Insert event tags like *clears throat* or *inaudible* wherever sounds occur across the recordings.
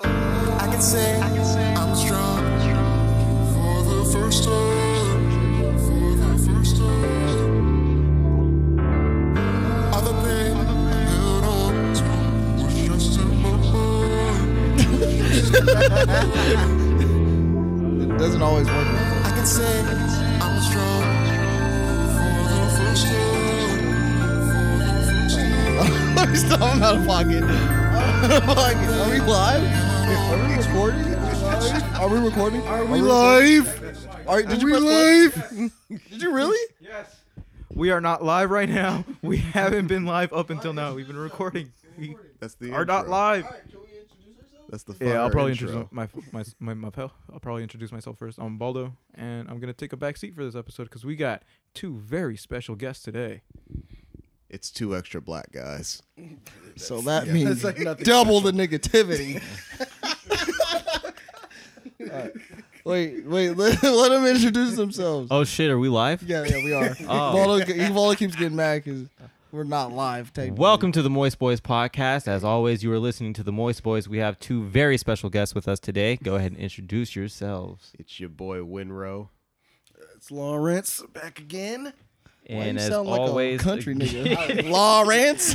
I can say I'm strong for the first time. For the first time, all the pain held on to was just in my mind. It doesn't always work. *laughs* I can say I'm strong for the first time. For the first time. We're still out of pocket. *laughs* Out of pocket. Are we live? Are we recording? Are we recording? Are we live? Are, did you press play? *laughs* did you really? Yes. We are not live right now. *laughs* We haven't been live up until now. We've been recording. We That's the are not intro. live. That's the Yeah, I'll fire probably intro. introduce my my my, my pal. I'll probably introduce myself first. I'm Baldo, and I'm gonna take a back seat for this episode because we got two very special guests today. It's two extra black guys. So that means That's like nothing double the *laughs* negativity. Alright. Wait, wait, let, *laughs* let them introduce themselves. Oh shit, are we live? Yeah, yeah, we are. Oh. Volo, Volo keeps getting mad because we're not live, technically. Welcome to the Moist Boys podcast. As always, you are listening to the Moist Boys. We have two very special guests with us today. Go ahead and introduce yourselves. It's your boy Winrow. It's Lawrence back again. Why and you as sound like a always, country nigga. Lawrence.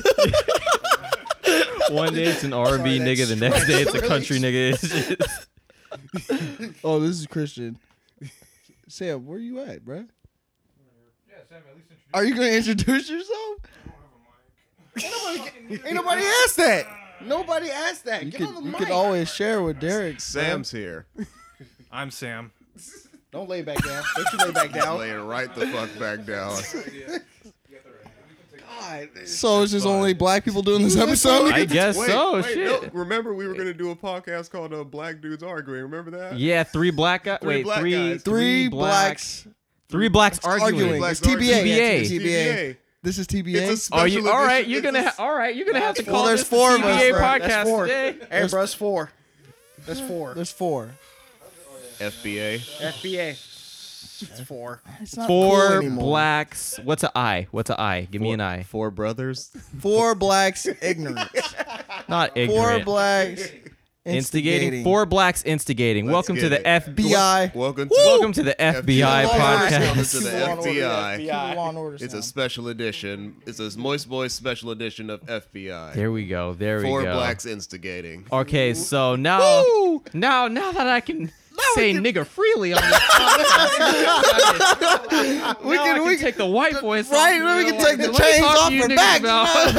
*laughs* one day it's an R&B Sorry, nigga, the next that's- day it's a country nigga. It's just- oh, this is Christian. Sam, where you at, bruh? Are you gonna introduce yourself? Ain't nobody asked that. Nobody asked that. You Get can, on the you mic. can always share with Derek. Sam's here. I'm Sam. Don't lay back down. Don't you lay back down. Lay it right the fuck back *laughs* down. God. So it's just only black people doing this episode. I guess so. no, shit. remember we were gonna do a podcast called uh, "Black Dudes Arguing." Remember that? Yeah, three black guys. Three wait, black three guys. Three blacks Three blacks arguing. arguing. Blacks It's TBA. arguing. Yeah, TBA. TBA. This is It's a TBA. Are special you all right? edition. You're It's gonna a- ha- all right. You're gonna have to Well, call there's this four of the us, TBA bro. That's podcast four. today. Hey, bro, it's four. That's four. There's four. FBA. FBA. It's four. It's not cool Four anymore. blacks. What's an I? What's an I? Give me an I. Four brothers. Four blacks *laughs* ignorant. Not Four ignorant. blacks instigating. Four blacks instigating. Let's Welcome get to the it. FBI. BI. Welcome to Welcome to the FBI Welcome podcast. to the Law and Order, FTI. Law and order. It's a sound. special edition. It's a Moist Boys special edition of FBI. There we go. There Four we go. blacks instigating. Okay, so now, Woo! now, now that I can say nigger freely on this podcast, we can- can, *laughs* we we can take the white voice. Right, off, we you can know, take the let me chains talk to off you her niggas back. *laughs* about- *laughs*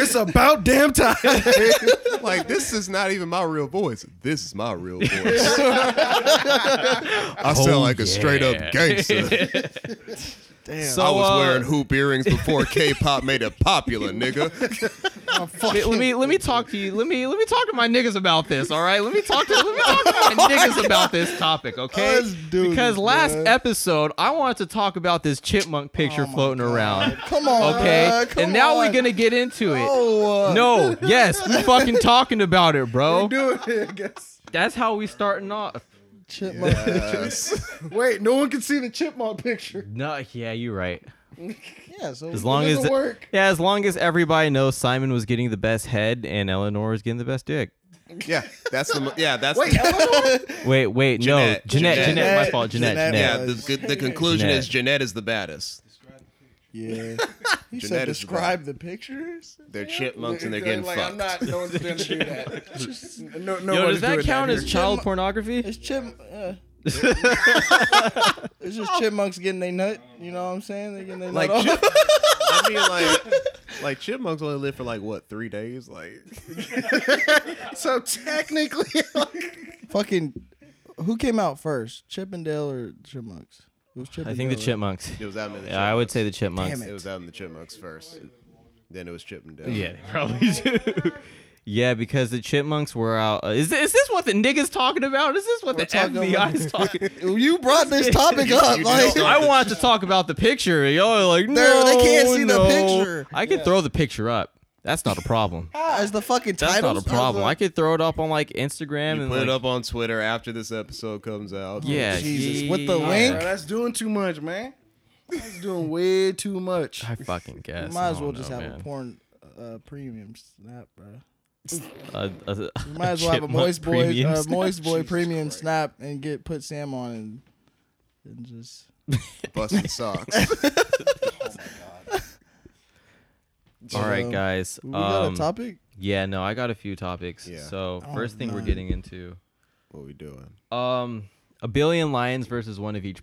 It's about damn time. *laughs* like this is not even my real voice. This is my real *laughs* voice. I sound Oh, like a straight up gangster. Damn. *laughs* So, I was uh, wearing hoop earrings before K-pop made it popular, nigga. uh, Let let me let me talk to you. Let me let me talk to my niggas about this. All right. Let me talk to let me talk *laughs* to my niggas about this topic. Okay. Oh Let's do because this, last man. Oh episode I wanted to talk about this chipmunk picture floating around. Come on. Okay. bruh, Uh, come and now on. *laughs* we're gonna get into it. Oh, uh, No, yes, we fucking talking about it, bro. Do it, I guess. That's how we starting off. chipmunk. Yes. *laughs* Wait, no one can see the chipmunk picture. No, yeah, you're right. Yeah, so As long it as doesn't *laughs* work. yeah, as long as everybody knows Simon was getting the best head and Eleanor was getting the best dick. Yeah, that's the mo- yeah, that's Wait, the, Wait, wait, Jeanette, no, Jeanette, Jeanette. Jeanette, my fault, Jeanette, Jeanette, Jeanette. yeah, the, the conclusion Jeanette. is Jeanette is the baddest. *laughs* yeah. He said Jeanette is describe the pictures. They're chipmunks and they're getting like, I'm fucked. not. No one's gonna do *laughs* that. no, no Yo, one's does that doing count as here. child pornography? It's chip. *laughs* Uh, it's just chipmunks getting their nut. You know what I'm saying? They're getting their like nut. chip- *laughs* I mean like like chipmunks only live for like what three days? Like *laughs* so technically? off. Fucking. Who came out first, Chippendale or chipmunks? It was Chippendale. I think the right? chipmunks. it was out in the Yeah, I would chipmunks. say the chipmunks. Damn it was out in the chipmunks first. Then it was Chippendale. Yeah, they probably do. Yeah, because the chipmunks were out. Uh, is, is this what the niggas talking about? Is this what the talking FBI is talking? *laughs* You brought this topic up. You like, just I want to talk about the picture. Y'all are like, They're- no, they can't see the no." picture. I can throw the picture up. That's not a problem. as the fucking That's title. not a problem. I could throw it up on like Instagram You and put it like, up on Twitter after this episode comes out. yeah, Jesus, with the yeah. link? Bro, that's doing too much, man. That's doing way too much. I fucking guess. might I as well don't just know, have man. *laughs* a porn uh, premium snap, bro. a, a, *laughs* You might as well have a chipmunk moist boy, premium uh, snap. moist boy premium snap, and get put Sam on and, and just. Busting *laughs* socks. *laughs* All right, So, guys. We got um, a topic. Yeah, no, I got a few topics. Yeah. So Oh, first thing we're man. getting into, what we doing? um, a billion lions versus one of each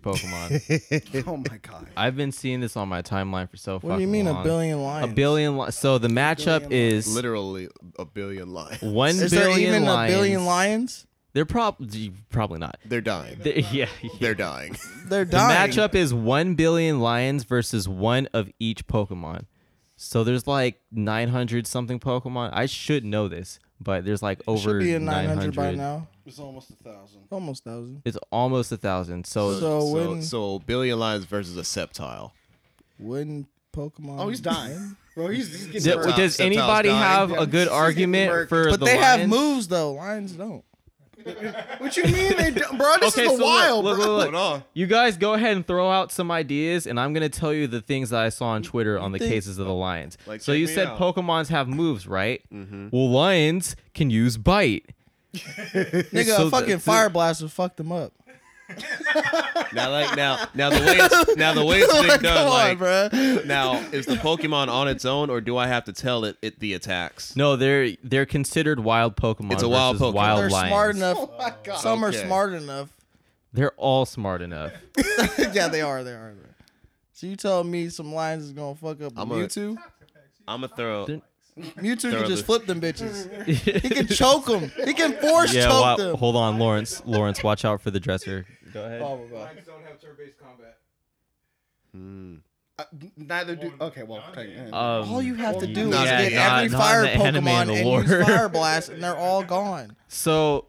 *laughs* Pokemon. Oh my god. I've been seeing this on my timeline for so What do you mean a billion A lions? billion. Li- so the matchup is Literally a billion lions. one Is there billion even lions. a billion lions? They're probably probably not. They're dying. They're- *laughs* yeah. *laughs* They're *laughs* dying. They're The dying. matchup is one billion lions versus one of each Pokemon. So there's like 900 something Pokemon. I should know this, but there's like should over be a 900 900 by now. It's almost a thousand. Almost thousand. It's almost a thousand. So, So So, when so billion lions versus a septile. when Pokemon? Oh, he's dying. Bro, he's, he's getting D- Septile's- does Septile's anybody dying. have Yeah. a good She's argument *laughs* worked. for But the they have lions? moves though. Lions don't. What you mean they do bro? This Okay, is the so look, wild, look, bro. look, look. Going on? You guys go ahead and throw out some ideas, and I'm gonna tell you the things that I saw on Twitter on the think- cases of the lions. Like, so check you me said out. Pokemon's have moves, right? Mm-hmm. Well, lions can use bite. Nigga, So a the- fucking the- fire blast would fuck them *laughs* up. Now, like now, now the way *laughs* it's now the way it's been done. Come Like on, bro. now, is the Pokemon on its own, or do I have to tell it it the attacks? No, they're they're considered wild Pokemon. It's a wild versus Pokemon. Wild They're lions. smart enough. Some are Okay. smart enough. *laughs* They're all smart enough. yeah, they are. They are. Bro. So you tell me some lions is gonna fuck up I'm a- Mewtwo? I'm gonna throw. Didn't- Mewtwo They're can the- just flip them *laughs* bitches. He can choke them. He can force yeah, *laughs* choke wa- them. hold on, Lawrence. Lawrence, watch out for the dresser. Go ahead. Oh, my God. don't have turn-based combat. Uh, neither do. Okay, well, okay. yeah. Um, All you have to do Not is an get anime. every Not- fire not an anime in Pokemon the and lore. use *laughs* Fire Blast, and they're all gone. So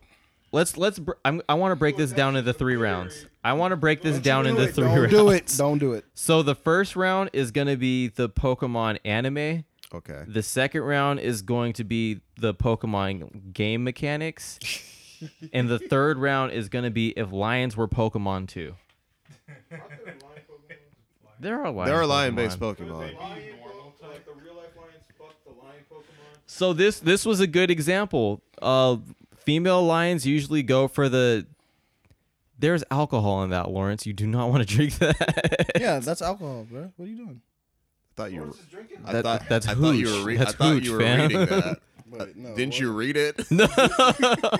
let's let's br- I'm, I want to break this down into three rounds. I want to break this down into three rounds. it. Don't do it. So the first round is going to be the Pokemon anime. Okay. The second round is going to be the Pokemon game *laughs* mechanics. and the third round is going to be if lions were Pokemon too. There are lion There are Pokemon. lion-based Pokemon. the real life lions fuck the lion Pokemon. So this this was a good example. Uh, female lions usually go for the. There's alcohol in that, Lawrence. You do not want to drink that. *laughs* Yeah, that's alcohol, bro. What are you doing? I thought you were. I That- thought, that's I thought you hooch. were, re- That's I thought hooch, you were fam. reading *laughs* that. Wait, no, Didn't you read it? *laughs* He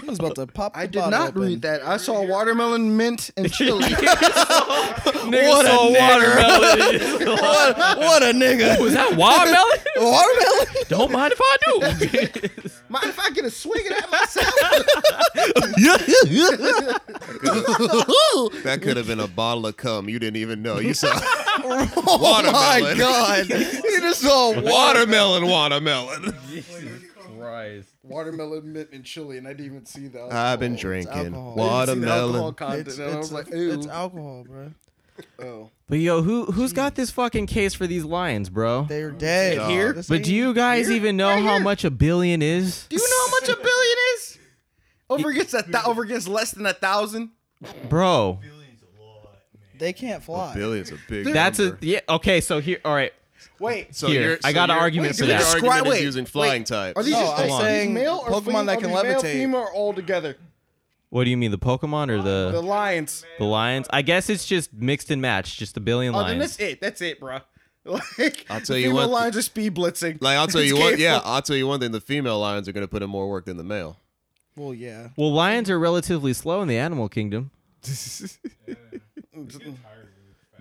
was about to pop. I the did bottle not open. read that. I saw watermelon, mint, and chili. what a watermelon! *laughs* What, what a nigga. Was that watermelon? *laughs* Watermelon? Don't mind if I do. Mind if I get a swig of that myself? *laughs* that could have been a bottle of cum. You didn't even know. You *laughs* saw *laughs* Oh my Watermelon. god. *laughs* He just saw watermelon, *laughs* watermelon. watermelon, mint, and chili, and I didn't even see that. I've been It's drinking alcohol. watermelon. It's, I was it's, like, it's ooh. alcohol, bro. Oh. But yo, who who's got this fucking case for these lions, bro? They're dead. God. Here? This But ain't- do you guys even know how much a billion is? Do you know how much a billion is? Over against a th- over against less than a thousand. Bro, They can't fly. Billion's a big. that's a number. yeah. Okay, so here, all right. Wait, So Here, I got an your- argument so for that. Your argument Wait, is using flying types. are these No, just I'm like, saying male or Pokemon fem- that are can these male, levitate. female, or all together? What do you mean, the Pokemon or The lions. The lions. I guess it's just mixed and matched, just a billion Oh, then lions. that's it. That's it, bro. *laughs* Like, I'll tell you female what- lions are speed *laughs* blitzing. Like I'll tell It's you what, game yeah, over. I'll tell you one thing. The female lions are going to put in more work than the male. Well, yeah. Well, lions are relatively slow in the animal kingdom.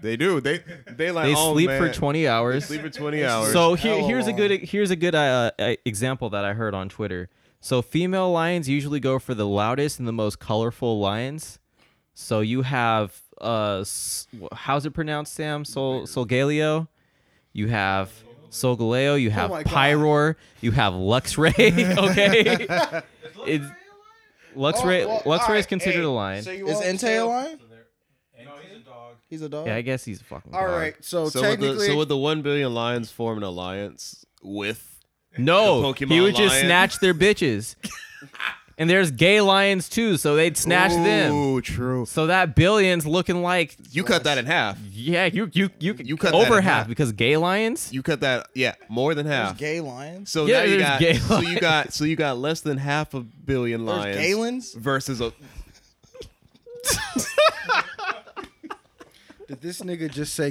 They do. They they like They oh, sleep for man. twenty hours. *laughs* sleep for twenty hours. So here, here's a long. good here's a good uh, uh, example that I heard on Twitter. So female lions usually go for the loudest and the most colorful lions. So you have uh, s- wh- how's it pronounced, Sam? Sol Solgaleo. You have Solgaleo. You have Oh my God. Pyroar. You have *laughs* Luxray. okay. It's, Luxray. Oh, well, Luxray is alright, considered hey, a lion. so you Is won't Entei say- a lion? No, he's a dog. He's a dog. Yeah, I guess he's a fucking. All dog. right, so, so would technically, the, so would the one billion lions form an alliance with? No, The Pokemon he would just lion. snatch their bitches. And there's gay lions too, so they'd snatch them. Ooh, true. So that billion's looking like You cut that in half. yeah, you you you, You cut that in over half. half because gay lions. You cut that, yeah, more than There's half. gay lions. So Yeah, now you there's got, gay so you lions. got, so you got less than half a billion lions. gay ones? versus a. Did this nigga just say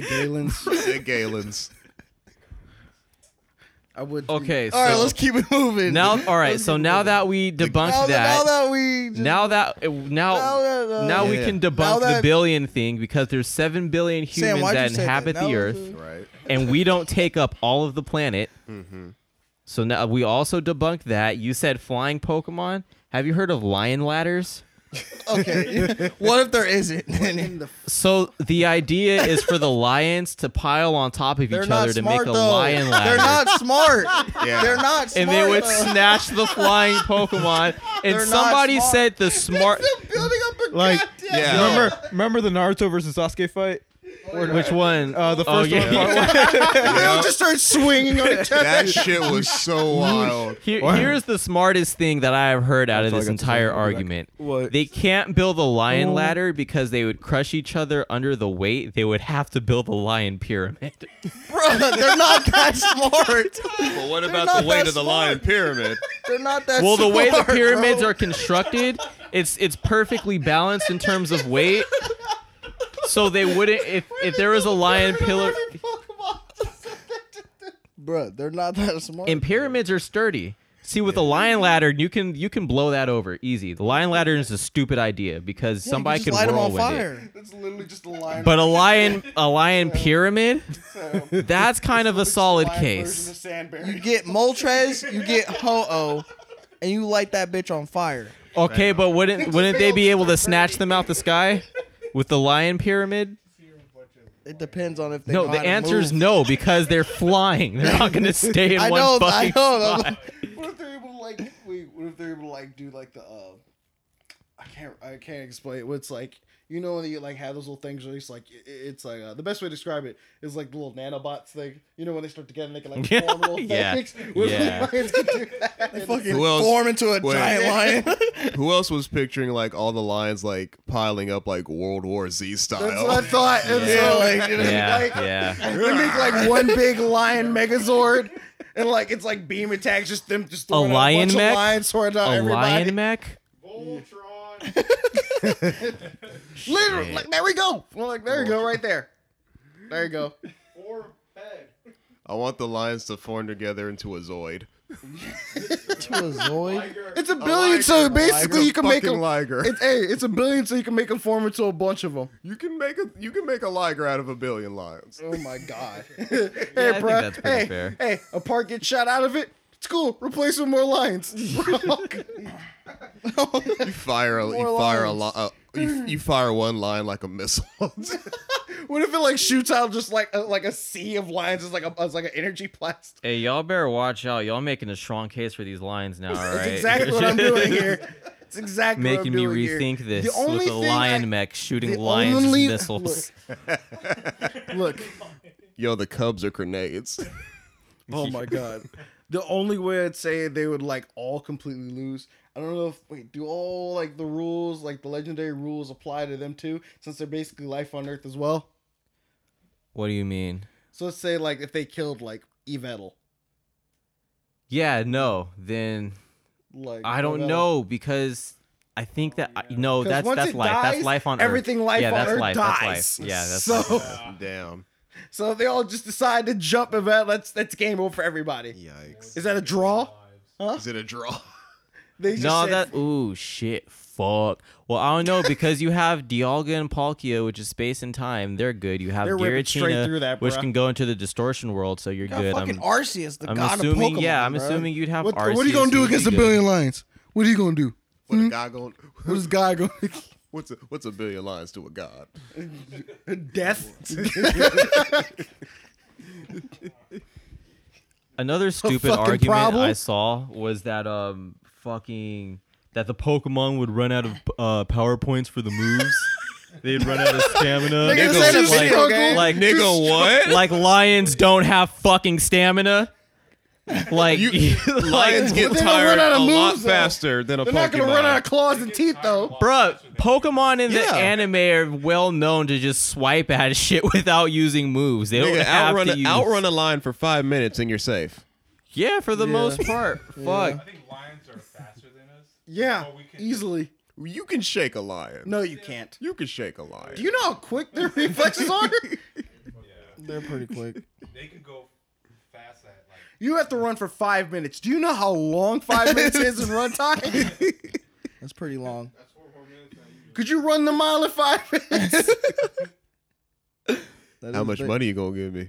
*laughs* Galen's? They're Galens. I would. Okay, *laughs* All right, so let's keep it moving. *laughs* now all right, so now that we debunked now, that, now that we just, now that eh, now Now that, uh, now we Yeah. can Now debunk the that- billion thing because there's seven billion humans Sam, why'd you that say that? inhabit Now the that earth, we- Right. and we don't take up all of the planet. Mm-hmm. So now we also debunked that. You said flying Pokemon. Have you heard of lion ladders? okay. *laughs* what if there isn't? *laughs* In the So the idea is for *laughs* the lions to pile on top of They're each not other to make smart a though. lion ladder. They're not *laughs* smart. Yeah. They're not smart. and they would though. snatch the flying Pokemon. *laughs* And They're not somebody smart. said the smart. building up a Like, goddamn. Yeah. Remember, remember the Naruto versus Sasuke fight? Which one? Uh, the first Oh, one. yeah. *laughs* part one. They'll just start swinging on *laughs* each other. That shit *laughs* was so wild. Here, here's the smartest thing that I have heard out of That's this all I got to say. entire Go back. argument. What? They can't build a lion ladder because they would crush each other under the weight. They would have to build a lion pyramid. Bruh, *laughs* they're not that smart. But what about not the weight that of the lion pyramid? *laughs* They're not that Well, the smart. way the pyramids bro. are constructed, it's it's perfectly balanced in terms of weight. So they wouldn't if if there was a lion pillar. *laughs* Bruh, they're not that smart. And pyramids are sturdy. See, with a lion ladder, you can you can blow that over easy. The lion ladder is a stupid idea because Yeah, you somebody just could light 'em whirlwind on it. fire. It's literally just a line. But a lion, a lion pyramid, that's kind of a solid case. You get Moltres, you get Ho-Oh, and you light that bitch on fire. Okay, but wouldn't wouldn't they be able to snatch them out the sky with the lion pyramid? It depends on if they No, know the how to answer is move. no because they're flying. They're not going to stay in I one know, I fucking know. spot. *laughs* What if they're able to like? Wait, what if they're able to like do like the? Uh, I can't. I can't explain. It. It's like you know when you like have those little things where it's like i- i- it's like uh, the best way to describe it is like the little nanobots thing. You know when they start together and they can like Yeah, form little yeah, things. What if yeah. the lions could do that? *laughs* It's Fucking Who else- form into a Wait. *laughs* giant lion. Who else was picturing like all the lions like piling up like World War Z style? That's what I thought. And Yeah, so, like- like, like, *laughs* Yeah, yeah. they make *laughs* like one big lion megazord. And like it's like beam attacks, just them just throwing out lion a bunch mech? of lion swords out A everybody. lion mech. Voltron. Oh, Literally, like there we go. Well, like there you go, right there. There you go. Or bed. I want the lions to form together into a Zoid. to a Zoid. It's a billion, so basically It's a you can make fucking them. liger. It's hey, it's a billion, so you can make them form into a bunch of them. You can make a you can make a liger out of a billion lions. Oh my god. *laughs* I hey, bruh. think that's pretty hey, fair. hey, a part gets shot out of it. It's cool. Replace with more lions. *laughs* You fire a you More fire a, li- lions. uh, *clears throat* you, you fire one lion like a missile. *laughs* what if it like shoots out just like a, like a sea of lions? It's like a it's like an energy blast. Hey, y'all better watch out. Y'all making a strong case for these lions now, all right? That's exactly what *laughs* I'm doing here. It's exactly what I'm Making me doing here. rethink this The only with a thing lion I- *laughs* mech shooting the lions with only- missiles. *laughs* Look, Yo, the Cubs are *laughs* grenades. Oh my god. The only way I'd say they would like all completely lose. I don't know if wait, do all like the rules, like the legendary rules apply to them too, since they're basically life on Earth as well. What do you mean? So let's say like if they killed like Evettle. Yeah, no. Then Like I don't Evettle. know because I think that I- no, 'Cause that's once that's it life. dies, that's life on everything Earth. life yeah, on that's Earth life. That's dies. life. Yeah, that's So- life. Oh. Damn. *laughs* So if they all just decide to jump Evettle, that's that's game over for everybody. Yikes. Is that a draw? Is it a draw? *laughs* They just No, said- that ooh shit, fuck. Well, I don't know because you have Dialga and Palkia, which is space and time. They're good. You have They're ripping straight through Giratina, that, which bruh. can go into the distortion world, so you're Got *laughs* good. fucking I'm, Arceus, the I'm god assuming, of Pokemon. yeah, I'm bro. assuming you'd have. what, Arceus, what are you gonna do who'd against be a good. billion lions? What are you gonna do? What Hmm? a guy going? What is guy gonna *laughs* *laughs* What's a, what's a billion lions to a god? Death? Another stupid fucking argument problem? I saw was that um fucking that the Pokemon would run out of uh PowerPoints for the *laughs* moves. They'd run out of stamina. Nigga, this ain't a video game. like, like Nigga, what? like lions don't have fucking stamina. Like, You- *laughs* *laughs* like- *laughs* Lions get They're gonna tired run out a of lot moves, though. faster than a They're Pokemon. not gonna run out of claws and teeth though. Bruh, Pokemon in Yeah. the anime are well known to just swipe at *laughs* shit without using moves. They don't Nigga, have outrun, to use. outrun a line for five minutes and you're safe. Yeah, for the most part. Fuck. think lions are faster than us. Yeah, we can- easily. You can shake a lion. No, you can't. You can shake a lion. Do you know how quick their reflexes *laughs* are? Yeah, They're pretty quick. they can go fast at like. You have to run for five minutes. Do you know how long five minutes is in run time? *laughs* That's pretty *laughs* long. That's four more minutes. Than you Could you run the mile in five minutes? How much money you gonna give me?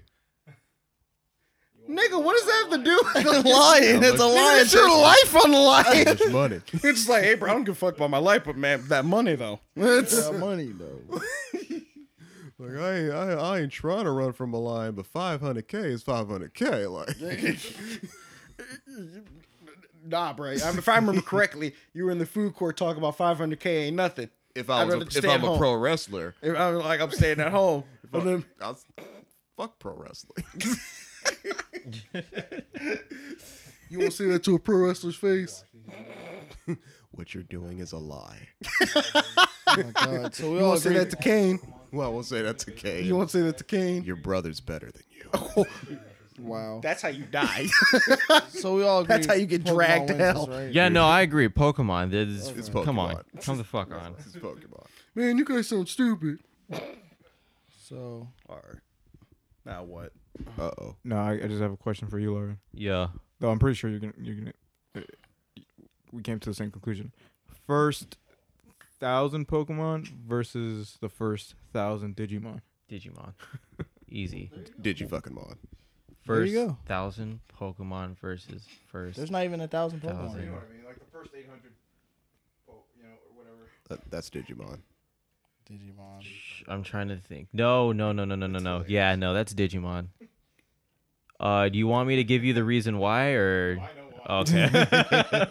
Nigga, what does that have to do with *laughs* the Lion, it's a Nigga, lion. It's your life on the line. How much money? It's just like, hey, bro, I don't give a fuck about my life, but man, that money though. It's, money though. *laughs* Like I, ain't- I, I ain't trying to run from a lion, but 500k is 500k. Like nah, bro. I mean, *laughs* if I remember correctly, you were in the food court talking about 500k ain't nothing. if I'd I was, rather a, if stay I'm at a home. pro wrestler, If I'm like, I'm staying at home. fuck, *laughs* And then- I'll- fuck pro wrestling. *laughs* you won't say that to a pro wrestler's face. what you're doing is a lie. *laughs* God, so we You all won't say agree. that to Kane. Well, I won't say that's okay. You Oh. won't say that to Kane. Your brother's better than you. wow. That's how you die. So we all agree. That's how you get Pokemon dragged to wins this, hell. right? Yeah, no, I agree. Pokemon. This, It's Come on. Pokemon. Come the *laughs* fuck on. This is Pokemon. Man, you guys sound stupid. So All right. Now what? Uh oh. No, I, I just have a question for you, Lauren. Yeah. Though I'm pretty sure you're gonna you're gonna. uh, We came to the same conclusion. First thousand Pokemon versus the first thousand Digimon. *laughs* Digimon. Easy. Did you fucking mon? There First you go. thousand Pokemon versus first. there's not even a thousand Thousand. Pokemon. know what I mean? Like the first 800, oh, you know, or whatever. That, that's Digimon. Digimon. I'm trying to think. No, no, no, no, no, no, no. Yeah, no, that's Digimon. Uh, do you want me to give you the reason why, or *laughs* okay?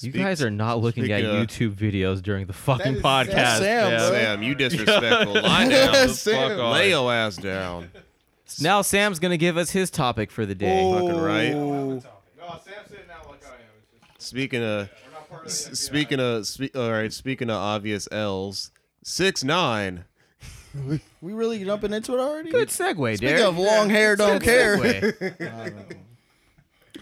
you guys are not looking at speak, uh, YouTube videos during the fucking is- podcast. that's Sam, yeah. bro. *laughs* Sam, you disrespectful. Lie down. The Sam. fuck off. Lay your ass down. Now Sam's gonna give us his topic for the day. Fucking right. No, Sam's sitting out like I am. It's just, Speaking of, we're not part of the s- FBI. speaking of, spe- all right. Speaking of obvious L's, six nine. We really jumping into it already? Good segue, Speaking Derek. of long hair, don't care. Segue.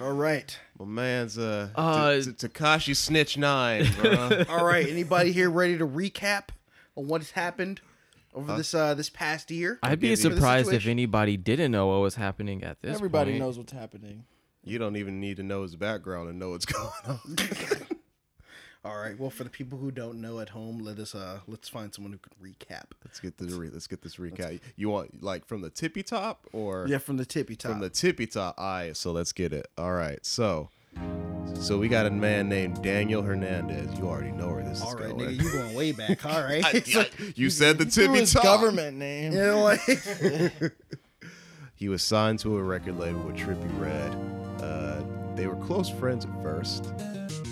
All right. My man's uh, Uh, T- T- Takashi Snitch nine. bruh. *laughs* All right. Anybody here ready to recap on what has happened over this uh this past year? I'd be For the surprised if situation? anybody didn't know what was happening at *laughs* this. Everybody point. knows what's happening. you don't even need to know his background and know what's *laughs* going on. All right. Well, for the people who don't know at home, let us uh let's find someone who can recap. Let's get this. Re- let's get this recap. You want like from the tippy top or Yeah, from the tippy top. from the tippy top. All right, so let's get it. All right, so so we got a man named Daniel Hernandez. You already know where this All is right, going. *laughs* nigga, you going way back. All right. I- *laughs* It's like- I- you said the Who tippy is top. government name? you know, *laughs* like- He was signed to a record label with Trippy Red. Uh, they were close friends at first,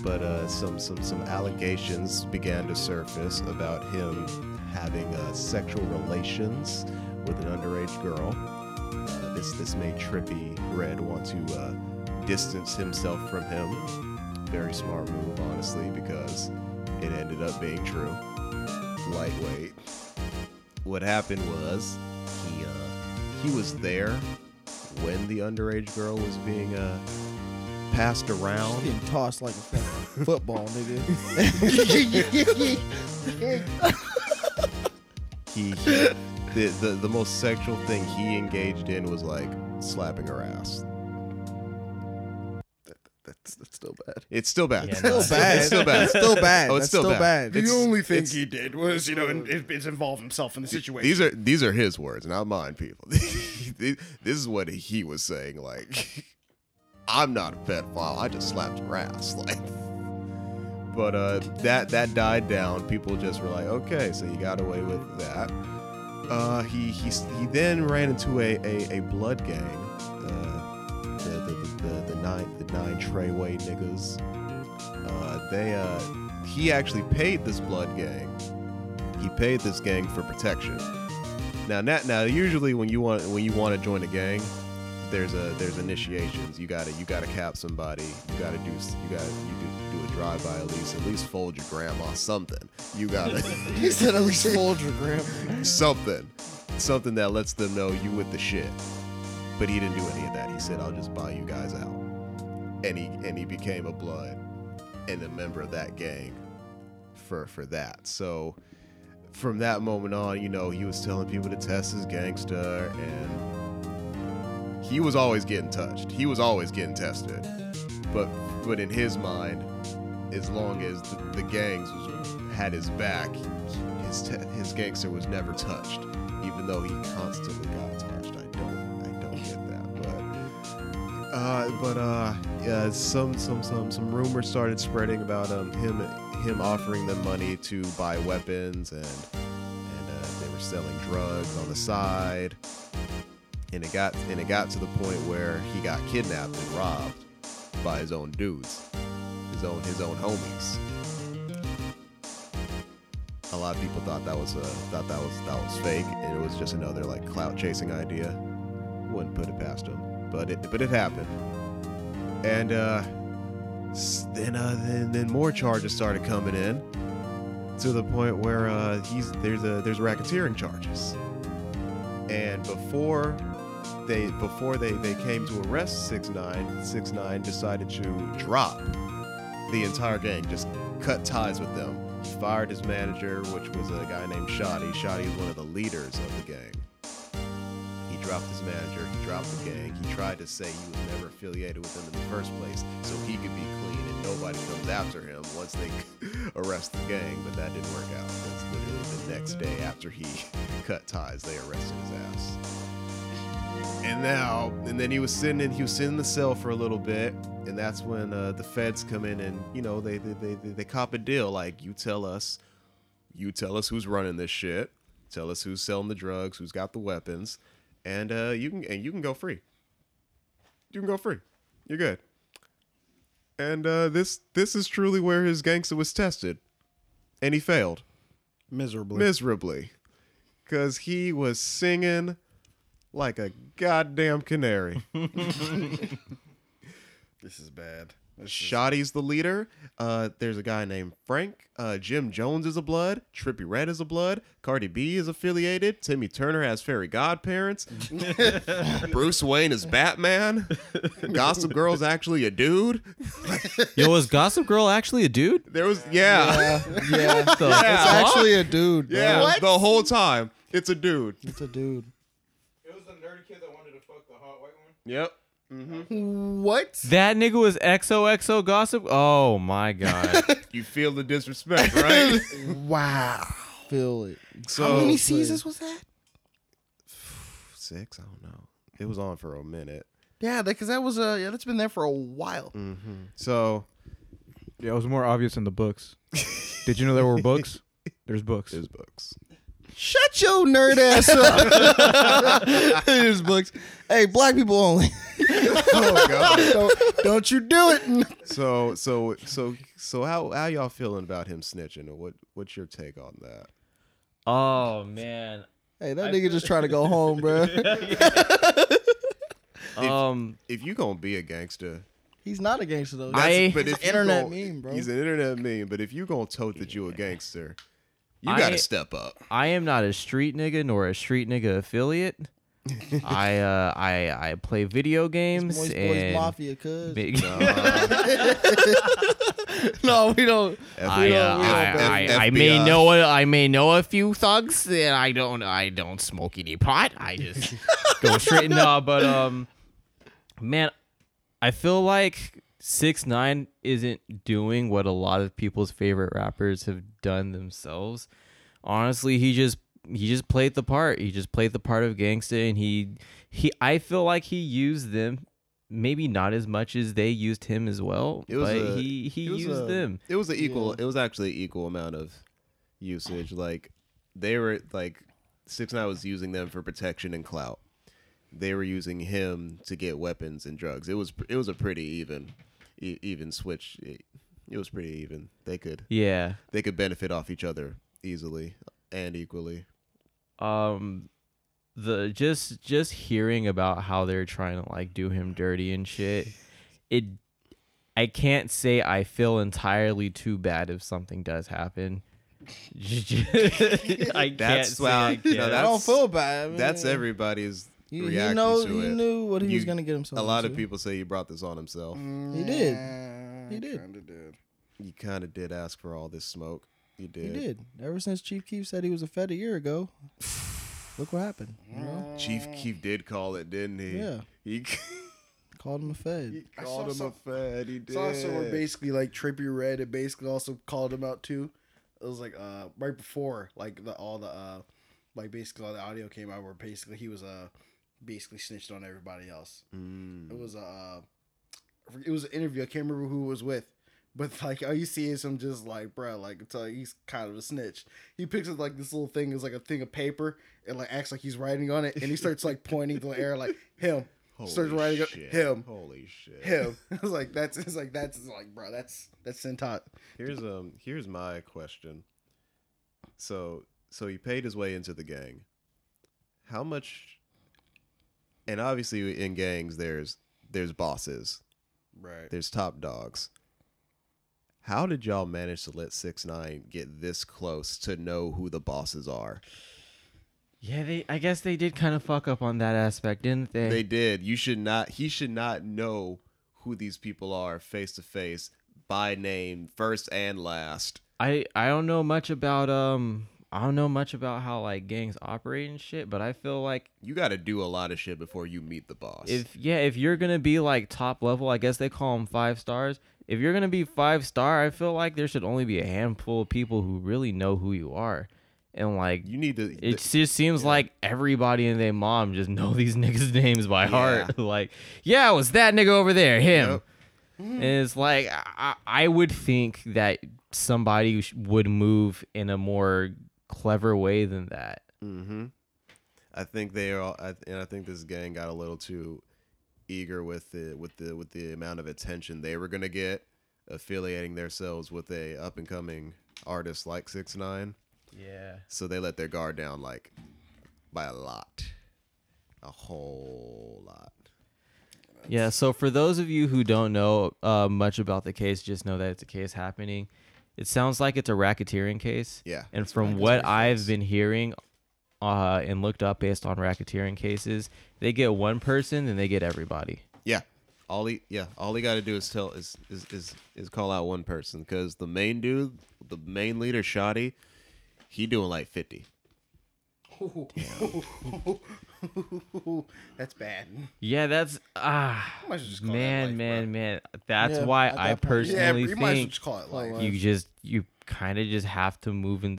but uh, some some some allegations began to surface about him having uh, sexual relations with an underage girl. Uh, this this made Trippy Red want to uh, distance himself from him. Very smart move, honestly, because it ended up being true. Lightweight. What happened was he uh, he was there when the underage girl was being uh, passed around. Getting tossed like a *laughs* fucking football, nigga. he, he- the, the the most sexual thing he engaged in was like slapping her ass. that's, that's still bad. It's still bad. Yeah, no. Still bad. It's still bad. It's still bad. Oh, it's That's still bad. The It's- only thing it's- he did was, you know, in, it, it's involved himself in the situation. These are these are his words, not mine, people. *laughs* this is what he was saying. Like, *laughs* I'm not a pedophile. I just slapped her ass. *laughs* Like, but uh, that that died down. People just were like, okay, so you got away with that. Uh, he he he then ran into a a, a blood gang. Uh, the, the, the, the, the nine the nine Treyway niggas. Uh, they uh, he actually paid this blood gang he paid this gang for protection. Now, now, now, usually when you want when you want to join a gang, there's a there's initiations. You gotta you gotta cap somebody. You gotta do s- you gotta you do, do a drive by at least at least fold your grandma something. You gotta *laughs* He said at least fold your grandma. something something that lets them know you with the shit. But he didn't do any of that. He said I'll just buy you guys out, and he and he became a blood and a member of that gang for for that. So from that moment on, you know, he was telling people to test his gangster and he was always getting touched. He was always getting tested. But but in his mind, as long as the, the gangs was, had his back, his te- his gangster was never touched, even though he constantly got touched. I don't I don't get that, but uh, but uh, yeah, some some some some rumors started spreading about um him him offering them money to buy weapons and and uh, they were selling drugs on the side. And it got and it got to the point where he got kidnapped and robbed by his own dudes, his own his own homies. A lot of people thought that was uh, thought that was that was fake, and it was just another like clout chasing idea wouldn't put it past him. But it but it happened. And uh, s- then uh, then then more charges started coming in to the point where uh, he's there's a there's racketeering charges. And before they before they they came to arrest six nine six nine decided to drop the entire gang, just cut ties with them. He fired his manager, which was a guy named Shoddy. Shoddy is one of the leaders of the gang. He dropped his manager. He dropped the gang. He tried to say he was never affiliated with them in the first place, so he could be clean and nobody comes after him once they *laughs* arrest the gang. But that didn't work out. That's literally the next day after he *laughs* cut ties, they arrested his ass. And now, and then he was sitting in he was sitting in the cell for a little bit, and that's when uh, the feds come in and you know they they, they they they cop a deal like you tell us you tell us who's running this shit tell us who's selling the drugs who's got the weapons and uh, you can and you can go free you can go free you're good and uh, this this is truly where his gangster was tested and he failed Miserably. miserably because he was singing like a goddamn canary This is bad. Shoddy's the leader. Uh, there's a guy named Frank. Uh, Jim Jones is a blood. Trippy Red is a blood. Cardi B is affiliated. Timmy Turner has fairy godparents. Bruce Wayne is Batman. Gossip Girl's actually a dude. Yo, was Gossip Girl actually a dude? There was yeah, yeah, yeah. So, yeah, It's *laughs* actually a dude. bro. *laughs* yeah, the whole time. It's a dude. It's a dude. It was the nerdy kid that wanted to fuck the hot white woman. Yep. What? That nigga was XOXO Gossip. *laughs* Oh my god. You feel the disrespect, right? Wow. Feel it. so seasons was that? six. I don't know. It was on for a minute. Yeah, because that was uh, yeah, that's been there for a while. Mm. So Yeah, it was more obvious in the *laughs* books. Did you know there were books? There's books. *laughs* *laughs* there's books. Shut your nerd ass up. *laughs* *laughs* There's books. Hey, black people only. Oh *laughs* god. *laughs* don't, *laughs* don't you do it. So so so so how how y'all feeling about him snitching or what what's your take on that? oh man. *laughs* Hey, that nigga just trying to go home, bro. Um If you gonna be a gangster, *laughs* He's not a gangster though. I- Hey, but if you internet gonna- meme, bro. He's an internet meme, but if you gonna tote that you a gangster, you I- gotta step up. *laughs* I am not a street nigga nor a street nigga affiliate. *laughs* I uh I I play video games Moist Boys and Mafia, cuz. big- Uh-huh. No, we don't. I, uh, I, I, I may FBI. know a, I may know a few thugs and I don't I don't smoke any pot. I just go straight no, but um man, I feel like six nine isn't doing what a lot of people's favorite rappers have done themselves. Honestly, he just he just played the part. He just played the part of gangsta and he he I feel like he used them maybe not as much as they used him as well. It was but a- he he it was used a- them. It was an equal. It was actually equal amount of usage. Like they were like Six Nine was using them for protection and clout. They were using him to get weapons and drugs. It was pr- it was a pretty even e- even switch. It, it was pretty even. They could Yeah. they could benefit off each other easily and equally. Um, the just just hearing about how they're trying to like do him dirty and shit, it I can't say I feel entirely too bad if something does happen. *laughs* I can't That's say wow. I No, can't. I don't feel bad. I mean, That's everybody's He, he reaction knows. to He it. knew what he You- was gonna get himself. a lot of into. people say he brought this on himself. He did. He did. Kinda did. You kind of did ask for all this smoke. You He did. did. Ever since Chief Keef said he was a Fed a year ago, look what happened. You know? Chief Keef did call it, didn't he? Yeah. He *laughs* Called him a Fed. I saw some- fed. He did. It's also where basically like Trippy Red it basically also called him out too. It was like uh right before like the all the uh like basically all the audio came out where basically he was uh basically snitched on everybody else. It Mm. was uh it was an interview. I can't remember who it was with. But *laughs* like all you see is him just like bruh, like it's like he's kind of a snitch. He picks up like this little thing is like a thing of paper and like acts like he's writing on it and he starts like pointing to the air like *laughs* him. starts writing up, him Holy shit. *laughs* him. I was like, that's it's like that's it's like, bro, that's that's Sentot. Here's um. Here's my question. So so he paid his way into the gang. How much? And obviously in gangs there's there's bosses. Right. There's top dogs. How did y'all manage to let six nine get this close to know who the bosses are? Yeah, they. I guess they did kind of fuck up on that aspect, didn't they? They did. You should not. He should not know who these people are face to face, by name, first and last. I I don't know much about um. I don't know much about how like gangs operate and shit, but I feel like You got to do a lot of shit before you meet the boss. if yeah, if you're gonna be like top level, I guess they call them five stars. If you're gonna be five star, I feel like there should only be a handful of people who really know who you are, and like you need to. it just seems like everybody and their mom just know *laughs* these niggas' names by heart. *laughs* like, yeah, it was that nigga over there, him. And it's like I, I would think that somebody sh- would move in a more clever way than that. hmm I think they are, all, I, and I think this gang got a little too eager with the with the with the amount of attention they were gonna get, affiliating themselves with a up and coming artist like Six Nine. Yeah. So they let their guard down like by a lot, a whole lot. Yeah. So for those of you who don't know uh, much about the case, just know that it's a case happening. It sounds like it's a racketeering case. Yeah, And from what I've been hearing, uh, and looked up based on racketeering cases, they get one person and they get everybody. Yeah. All he yeah, all he got to do is tell is is is, is call out one person because the main dude, the main leader, Shoddy, he doing like fifty. *laughs* that's bad. Yeah, that's ah might as well just call that man, life, man, man. That's Yeah, why at I that point. Yeah, personally you might as well think just call it life. you just you kind of just have to move in.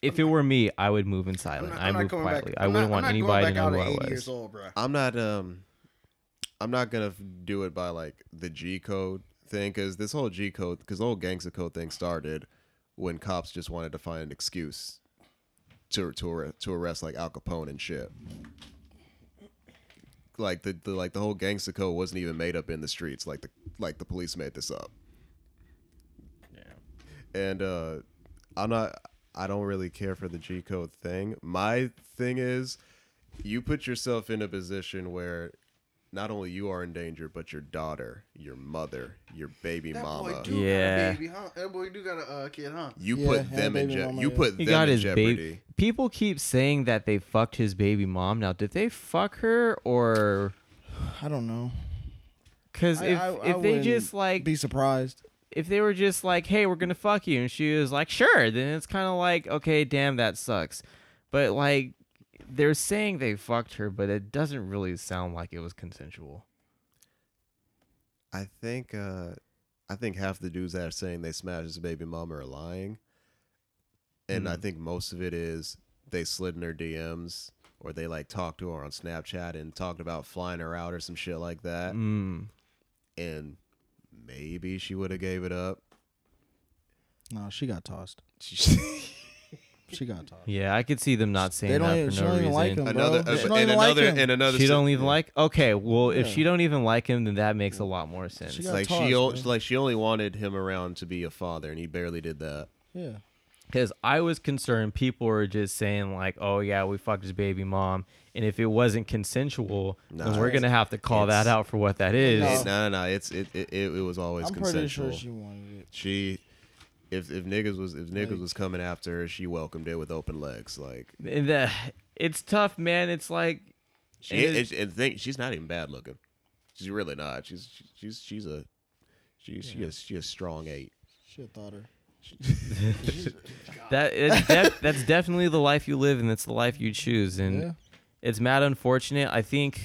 If it were me, I would move in silence. I move quietly. I I'm wouldn't not- want I'm not anybody to going back know out who at I 80 Years was. old, bro. I'm not um, I'm not gonna f- do it by like the G code thing because this whole G code because the whole gangster code thing started when cops just wanted to find an excuse to to arre- to arrest like Al Capone and shit. Like the, the like the whole gangster code wasn't even made up in the streets. Like the like the police made this up. and uh i'm not i don't really care for the g code thing my thing is you put yourself in a position where not only you are in danger but your daughter your mother your baby That boy mama do got Yeah. a baby, huh? That boy do got a uh, kid, huh? you Yeah, put had a them in baby je- mama, you yeah. put He them got in his jeopardy baby. People keep saying that they fucked his baby mom. Now, did they fuck her or? I don't know. Because I- if I- I if they wouldn't just like Be surprised. if they were just like, "Hey, we're gonna fuck you," and she was like, "Sure," then it's kind of like, "Okay, damn, that sucks." But like, they're saying they fucked her, but it doesn't really sound like it was consensual. i think uh i think half the dudes that are saying they smashed his baby mama are lying and Hmm. i think most of it is they slid in her dms or they like talked to her on snapchat and talked about flying her out or some shit like that Mm. and maybe she would have gave it up. No, she got *laughs* tossed. She got tossed. Yeah, I could see them not saying They don't. that Even, for she no don't reason. even like him. another uh, bro. She and don't even like another him. and another. she si- don't even like. Okay, well, if Yeah. she don't even like him, then that makes a lot more sense. She got like tossed, she o- bro. like she only wanted him around to be a father, and he barely did that. Yeah. because I was concerned people were just saying like, "Oh yeah, we fucked his baby mom," and if it wasn't consensual, then Nah, we're gonna have to call that out for what that is. It- no, no, no. It's it it, it, it was always I'm pretty consensual. sure she wanted it. she if if niggas was if niggas was coming after her, she welcomed it with open legs. Like And the- it's tough, man. It's like she And- and, and think she's not even bad looking. She's really not. She's she's she's a she's she is she a strong eight. She a thoughter. that. It's def- that's definitely the life you live, and it's the life you choose. And Yeah. it's mad unfortunate. I think.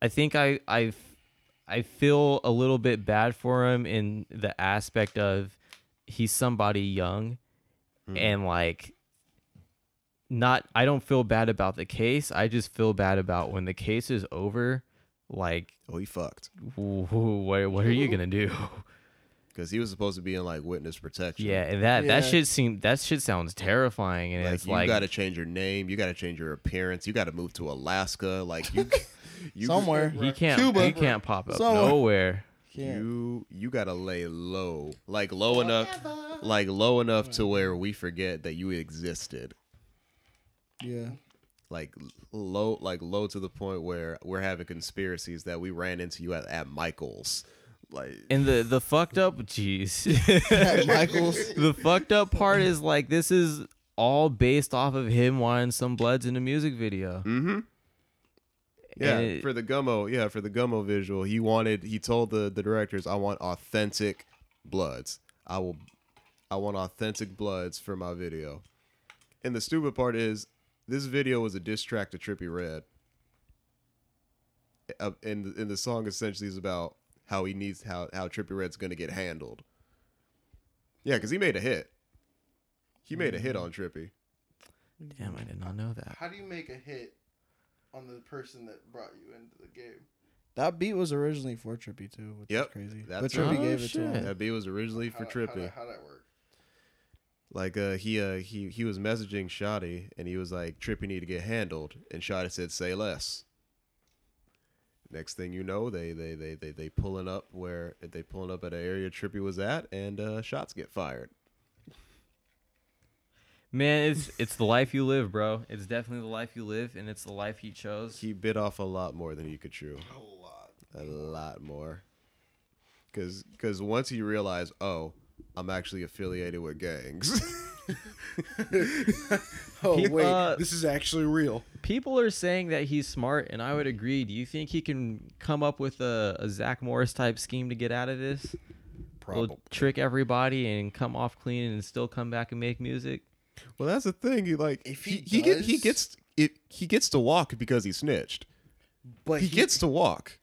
I think I I I feel a little bit bad for him in the aspect of he's somebody young and like not I don't feel bad about the case. I just feel bad about when the case is over like Oh, he fucked wh- wh- what what are you going to do? *laughs* because he was supposed to be in like witness protection. yeah, and that Yeah. that shit seem that shit sounds terrifying and Like, it's you like got to change your name. You got to change your appearance. You got to move to Alaska. Like *laughs* you, you Somewhere. he can't Cuba. he can't pop up Somewhere. nowhere. Can't. You you gotta lay low, like low enough, like low enough to where we forget that you existed. Yeah. Like low, like low to the point where we're having conspiracies that we ran into you at, at Michael's. Like And the the fucked up *laughs* jeez. At Michael's. the fucked up part is like this is all based off of him wanting some bloods in a music video. Mm. yeah, and it- for the gummo, yeah, for the gummo visual, he wanted. He told the the directors, "I want authentic bloods. I will, I want authentic bloods for my video." And the stupid part is, this video was a diss track to Trippy Red. Uh, and and the song essentially is about how he needs how how Trippy Red's gonna get handled. Yeah, because he made a hit. He made a hit Mm-hmm. on Trippy. Damn, I did not know that. How do you make a hit on the person that brought you into the game? That beat was originally for Trippy too, which Yep, is crazy. that's but right. Trippy Oh, gave it to shit. him. That beat was originally for Trippy. How that work? Like uh, he uh, he he was messaging Shoddy and he was like, "Trippy need to get handled," and Shoddy said, "Say less." Next thing you know, they they they they they pulling up where they pulling up at an area Trippy was at, and uh, shots get fired. Man, it's it's the life you live, bro. It's definitely the life you live, and it's the life he chose. He bit off a lot more than he could chew. A lot, a lot more. Cause cause once he realized, oh, I'm actually affiliated with gangs. *laughs* Oh He- wait, uh, this is actually real. People are saying that he's smart, and I would agree. Do you think he can come up with a, a Zach Morris type scheme to get out of this? Will trick everybody and come off clean, and still come back and make music. Well, that's the thing. He like If he he he, get, he does- gets it. He gets to walk because he snitched. But He gets to walk.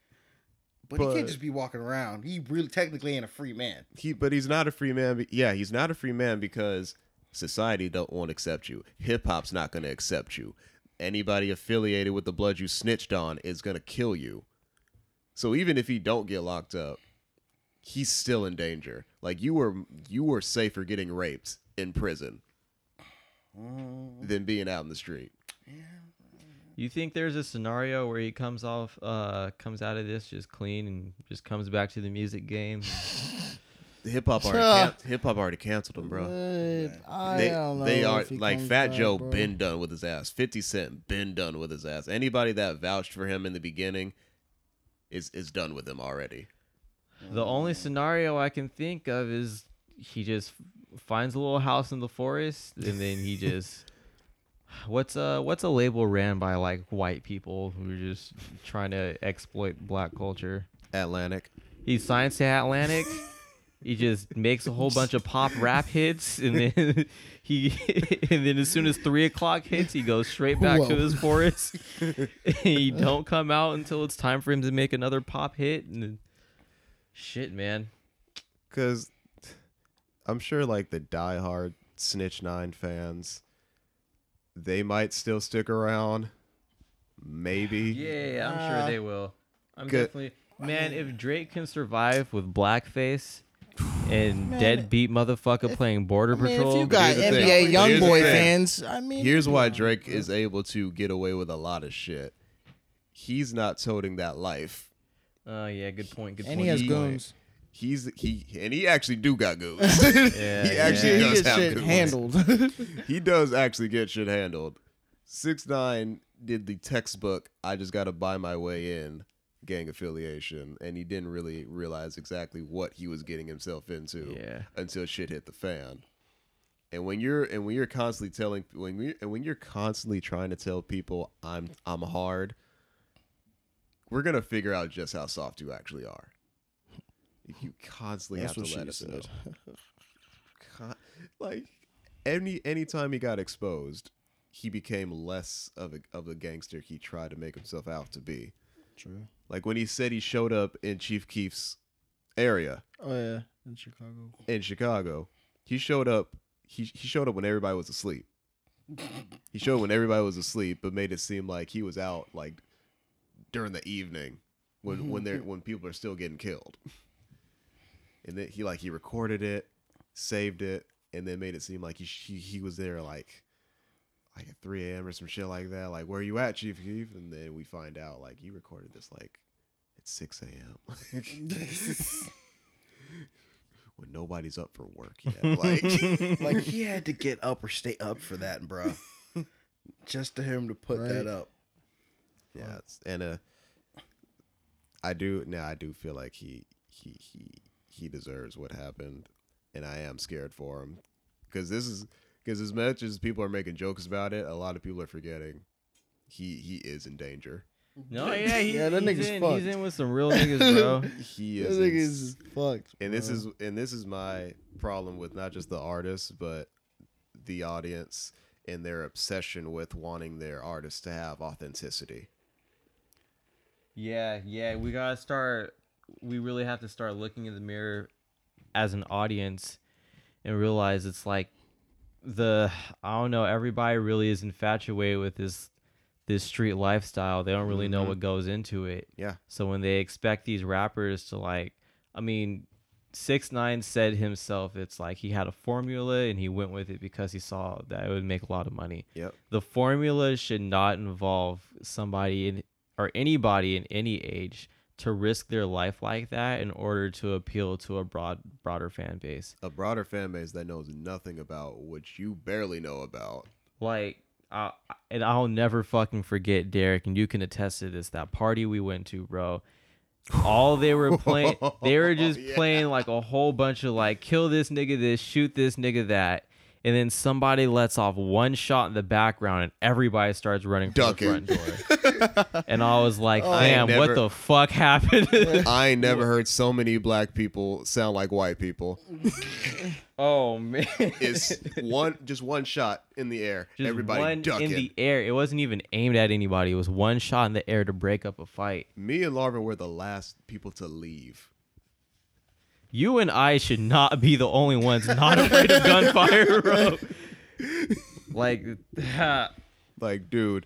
but, he but- can't just be walking around. He really technically ain't a free man. He but he's not a free man. be- Yeah, he's not a free man because society don't won't accept you. Hip hop's not going to accept you. Anybody affiliated with the blood you snitched on is going to kill you. So even if he don't get locked up, he's still in danger. Like you were you were safer getting raped in prison than being out in the street. You think there's a scenario where he comes off, uh, comes out of this just clean and just comes back to the music game? Hip hop already can- hip hop already canceled him, bro. But I they, don't know. they are if he like comes Fat back, Joe bro. been done with his ass. Fifty Cent been done with his ass. Anybody that vouched for him in the beginning is is done with him already. The only scenario I can think of is he just finds a little house in the forest and then he just what's a what's a label ran by like white people who are just trying to exploit black culture. Atlantic. He signs to Atlantic. he just makes a whole bunch of pop rap hits and then *laughs* he and then as soon as three o'clock hits he goes straight back to Whoa. his forest. *laughs* he don't come out until it's time for him to make another pop hit and then- shit man. Cause I'm sure like the diehard Snitch Nine fans, they might still stick around. Maybe. Yeah, I'm Uh, sure they will. I'm good. definitely man. If Drake can survive with blackface and deadbeat motherfucker playing Border I mean, Patrol, if you got Here's the thing. NBA Here's the YoungBoy thing. fans, I mean, Here's why Drake is able to get away with a lot of shit. He's not toting that life. oh yeah, good point. Good and point. he has he- goons. He's he and he actually do got *laughs* goons. *laughs* Yeah, he actually He does gets have shit *laughs* goons. handled. He does actually get shit handled. Six nine did the textbook. I just got to buy my way in gang affiliation, and he didn't really realize exactly what he was getting himself into Yeah. until shit hit the fan. And when you're and when you're constantly telling when we and when you're constantly trying to tell people I'm I'm hard, we're gonna figure out just how soft you actually are. If you constantly That's have what to she let us know said. con- like any anytime he got exposed, he became less of a of the gangster he tried to make himself out to be. True. Like when he said he showed up in Chief Keef's area Oh yeah, in Chicago. in Chicago, he showed up he he showed up when everybody was asleep. he showed up when everybody was asleep, but made it seem like he was out like during the evening when when they are when people are still getting killed. And then he like he recorded it, saved it, and then made it seem like he he, he was there like like at 3 a.m. or some shit like that. Like, where you at, Chief Keef? And then we find out like you recorded this like at 6 a.m. *laughs* when nobody's up for work *laughs* yet. Like Like he had to get up or stay up for that, bro. Just to him to put that up. Yeah, it's, and uh, I do now. I do feel like he he he he deserves what happened, and I am scared for him because this is because as much as people are making jokes about it, a lot of people are forgetting he he is in danger. No, yeah, he, *laughs* Yeah, that he's, nigga's in, fucked. he's in with some real niggas, *laughs* bro. He This is, nigga in- is fucked. and this Mm-hmm. is and this is my problem with not just the artists but the audience and their obsession with wanting their artists to have authenticity. yeah, yeah, we gotta start. We really have to start looking in the mirror as an audience and realize it's like the I don't know. Everybody really is infatuated with this this street lifestyle. They don't really know what goes into it. Yeah. So when they expect these rappers to like, I mean, six nine said himself, it's like he had a formula and he went with it because he saw that it would make a lot of money. Yep. The formula should not involve somebody in, or anybody in any age to risk their life like that in order to appeal to a broad broader fan base. a broader fan base that knows nothing about what you barely know *laughs* about. like I, and I'll never fucking forget Derek, and you can attest to this. That party we went to, bro. All they were playing, they *laughs* were just Oh, Yeah. playing like a whole bunch of like, kill this nigga this, shoot this nigga that, and then somebody lets off one shot in the background, and everybody starts running for Ducking. the front *laughs* door. and I was like, I damn, ain't what never- the fuck *laughs* happened? *laughs* I ain't never heard so many black people sound like white people. oh man, *laughs* It's one just one shot in the air. Just Everybody one ducking. in the air. It wasn't even aimed at anybody. It was one shot in the air to break up a fight. Me and Larvin were the last people to leave. You and I should not be the only ones not afraid of gunfire, bro. *laughs* like, Like, dude,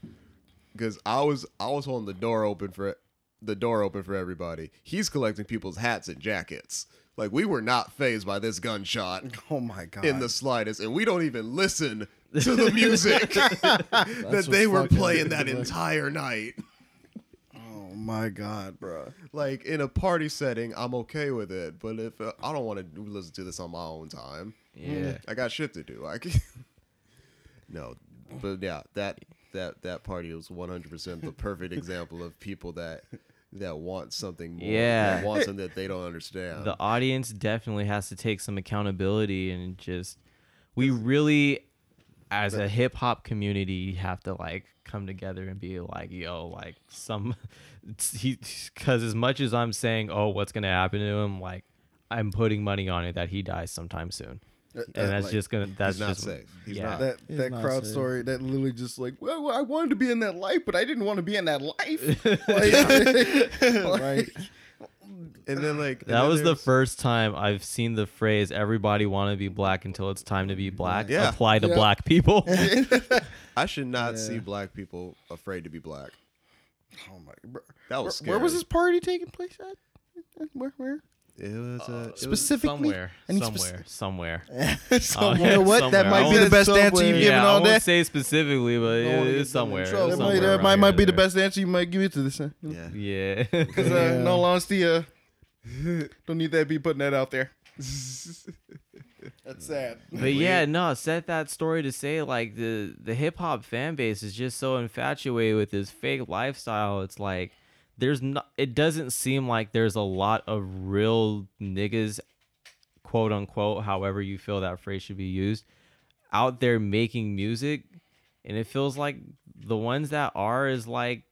because I was I was holding the door open for the door open for everybody. He's collecting people's hats and jackets. Like we were not phased by this gunshot. Oh my god. in the slightest, and we don't even listen to the music *laughs* that they were fucking- playing that entire night. oh my god, bro. Like in a party setting, I'm okay with it, but if uh, I don't want to listen to this on my own time, yeah, I got shit to do. Like, *laughs* no, but yeah, that that that party was 100% the *laughs* perfect example of people that that want something more, Yeah. that want something that they don't understand. the audience definitely has to take some accountability and just we really, as a hip hop community, have to like come together and be like, yo, like some, *laughs* because as much as I'm saying, oh, what's gonna happen to him, like. I'm putting money on it that he dies sometime soon, and that's like, just gonna. That's He's not just, safe. He's yeah. not. that It's that not crowd safe. story that literally just like well I wanted to be in that life but I didn't want to be in that life like, *laughs* Right. and then like and That then was the there's- first time I've seen the phrase "everybody want to be black until it's time to be black" Yeah. apply to Yeah. black *laughs* people. I should not see black people afraid to be black. oh my bro. That Where, was scary. where was this party taking place at where where It was uh, it was- Specifically, somewhere, I need somewhere, speci- somewhere. *laughs* Oh, Somewhere. yeah, You know what? somewhere. That I might be wanna- the best somewhere. answer you've yeah, given I all *laughs* won't day. say specifically, but Don't wanna it get is someone in somewhere. trouble. that somewhere might, that around might, here might be the there. best answer you might give it to this huh? yeah. Yeah. *laughs* Because uh, in all honesty, uh, Don't need that be putting that out there. That's sad. But yeah, no, set that story to say like the the hip hop fan base is just so infatuated with this fake lifestyle. It's like there's not it doesn't seem like there's a lot of real niggas quote unquote, however you feel that phrase should be used, out there making music. And it feels like the ones that are is like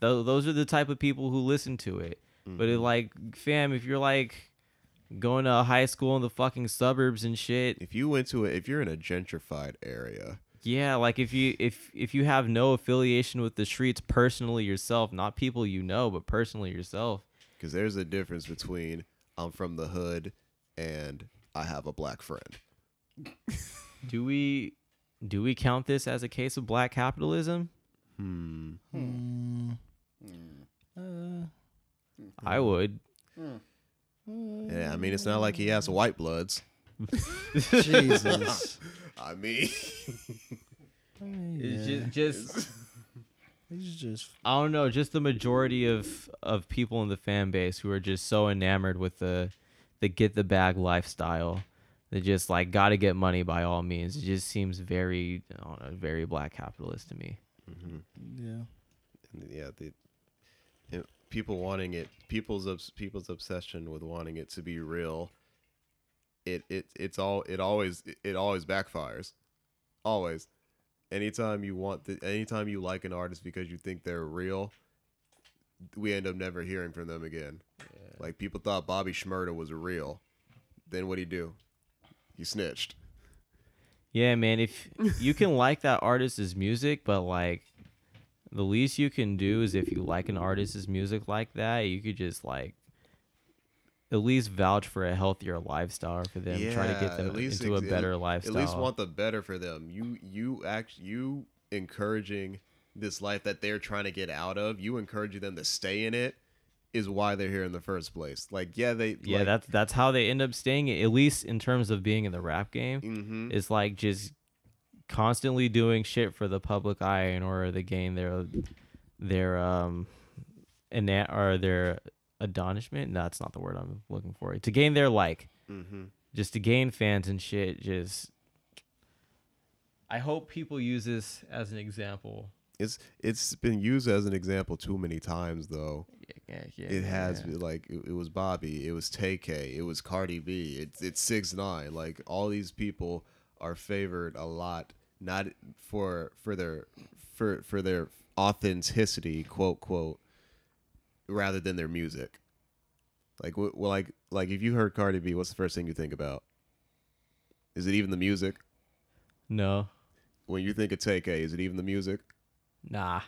th- those are the type of people who listen to it. But it like fam, if you're like going to high school in the fucking suburbs and shit, If you went to a, if you're in a gentrified area, yeah, like if you if if you have no affiliation with the streets personally yourself, not people you know, but personally yourself. because there's a difference between I'm from the hood and I have a black friend. Do we do we count this as a case of black capitalism? Hmm. Uh, I would. Yeah, I mean, it's not like he has white bloods. *laughs* Jesus. I mean, *laughs* It's ju- just He's just I don't know, just the majority of of people in the fan base who are just so enamored with the the get the bag lifestyle. They just like got to get money by all means. It just seems very, I don't know, very black capitalist to me. yeah. yeah, the yeah, people wanting it, people's obs- people's obsession with wanting it to be real. It it it's all it always it always backfires, always. Anytime you want, the, anytime you like an artist because you think they're real, we end up never hearing from them again. Like people thought Bobby Schmurda was real, then what would he do? He snitched. Yeah, *laughs* man. If you can like that artist's music, but like the least you can do is if you like an artist's music like that, you could just like at least vouch for a healthier lifestyle for them. try to get them into a ex- better at, lifestyle. At least want the better for them. You you act you encouraging this life that they're trying to get out of. You encouraging them to stay in it is why they're here in the first place. Like yeah, they Yeah, like, that's that's how they end up staying. At least in terms of being in the rap game, Mhm. it's like just constantly doing shit for the public eye in order to gain their their um and that or their adonishment. No, that's not the word I'm looking for. To gain their like, just to gain fans and shit. Just I hope people use this as an example. it's it's been used as an example too many times though. Yeah, yeah, It has been like it, it was Bobby, it was Tay K, it was Cardi B, it's it's six nine. Like all these people are favored a lot, not for for their for for their authenticity, quote quote, rather than their music. Like wh- well, like like if you heard Cardi B, what's the first thing you think about? Is it even the music? No, When you think of Tay K, is it even the music? nah.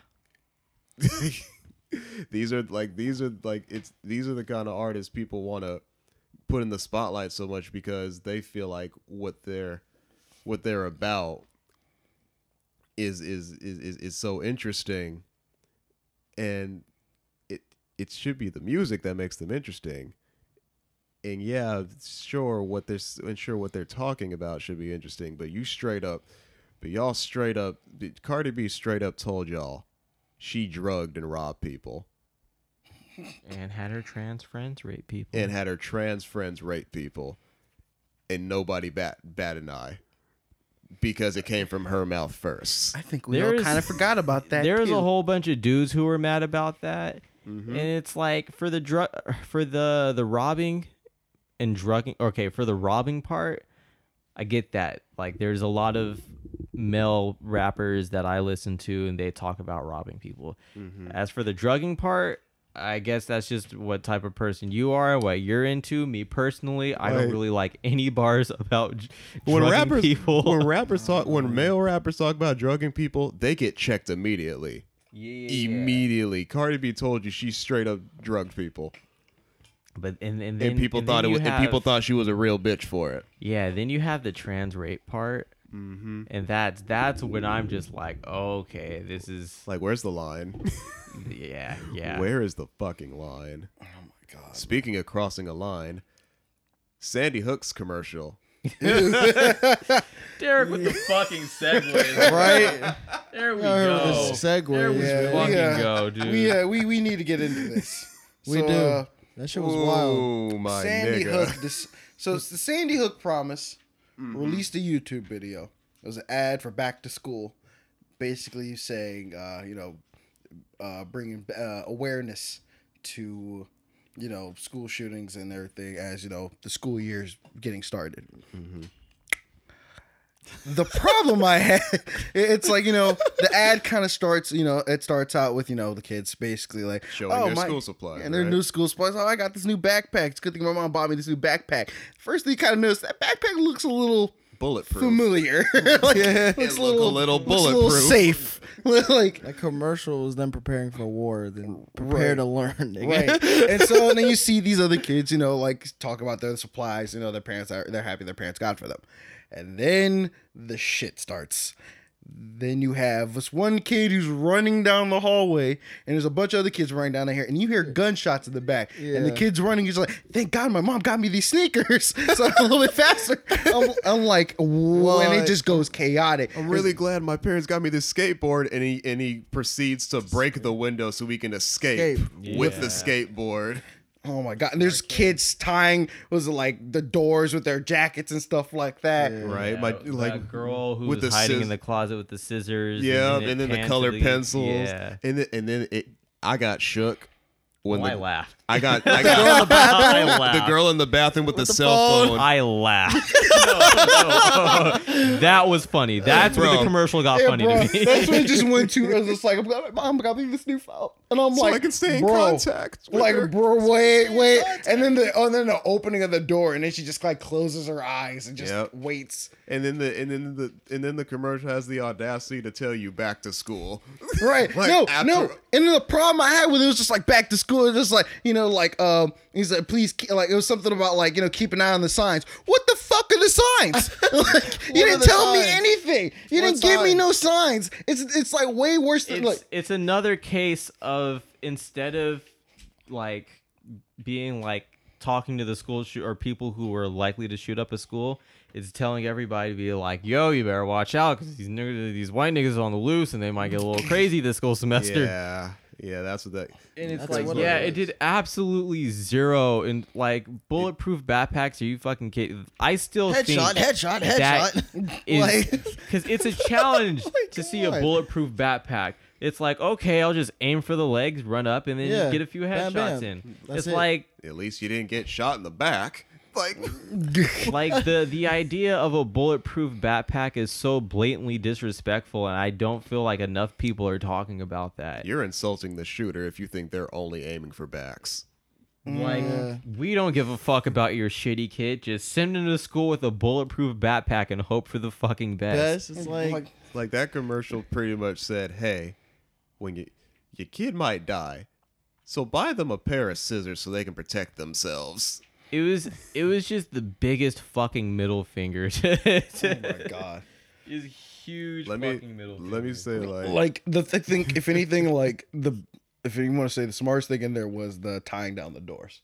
*laughs* these are like these are like it's these are the kind of artists people want to put in the spotlight so much because they feel like what they're what they're about is is is is, is so interesting and it it should be the music that makes them interesting and yeah sure what they're s- and sure what they're talking about should be interesting but you straight up but y'all straight up Cardi B straight up told y'all she drugged and robbed people And had her trans friends rape people. and had her trans friends rape people and nobody bat bat an eye because it came from her mouth first *laughs* I think we There all is- kind of forgot about that. There was too. a whole bunch of dudes who were mad about that, Mm-hmm. and it's like for the drug, for the the robbing, and drugging. Okay, for the robbing part, I get that. Like, there's a lot of male rappers that I listen to, and they talk about robbing people. Mm-hmm. As for the drugging part. I guess that's just what type of person you are, what you're into. Me personally, I don't Right. really like any bars *laughs* about dr- drugging people. when rappers talk *laughs* when male rappers talk about drugging people they get checked immediately E immediately cardi b told you she straight up drugged people but and and, and, then, people and then thought it you was and people have- thought she was a real bitch for it Yeah, then you have the trans rape part, mm-hmm. and that's that's when I'm just like, okay, this is like where's the line *laughs* yeah, yeah. Where is the fucking line? Oh my god. Speaking of crossing a line, Sandy Hook's commercial. Derek *laughs* with the fucking segue. Right? There we I heard go. this segue. was yeah. one- Fucking Yeah. go, dude. We uh, we we need to get into this. We So, do. uh, That shit was wild. Oh my Sandy nigga. *laughs* Mm-hmm. Hook. This, so it's the Sandy Hook promise. Released a YouTube video. It was an ad for back to school, basically saying, uh, you know, uh, bringing uh, awareness to, you know, school shootings and everything as you know the school year's getting started. Mm-hmm. The problem I had, *laughs* it- it's like you know, the ad kind of starts. You know, it starts out with you know the kids basically like Showing oh, their my- school supply, and their right? new school supplies. Oh, I got this new backpack. It's a good thing my mom bought me this new backpack. First thing you kind of notice that backpack looks a little Bulletproof. familiar. *laughs* like, looks It a look a little, little looks a little bulletproof. safe. *laughs* like That commercial was them preparing for war, then prepare Right. to learn. Nigga. right. *laughs* and so then you see these other kids, you know, like talk about their supplies, you know, their parents are they're happy their parents got for them. And then the shit starts. Then you have this one kid who's running down the hallway, and there's a bunch of other kids running down here, and you hear gunshots in the back. And the Yeah. kid's running, he's like, Thank God my mom got me these sneakers. *laughs* so I'm a little bit faster. I'm, I'm like, Whoa. And What? it just goes chaotic. I'm really glad my parents got me this skateboard, and he and he proceeds to break the window so we can escape, Escape. with the *laughs* skateboard. Oh my god! And there's kids tying was it like the doors with their jackets and stuff like that. Right, Yeah, my that like girl who with was the hiding sciss- in the closet with the scissors. yeah, it and then the pans color to pencils, Yeah. and then and then it. I got shook when Oh, the, I laughed. I *laughs* got I got I laughed. *laughs* the girl in the bathroom with, the, cell phone. Oh, I *laughs* laughed. No, no. *laughs* that was funny. That's where Bro. the commercial got Yeah, funny *laughs* bro, to me. that's what it just went to. I was just like, I'm glad my mom got me this new phone, and I'm so like, I can stay in bro, contact. with Like, her. bro, wait, wait, and then the oh, and then the opening of the door, and then she just like closes her eyes and just Yep. waits. and then the and then the and then the commercial has the audacity to tell you back to school. *laughs* Right? Like, no, after- no. And then the problem I had with it was just like back to school, it was just like you know, like um, he's like, please, ke- like it was something about like you know, keep an eye on the signs. What the fuck are the signs? *laughs* like, you are didn't the tell me signs? anything. You What didn't give me signs? no signs. It's it's like way worse than it's, like it's another case of instead of like being like talking to the school shoot or people who were likely to shoot up a school it's telling everybody to be like yo you better watch out because these niggas, these white niggas are on the loose and they might get a little crazy this school *laughs* semester Yeah, yeah, that's what that. and it's That's like what it yeah it, is. did absolutely zero and like bulletproof backpacks are you fucking kidding i still think Headshot, headshot, *laughs* that headshot. is Like- Oh because *laughs* it's a challenge to see a God. bulletproof backpack. It's like okay, I'll just aim for the legs, run up, and then Yeah. get a few headshots Bam, bam. in. That's it's it. *laughs* like At least you didn't get shot in the back. Like, *laughs* like the the idea of a bulletproof backpack is so blatantly disrespectful, and I don't feel like enough people are talking about that. you're insulting the shooter if you think they're only aiming for backs. like Yeah. we don't give a fuck about your shitty kid. Just send him to school with a bulletproof backpack and hope for the fucking best. Best. It's like, Like- Like that commercial pretty much said, "Hey, when you your kid might die, so buy them a pair of scissors so they can protect themselves." It was it was just the biggest fucking middle finger. *laughs* to- to- *laughs* Oh God. is huge Let me let me say like, like the th- thing if anything like the if you want to say the smartest thing in there was the tying down the doors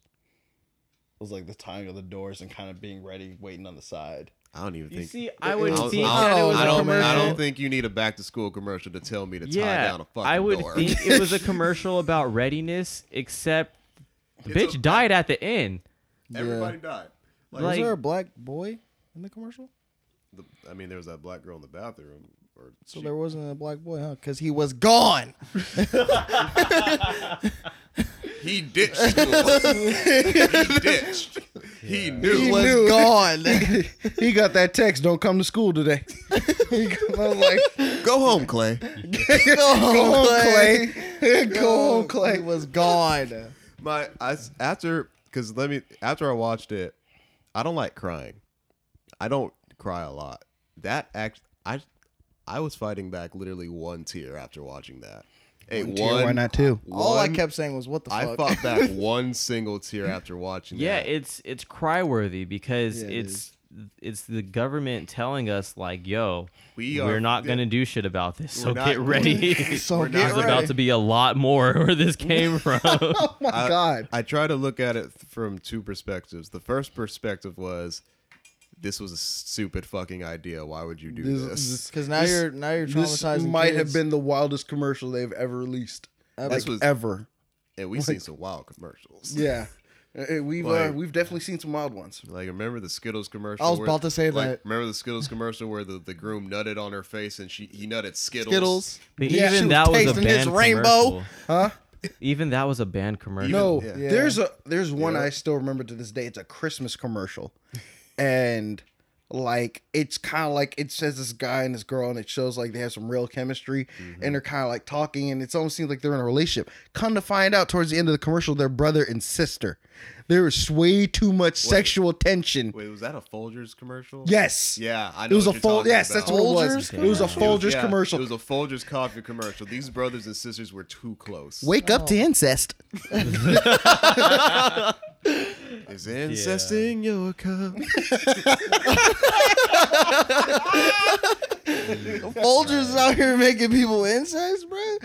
it was like the tying of the doors and kind of being ready waiting on the side I don't even You think. see, I I would don't, think I that it don't- was I a don't- commercial. I don't think you need a back to school commercial to tell me to tie yeah, down a fucking I would door. think it *laughs* was a commercial about readiness, except the It's bitch a- died at the end. Everybody died. was Like, Like- there a black boy in the commercial? the, I mean, there was that black girl in the bathroom, or So she- there wasn't a black boy, huh? Because he was *laughs* gone. he ditched school. *laughs* he ditched. He knew. He He was knew. gone. *laughs* he got that text don't come to school today *laughs* He got- i was like Go home, Clay. Go *laughs* go home Oh, Clay. clay *laughs* go home clay He was gone. My I, after because let me after I watched it, I don't like crying. I don't cry a lot. That act I I was fighting back literally one tear after watching that. Hey, one, Tear, why not two All I one- kept saying was, "What the I fuck?" fought back one single tear after watching. Yeah, that. it's it's cry worthy because Yeah, it it's it's the government telling us like, yo, We we are- are not gonna do shit about this. So We're not- get *laughs* ready. so We're get There's not- about to be a lot more *laughs* where this came from. oh my I- god I try to look at it th- from two perspectives. The first perspective was, this was a stupid fucking idea. Why would you do this? This, Because now This- you're now you're this traumatizing. might have kids. been the wildest commercial they've ever released like was, ever *laughs* and we've seen some wild commercials. yeah Uh, uh, We've uh, Like- we've definitely seen some wild ones. Like remember the Skittles commercial? I was where- about to say like, that. Remember the Skittles commercial where the, the groom nutted on her face and she he nutted Skittles. Skittles. But Yeah, she even that was a tasting this band rainbow. commercial. Huh? Even that was a band commercial. No, yeah. Yeah. there's a there's one I still remember to this day. It's a Christmas commercial, and like it's kind of like it says this guy and this girl, and it shows like they have some real chemistry, Mm-hmm. and they're kind of like talking, and it almost seems like they're in a relationship. Come to find out, towards the end of the commercial, they're brother and sister. There is way too much sexual tension. Wait, was that a Folgers commercial? Yes. Yeah, I know. It was a what you're Fol- talking yes, about. that's what it was. Folgers It was a Folgers Yeah, commercial. It was a Folgers coffee commercial. These brothers and sisters were too close. Wake up Oh. to *laughs* incest. Is incest in your cup? Folgers is out here making people incest, bro.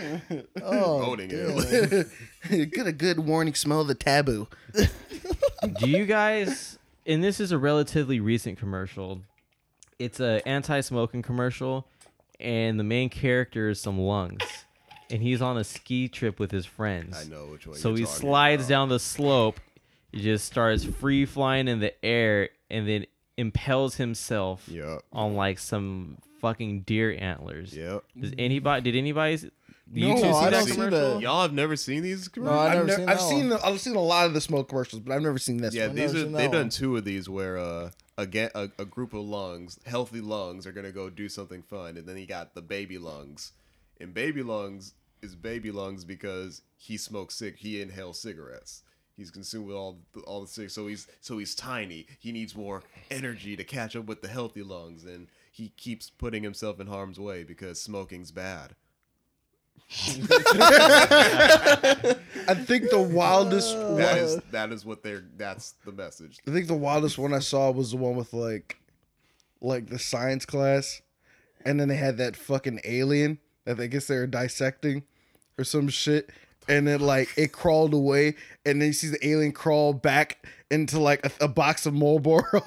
Oh, Voting it. Get a good warning. Smell the taboo. Do you guys? And this is a relatively recent commercial. It's a anti-smoking commercial, and the main character is some lungs, and he's on a ski trip with his friends. *laughs* I know which one. So you're he talking slides about. down the slope. He just starts free flying in the air, and then impels himself Yep. on like some fucking deer antlers. Yep. Does anybody? Did anybody? s- Do you No, two see I that don't see commercial? the- Y'all have never seen these No, commercials? I've never I've, seen seen, I've that seen one. I've seen a lot of the smoke commercials, but I've never seen this. Yeah, one. these never are seen they've that one. done two of these where uh a, ga- a a group of lungs, healthy lungs, are gonna go do something fun, and then he got the baby lungs, and baby lungs is baby lungs because he smokes cig he inhales cigarettes. He's consumed with all all the cigarettes, so he's so he's tiny. He needs more energy to catch up with the healthy lungs, and he keeps putting himself in harm's way because smoking's bad. I think the wildest one, That is I that is what they're that's the message. think the wildest one I saw was the one with like like the science class and then they had that fucking alien that I guess they were dissecting or some shit and then like it crawled away and then you see the alien crawl back into like a, a box of Marlboro *laughs*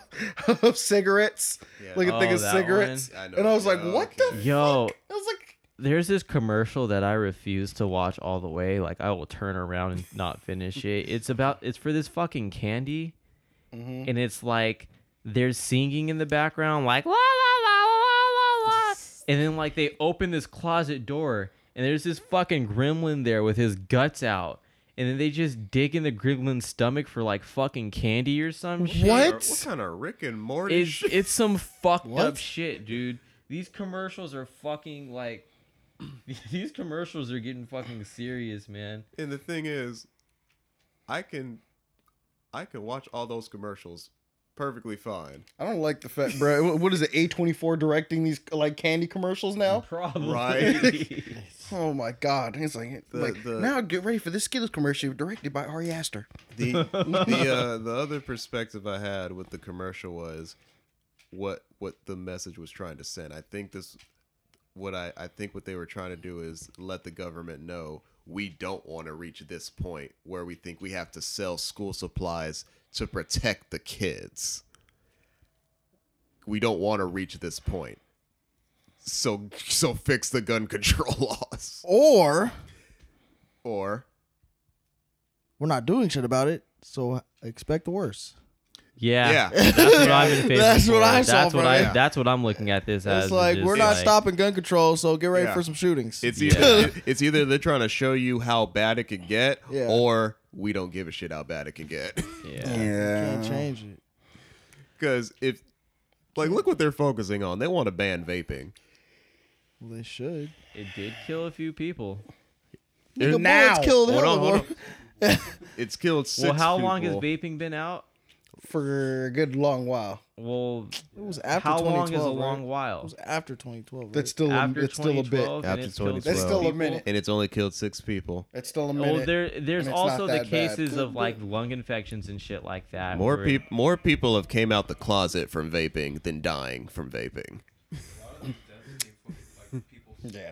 of cigarettes Yeah. like a thing Oh, of that cigarettes one? I know. and I was like Yeah, what okay. the Yo, I was like there's this commercial that I refuse to watch all the way. Like I will turn around and not finish it. It's about it's for this fucking candy, and it's like they're singing in the background, like la la la la la la, and then like they open this closet door, and there's this fucking gremlin there with his guts out, and then they just dig in the gremlin's stomach for like fucking candy or some shit. What, kind of Rick and Morty? It's shit? it's some fucked up What? shit, dude. These commercials are fucking like *laughs* these commercials are getting fucking serious, man. *laughs* And the thing is, I can, I can watch all those commercials perfectly fine. I don't like the fact, bro. What is it? A twenty four directing these like candy commercials now? Probably. Right. Oh my god! It's like, The- like the- now get ready for this Skittles commercial directed by Ari Aster. The the uh, the other perspective I had with the commercial was what what the message was trying to send. I think this what I, I think what they were trying to do is let the government know we don't want to reach this point where we think we have to sell school supplies to protect the kids. We don't want to reach this point. So so fix the gun control *laughs* laws or or we're not doing shit about it, so expect the worst. Yeah. Yeah. That's what *laughs* I'm in favor That's what for. I saw That's what from I it. that's what I'm looking at this it's as. is like just we're not like- stopping gun control, so get ready Yeah. for some shootings. It's Yeah. either it- it's either they're trying to show you how bad it could get, Yeah. or we don't give a shit how bad it can get. *laughs* Yeah. Can't change it. Because if, like, look what they're focusing on. They want to ban vaping. Well, they should. It did kill a few people. Nigga, now. bullets killed Hold hell on, hold more on. *laughs* It's killed six. well, how long has people. vaping been out? for a good long while. Well, It was after how long is a 2012, right? long It while? was after 2012. Right? That's still a, After that's still a bit. 2012, and After it's killed 2012. That's six still a people? minute. And it's only killed six people. That's still a minute. Well, Oh, there, there's it's not also the that bad. cases of like lung infections and shit like that. More where- people, more people have came out the closet from vaping than dying from vaping. yeah.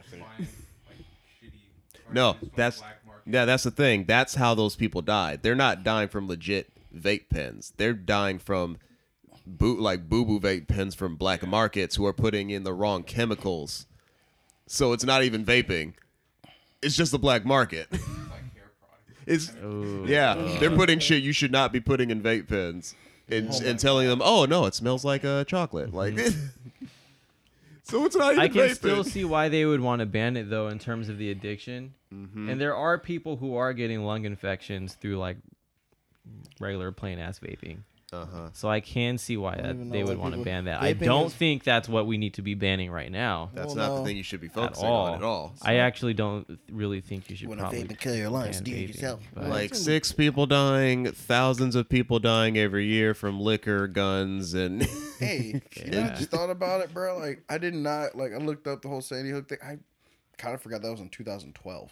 No, that's yeah, that's the thing. That's how those people died. They're not dying from legit vape pens. They're dying from boot like boo boo vape pens from black markets who are putting in the wrong chemicals. *laughs* So it's not even vaping. It's just the black market. It's Ooh. yeah, they're putting shit you should not be putting in vape pens, and and telling them, oh no, it smells like uh, chocolate. Like, *laughs* so it's not even I can vape still pen. see why they would want to ban it though in terms of the addiction. And there are people who are getting lung infections through like regular plain ass vaping. Uh-huh. So I can see why that even they know would why want to people- ban that. I Vaping don't is- think that's what we need to be banning right now That's Well, not the no. thing you should be at focusing all. on at all. I actually don't really think you should Wanna probably vape and kill your lungs, ban do it vaping, yourself. but- like six people dying, thousands of people dying every year from liquor, guns, and *laughs* *laughs* Hey, you know, I just thought about it, bro. Like, I did not like. I looked up the whole Sandy Hook thing. I kind of forgot that was in 2012.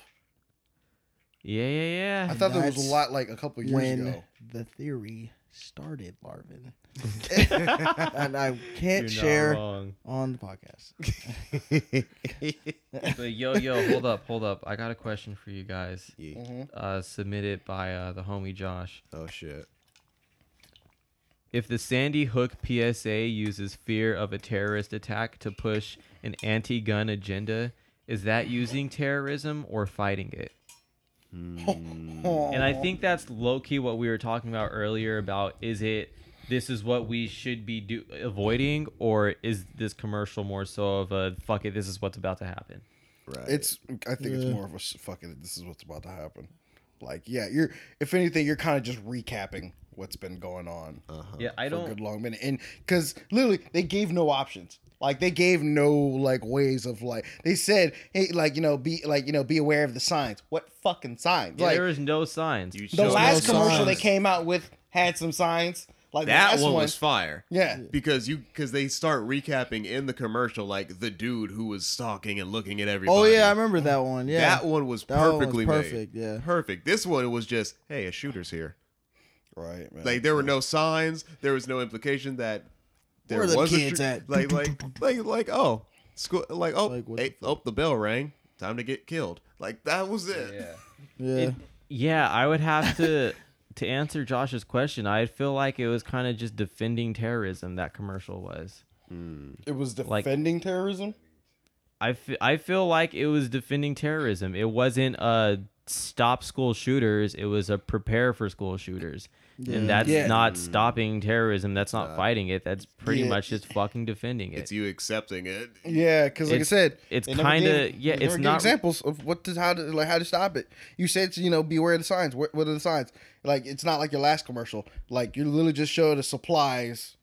yeah, yeah, yeah. I thought there was That's a lot like a couple years when ago. the theory started, Larvin. *laughs* and I can't You're not share wrong. on the *laughs* podcast. But yo, yo, hold up, hold up. I got a question for you guys. Yeah. Uh, submitted by uh, the homie Josh. oh shit. If the Sandy Hook PSA uses fear of a terrorist attack to push an anti gun agenda, is that using terrorism or fighting it? And I think that's low key what we were talking about earlier about is it this is what we should be do- avoiding or is this commercial more so of a fuck it this is what's about to happen? Right. It's. I think it's more of a s- fucking. This is what's about to happen. Like, yeah, you're. If anything, you're kind of just recapping what's been going on Yeah, I for a don't good long minute, and because literally they gave no options. Like they gave no like ways of like they said, hey, like you know, be like you know, be aware of the signs. What fucking signs? yeah, like there is no signs. You the showed last no commercial signs. they came out with had some signs. Like the that last one was fire. yeah. Because you because they start recapping in the commercial like the dude who was stalking and looking at everybody. Oh yeah, I remember that one. Yeah. That one was That one was perfectly perfect, made. yeah. Perfect. This one was just, hey, a shooter's here. Right, man. Like there were no signs. There was no implication that there Where are them was a kids shoo- at? Like like like like oh school like oh Like, what hey, oh the bell rang. Time to get killed. Like that was it. yeah. *laughs* Yeah, I would have to to answer Josh's question. I feel like it was kind of just defending terrorism that commercial was. it was like- defending terrorism. I fe- I feel like it was defending terrorism. It wasn't a stop school shooters. It was a prepare for school shooters. And that's Yeah. not stopping terrorism. That's not fighting it. That's pretty much just fucking defending *laughs* it. It's you accepting it. Yeah, because like I It's- said, it's they never kinda- gave- yeah, they never it's gave not- examples of what to how to like how to stop it. You said you know beware of the signs. What, what are the signs? Like it's not like your last commercial. Like you literally just show the supplies.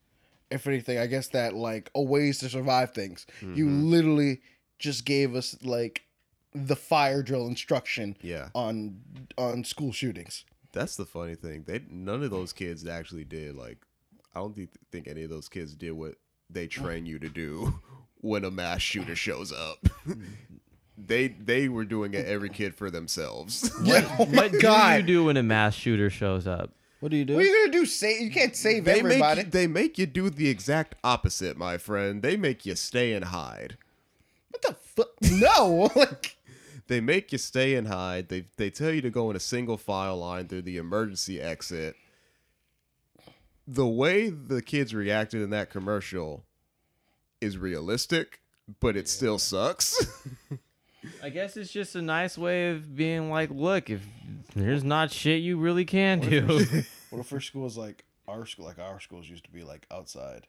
If anything, I guess that like a ways to survive things. You Mm-hmm. literally just gave us like the fire drill instruction. Yeah. On on school shootings. *laughs* That's the funny thing. They none of those kids actually did like I don't thi- think any of those kids did what they train you to do *laughs* when a mass shooter shows up. *laughs* they they were doing it every kid for themselves. *laughs* *laughs* Yeah. what do you do when a mass shooter shows up? What do you do? What are you gonna do? Save you can't save they everybody. make you, they make you do the exact opposite, my friend. They make you stay and hide. what the fuck? No, *laughs* like They make you stay and hide. They they tell you to go in a single file line through the emergency exit. The way the kids reacted in that commercial is realistic, but it still sucks. I guess it's just a nice way of being like, look, if there's not shit you really *laughs* can do. *laughs* what if our school is like our school? Like our schools used to be like outside.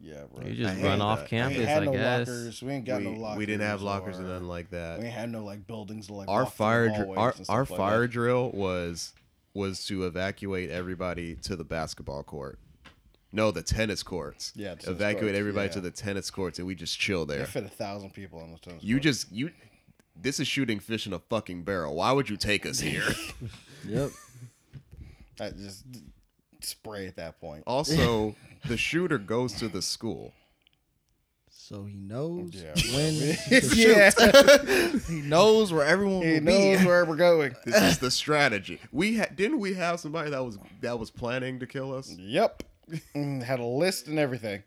Yeah, bro. You just I run hate off that. I campus, we I had no guess. lockers. We ain't got *laughs* no we, lockers. we didn't have lockers or- or nothing like that. We had no like buildings to like our walk through fire dr- hallways our, and stuff our like that. fire drill was was to evacuate everybody to the basketball court no the tennis courts Yeah, the tennis evacuate courts, everybody yeah. to the tennis courts and we just chill They there fit a thousand people on the tennis. you court. just you this is shooting fish in a fucking barrel why would you take us here *laughs* *laughs* Yep. I just d- spray at that point. also the shooter goes to the school So he knows Yeah. when to *laughs* yeah, shoot. he knows where everyone he will knows *laughs* be. where we're going. Oh, this is *laughs* the strategy we had didn't we have somebody that was that was planning to kill us Yep, Mm, had a list and everything.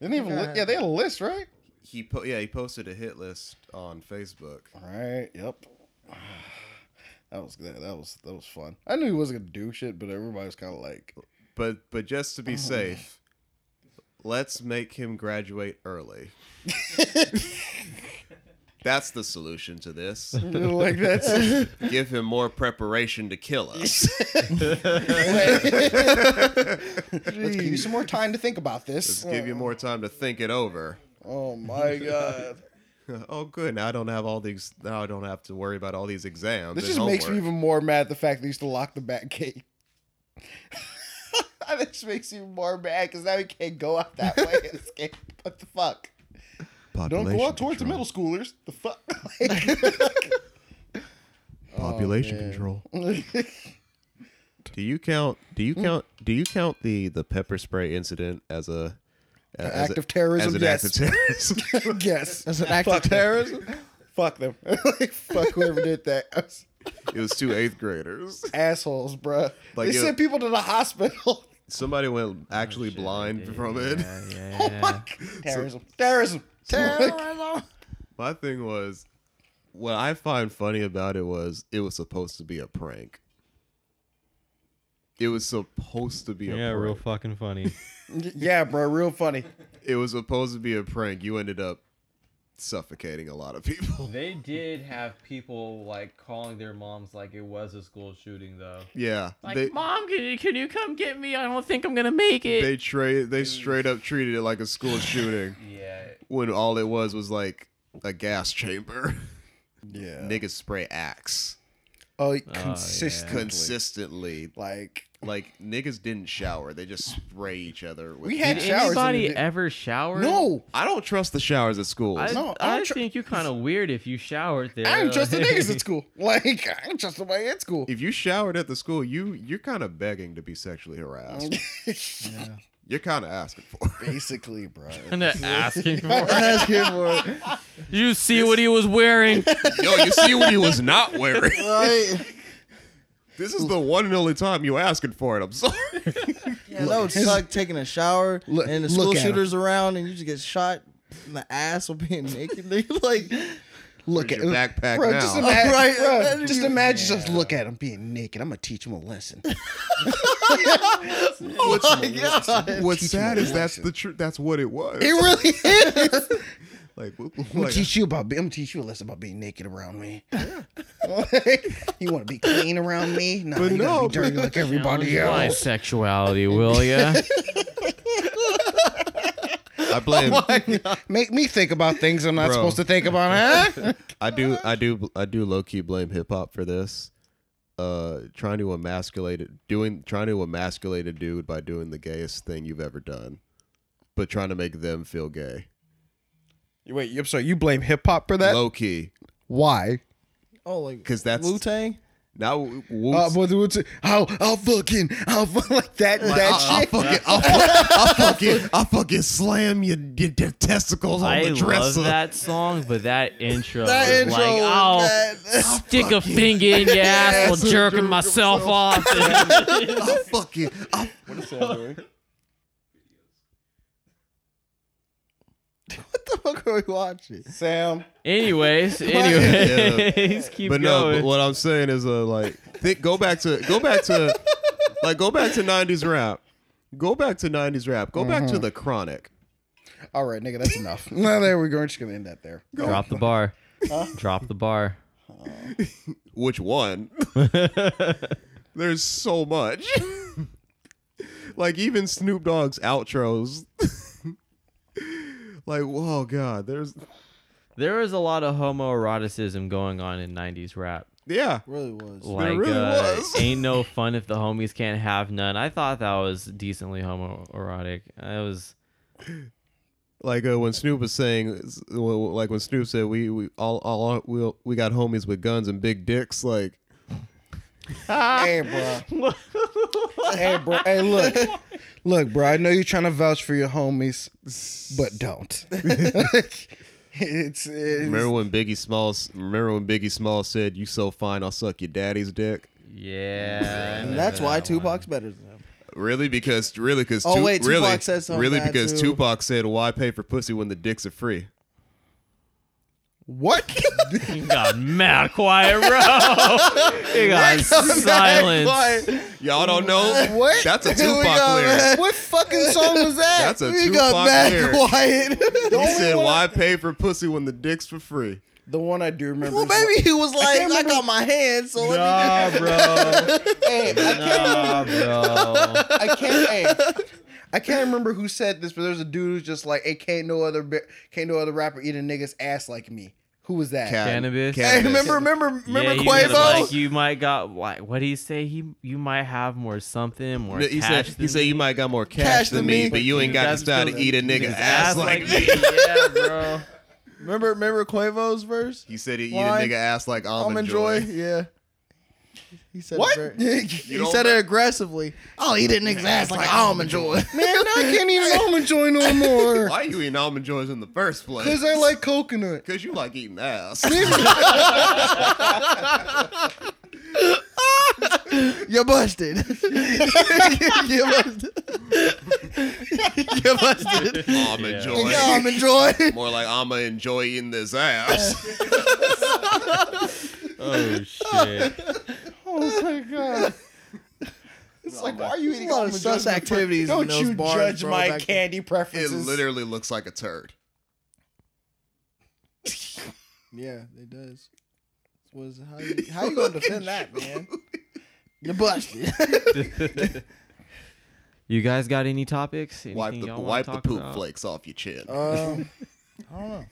Didn't even li- yeah, they had a list, right? he po- yeah he posted a hit list on facebook Right. Yep. *sighs* That was that, that was that was fun. I knew he wasn't gonna do shit, but everybody was kind of like, *laughs* But but just to Oh be safe, *laughs* let's make him graduate early. That's the solution to *laughs* this. like that's Give him more preparation to kill *laughs* us. let's give you some more time to think about this. Let's give you more time to think it over. *laughs* Oh my god. Oh, good. Now I don't have all these. Now I don't have to worry about all these exams. This and just makes me homework. even more mad at the fact they used to lock the back gate. *laughs* that just makes you more mad because now we can't go out that way *laughs* and escape. What the fuck? Don't go out towards the middle schoolers. The fuck? Population Oh, control. do you count? Do Mm. you count? Do you count the the pepper spray incident as a as a- act of terrorism? As an act of terrorism. *laughs* *laughs* yes. As an act of terrorism? Fuck them. *laughs* like, fuck whoever did that. I *laughs* was- it was two eighth graders. Assholes, bruh. Like, they yo- sent people to the hospital. Somebody went actually blind from it. Oh, Yeah, yeah. Terrorism. Terrorism. Terrorism. *laughs* My thing was, what I find funny about it was it was supposed to be a prank. It was supposed to be a yeah, prank. real fucking funny. yeah, bro. Real funny. it was supposed to be a prank. You ended up suffocating a lot of people. *laughs* They did have people like calling their moms like it was a school shooting though. Yeah, they Mom, can you, can you come get me? I don't think I'm gonna make it. they tra- they straight up treated it like a *laughs* school shooting yeah, when all it was was like a gas chamber. *laughs* *laughs* Yeah. Niggas spray axe Oh, consistent. consistently. Like Like niggas didn't shower; they just spray each other. With we had Did showers. in anybody the- ever shower? no. I don't trust the showers at schools. I, No, I I, don't tr- think you're kind of weird if you showered there. I ain't trust the *laughs* niggas at school. Like I ain't trust nobody at school. if you showered at the school, you you're kind of begging to be sexually *laughs* harassed. You're kind of asking for it. *laughs* Basically, bro. And they're asking for it. Ask him for *laughs* it. You see what he was wearing. Yo, you see what he was not wearing. *laughs* This is the one and only time you asking for it. I'm sorry. Yeah, that would suck taking a shower Look- and the look school at 'em. shooters around and you just get shot in the ass for being naked. *laughs* nigga. like, Look at Your backpack bro. now. Just *laughs* imagine, Right, bro, that'd just be- imagine just look at him being naked. I'm gonna teach him a *laughs* lesson. oh my god. What's sad a is that's the truth. That's what it was. It really *laughs* is. like, w- I'm like, gonna teach you about. I'm gonna teach you a lesson about being naked around me. *laughs* you want to be clean around me? No, But you gotta no, be dirty but- *laughs* like everybody My else. sexuality, will ya? I blame. Make me think about things I'm not Bro. supposed to think about, *laughs* huh? I do. I do. I do. Low key blame hip hop for this. Uh, trying to emasculate it, doing trying to emasculate a dude by doing the gayest thing you've ever done, but trying to make them feel gay. Wait, I'm sorry. You blame hip hop for that? Low key, Why? Oh, like, because that's Wu Tang? now. Wu- Uh, Wu's- but what's it? How? I'll fucking. I'll fuck *laughs* like that. that I, I shit. *laughs* fucking, I, fuck- I fucking, I fucking slam your, your, your testicles on I the dresser. love that song, but that intro, That was intro like, oh. was I'll *laughs* bad. stick a finger in *laughs* your ass while jerking myself off. I fucking, I What the fuck are we watching? Sam. anyways, anyways, *laughs* keep but no, going. but what I'm saying is, uh, like, think, go back to, go back to, like, go back to '90s rap, go back to '90s rap, go back to the Chronic. All right, nigga, that's enough. *laughs* no, there we go. We're just gonna end that there. Drop the bar. Drop the bar. Which one? There's so much. *laughs* like even Snoop Dogg's outros. *laughs* like, whoa, God, there's *laughs* There was a lot of homoeroticism going on in '90s rap. yeah. Really was. Like, really uh, was. *laughs* ain't no fun if the homies can't have none. I thought that was decently homoerotic. I was like uh, when Snoop was saying, like when Snoop said, "We we all all we we got homies with guns and big dicks." Like, *laughs* hey, *laughs* bro. hey, bro. Hey, look. Look, bro, I know you're trying to vouch for your homies, but don't. *laughs* it's, it's remember when Biggie Smalls? Remember when Biggie Smalls said, "You so fine, I'll suck your daddy's dick." yeah. I And remember that's why that one. Tupac's better than him. Really, because really, because Oh, wait, Tupac really, said something really bad, because too. Tupac said, "Why pay for pussy when the dicks are free?" *laughs* what? It got mad *laughs* quiet, bro. It got silence. *laughs* Y'all don't know What? That's a We got Tupac lyric. mad- What fucking song was that? That's a we Tupac got mad *laughs* lyric. quiet. He said, "Why pay for pussy when the dicks for free?" The one I do remember. Well, is what- maybe he was like, I, can't remember- got my hands, so let me. Nah, *laughs* bro. Hey, I Nah, bro. I can't. hey, I can't remember who said this, but there's a dude who's just like, "Hey, can't no other bi- can't no other rapper eat a nigga's ass like me." Who was that? Cat- *laughs* Cannabis. Hey, cannabis. remember, remember, remember you gotta, Quavo? Like you might got like what do you say? He you might have more something, more He cash said, than he said you me. might got more cash, Cash than than me, me. but you ain't got the That's style to good. eat a nigga's ass like me. yeah, bro. remember, remember Quavo's verse? He said he eat a Why? nigga ass like I'm almond enjoy. joy. Yeah. He said *laughs* What? It very, he don't said it remember? aggressively. I'll eat a nigga's ass like "Oh, almond *laughs* joy. Man, I can't *laughs* eat almond joy *laughs* no more Why you eating almond joys in the first place? because I like coconut. Cause you like eating *laughs* ass. You're *laughs* busted. You're busted. You're *laughs* busted. almond joy. Yeah, almond joy. *laughs* More like I'ma enjoy eating this ass. Oh shit. Oh my god. It's like, why are you There's eating a lot almond of joy? sus activities. in Don't those you bars, judge bro, my back then. candy it preferences? literally looks like a turd. Yeah, it does. Was how you, how you gonna defend *laughs* that, man? You're busted. You guys got any topics? Anything Wipe the y'all wanna wipe the talk poop about? flakes off your chin. um, I don't know.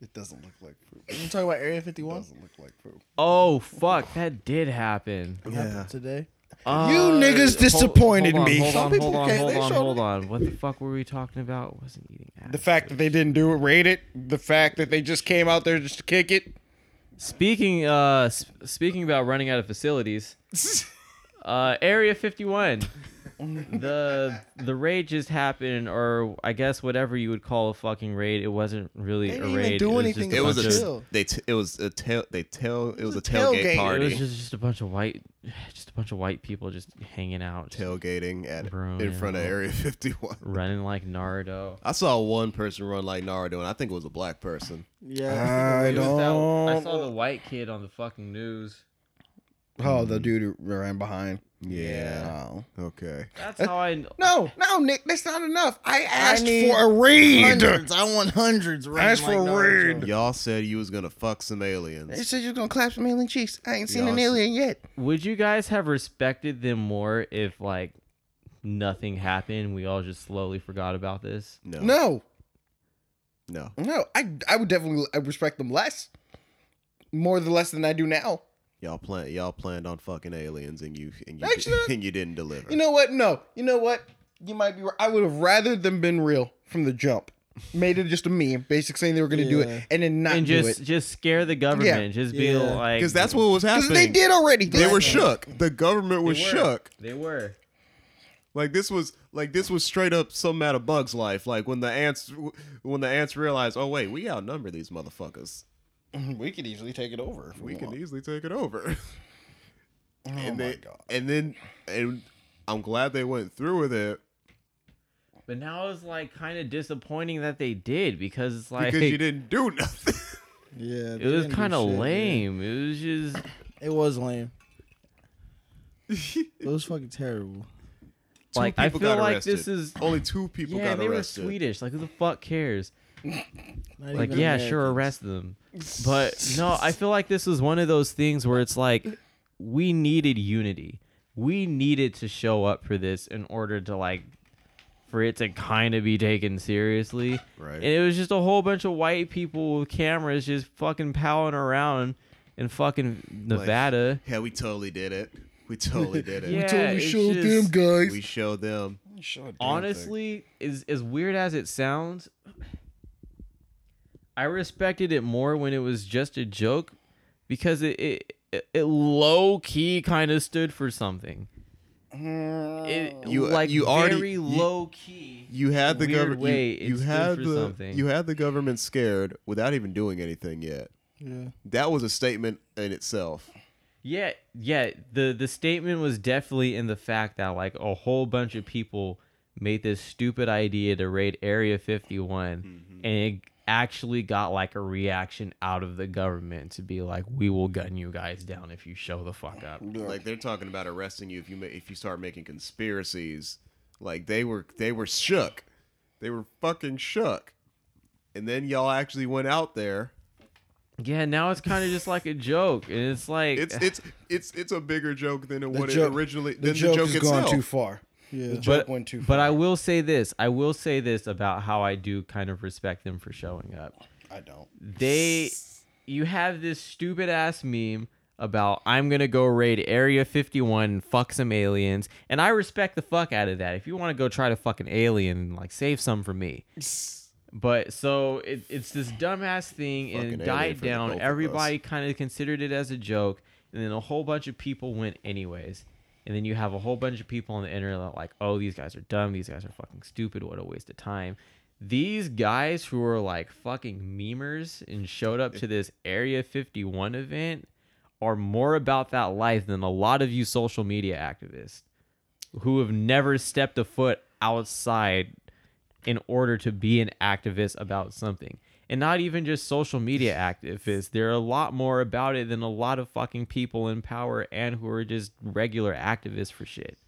It doesn't look like poop. You talking about Area 51? doesn't look like poop. Oh fuck, that did happen. What happened today? Uh, niggas hold- disappointed hold on, me. Hold Some on, people hold on, can't- hold they on, showed hold on. What the fuck were we talking about? Wasn't eating ass. The fact that they didn't do it, rate it. The fact that they just came out there just to kick it. Speaking uh s- speaking about running out of facilities. uh Area 51. the the raid just happened or I guess whatever you would call a fucking raid. It wasn't really They a didn't even raid. do it was anything just it a was bunch of- a chill. they t- it was a tail they tail it was was a a tailgate tailgate. It was party. just, just a bunch of white *sighs* just a bunch of white people just hanging out, just Tailgating at Bro, in yeah. front of Area *laughs* 51. running like Naruto. I saw one person run like Naruto, and I think it was a black person. Yeah. I don't. I saw the white kid on the fucking news. Oh, the dude who ran behind. Yeah. Oh. Okay. That's how I. kn- No, no, Nick, that's not enough. I asked need for a raid. hundreds. I want hundreds. running Ask for like a Naruto. raid. Y'all said you was gonna fuck some aliens. They said you're gonna clap some alien cheeks. I ain't seen Y'all an s- alien yet. Would you guys have respected them more if like nothing happened? We all just slowly forgot about this. No. No, No. no, I, I would definitely I respect them less, more than less than I do now. Y'all plan y'all planned on fucking aliens and you and you Actually, *laughs* and you didn't deliver. You know what? No, you know what? You might be. right. I would have rather them been real from the jump, made it just a meme, basic saying they were gonna do Yeah. it, and then not and do just it just scare the government. Just be Yeah. like, because that's what was because happening. they did already. They were shook. The government was They were. shook. They were. Like this was like this was straight up some out of Bugs Life. Like when the ants when the ants realized, oh wait, we outnumber these motherfuckers. We could easily take it over. If We we can could. Oh easily take it over. *laughs* and my they, God. And then and I'm glad they went through with it But now it's like kind of disappointing that they did because it's like because you didn't do *laughs* nothing. Yeah. it was kind of lame. It was just It was lame. it was fucking terrible. like I people feel got like arrested. this is. Only two people Yeah, got they were arrested. Swedish. Like who the fuck cares? Not like even yeah sure Americans. arrest them but no i feel like this was one of those things where it's like we needed unity we needed to show up for this in order to like for it to kind of be taken seriously Right. and it was just a whole bunch of white people with cameras just fucking palling around in fucking nevada Yeah, we totally did it. We totally did it. *laughs* yeah, totally it's showed them just- guys. We showed them. honestly as, as weird as it sounds i respected it more when it was just a joke because it it, it- it low key kind of stood for something it, You- like you already- already very you- low key You had the Weird government. way it you stood had for the something. you had the government scared without even doing anything yet. Yeah. That was a statement in itself. Yeah, yeah. The the statement was definitely in the fact that like a whole bunch of people made this stupid idea to raid Area 51 Mm-hmm. and it actually got like a reaction out of the government to be like we will gun you guys down if you show the fuck up. Like they're talking about arresting you if you ma- if you start making conspiracies. Like they were they were shook. They were fucking shook. And then y'all actually went out there Yeah, now it's kind of just like a joke, and it's like *sighs* It's it's it's it's a bigger joke than it, The what joke- it originally The than joke, the joke has itself. gone too far. The Yeah. joke went too far. But I will say this. I will say this about how I do kind of respect them for showing up. I don't. They you have this stupid ass meme about I'm gonna go raid Area 51 and fuck some aliens, and I respect the fuck out of that. If you want to go try to fuck an alien and like save some for me. But so it, it's this dumbass thing and Fucking alien it died for the both down. of Everybody kind of considered it as a joke, and then a whole bunch of people went anyways. And then you have a whole bunch of people on the internet like, "Oh, these guys are dumb. These guys are fucking stupid. What a waste of time." These guys who are like fucking memers and showed up to this Area 51 event are more about that life than a lot of you social media activists who have never stepped a foot outside in order to be an activist about something. And not even just social media activists. There are a lot more about it than a lot of fucking people in power and who are just regular activists for *laughs* shit.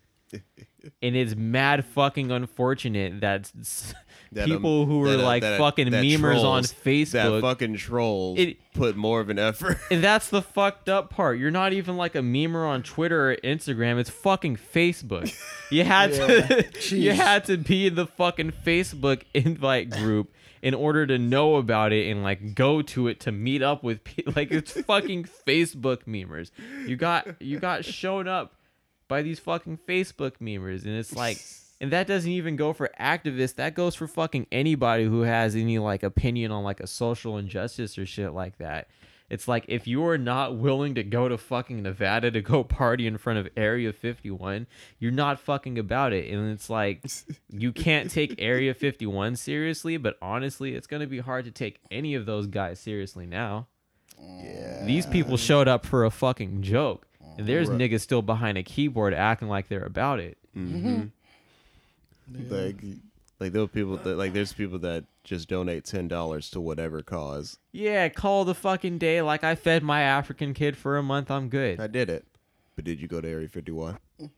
and it's mad fucking unfortunate that, s- That, um, people who are that, uh, like that- fucking that memers on trolls- That Facebook. fucking trolls It- put more of an effort. and that's the fucked up part. You're not even like a memer on Twitter or Instagram. It's fucking Facebook. You had to *laughs* you had to be in the fucking Facebook invite group in order to know about it and like go to it to meet up with people. Like it's fucking *laughs* Facebook memers. You got you got shown up by these fucking Facebook memers, and it's like. And that doesn't even go for activists. That goes for fucking anybody who has any like opinion on like a social injustice or shit like that. It's like if you are not willing to go to fucking Nevada to go party in front of Area 51, you're not fucking about it. And it's like you can't take Area 51 seriously, but honestly, it's going to be hard to take any of those guys seriously now. Yeah. These people showed up for a fucking joke. And there's niggas still behind a keyboard acting like they're about it. Mm. Like like there were people that like there's people that just donate ten dollars to whatever cause. Yeah, call the fucking day like I fed my African kid for a month, I'm good. I did it. But did you go to Area 51? You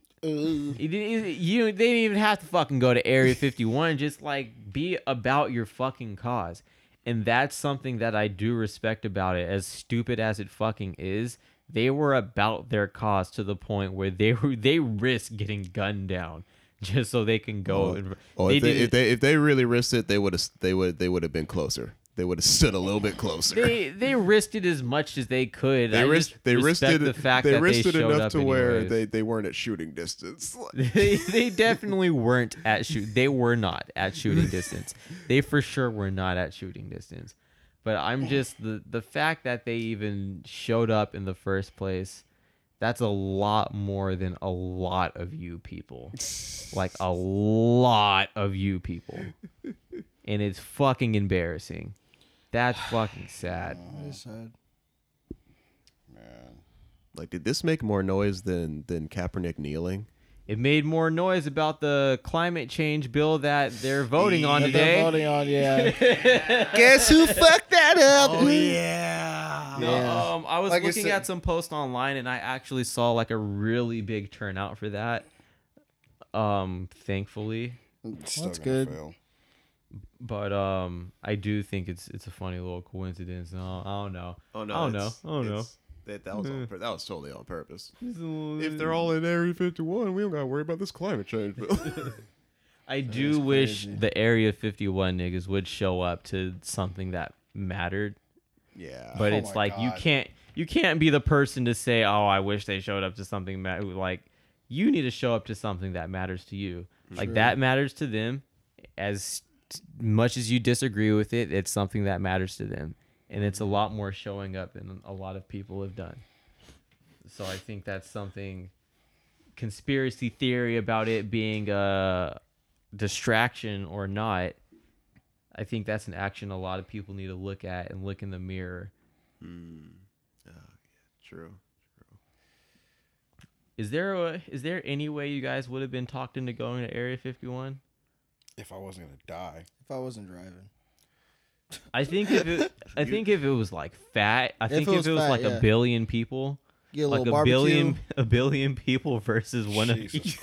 didn't even- you they didn't even have to fucking go to Area 51. Just like be about your fucking cause, and that's something that I do respect about it. As stupid as it fucking is, they were about their cause to the point where they were they risk getting gunned down just so they can go. and, Or they Oh. if, they, didn't- if they if they really risked it, they would have they would they would have been closer. They would have *laughs* stood a little bit closer. they they risked it as much as they could. They I risked just they risked respect it the fact they that risked they it showed enough up to where anyways. they, they weren't at shooting distance. *laughs* they they definitely weren't at shoot. They were not at *laughs* shooting distance. They for sure were not at shooting distance. But I'm just the the fact that they even showed up in the first place. That's a lot more than a lot of you people. Like a lot of *laughs* you people. And it's fucking embarrassing. That's fucking sad. Like, did this make more noise than than Kaepernick kneeling? It made more noise about the climate change bill that they're voting on today. Voting *laughs* on, yeah. Guess who fucked that up? Oh, No, Yeah. um, I was Like I looking said- at some post online, and I actually saw like a really big turnout for that. Um, thankfully, That's good. but um, I do think it's it's a funny little coincidence. and I don't, I don't know. Oh, I don't know. I don't know. That, that Hmm. was on, pur- that was totally on purpose. It's a little- If they're all in Area 51, we don't gotta worry about this climate change *laughs* bill. I do wish the Area 51 niggas would show up to something that mattered, yeah, but Oh it's my like you God. can't you can't be the person to say, "Oh, I wish they showed up to something that like you need to show up to something that matters to you. Like that matters to them as t- much as you disagree with it, it's something that matters to them. And it's a Mm-hmm. lot more showing up than a lot of people have done. So I think that's something conspiracy theory about it being a distraction or not. I think that's an action a lot of people need to look at and look in the mirror. true. Is there a, is there any way you guys would have been talked into going to Area 51? If I wasn't gonna die, If I wasn't driving, I think if it, I think if it was like fat, I think it if was it was fat, like yeah. a billion people, Get a like little a barbecue. billion a billion people versus one of *laughs* each.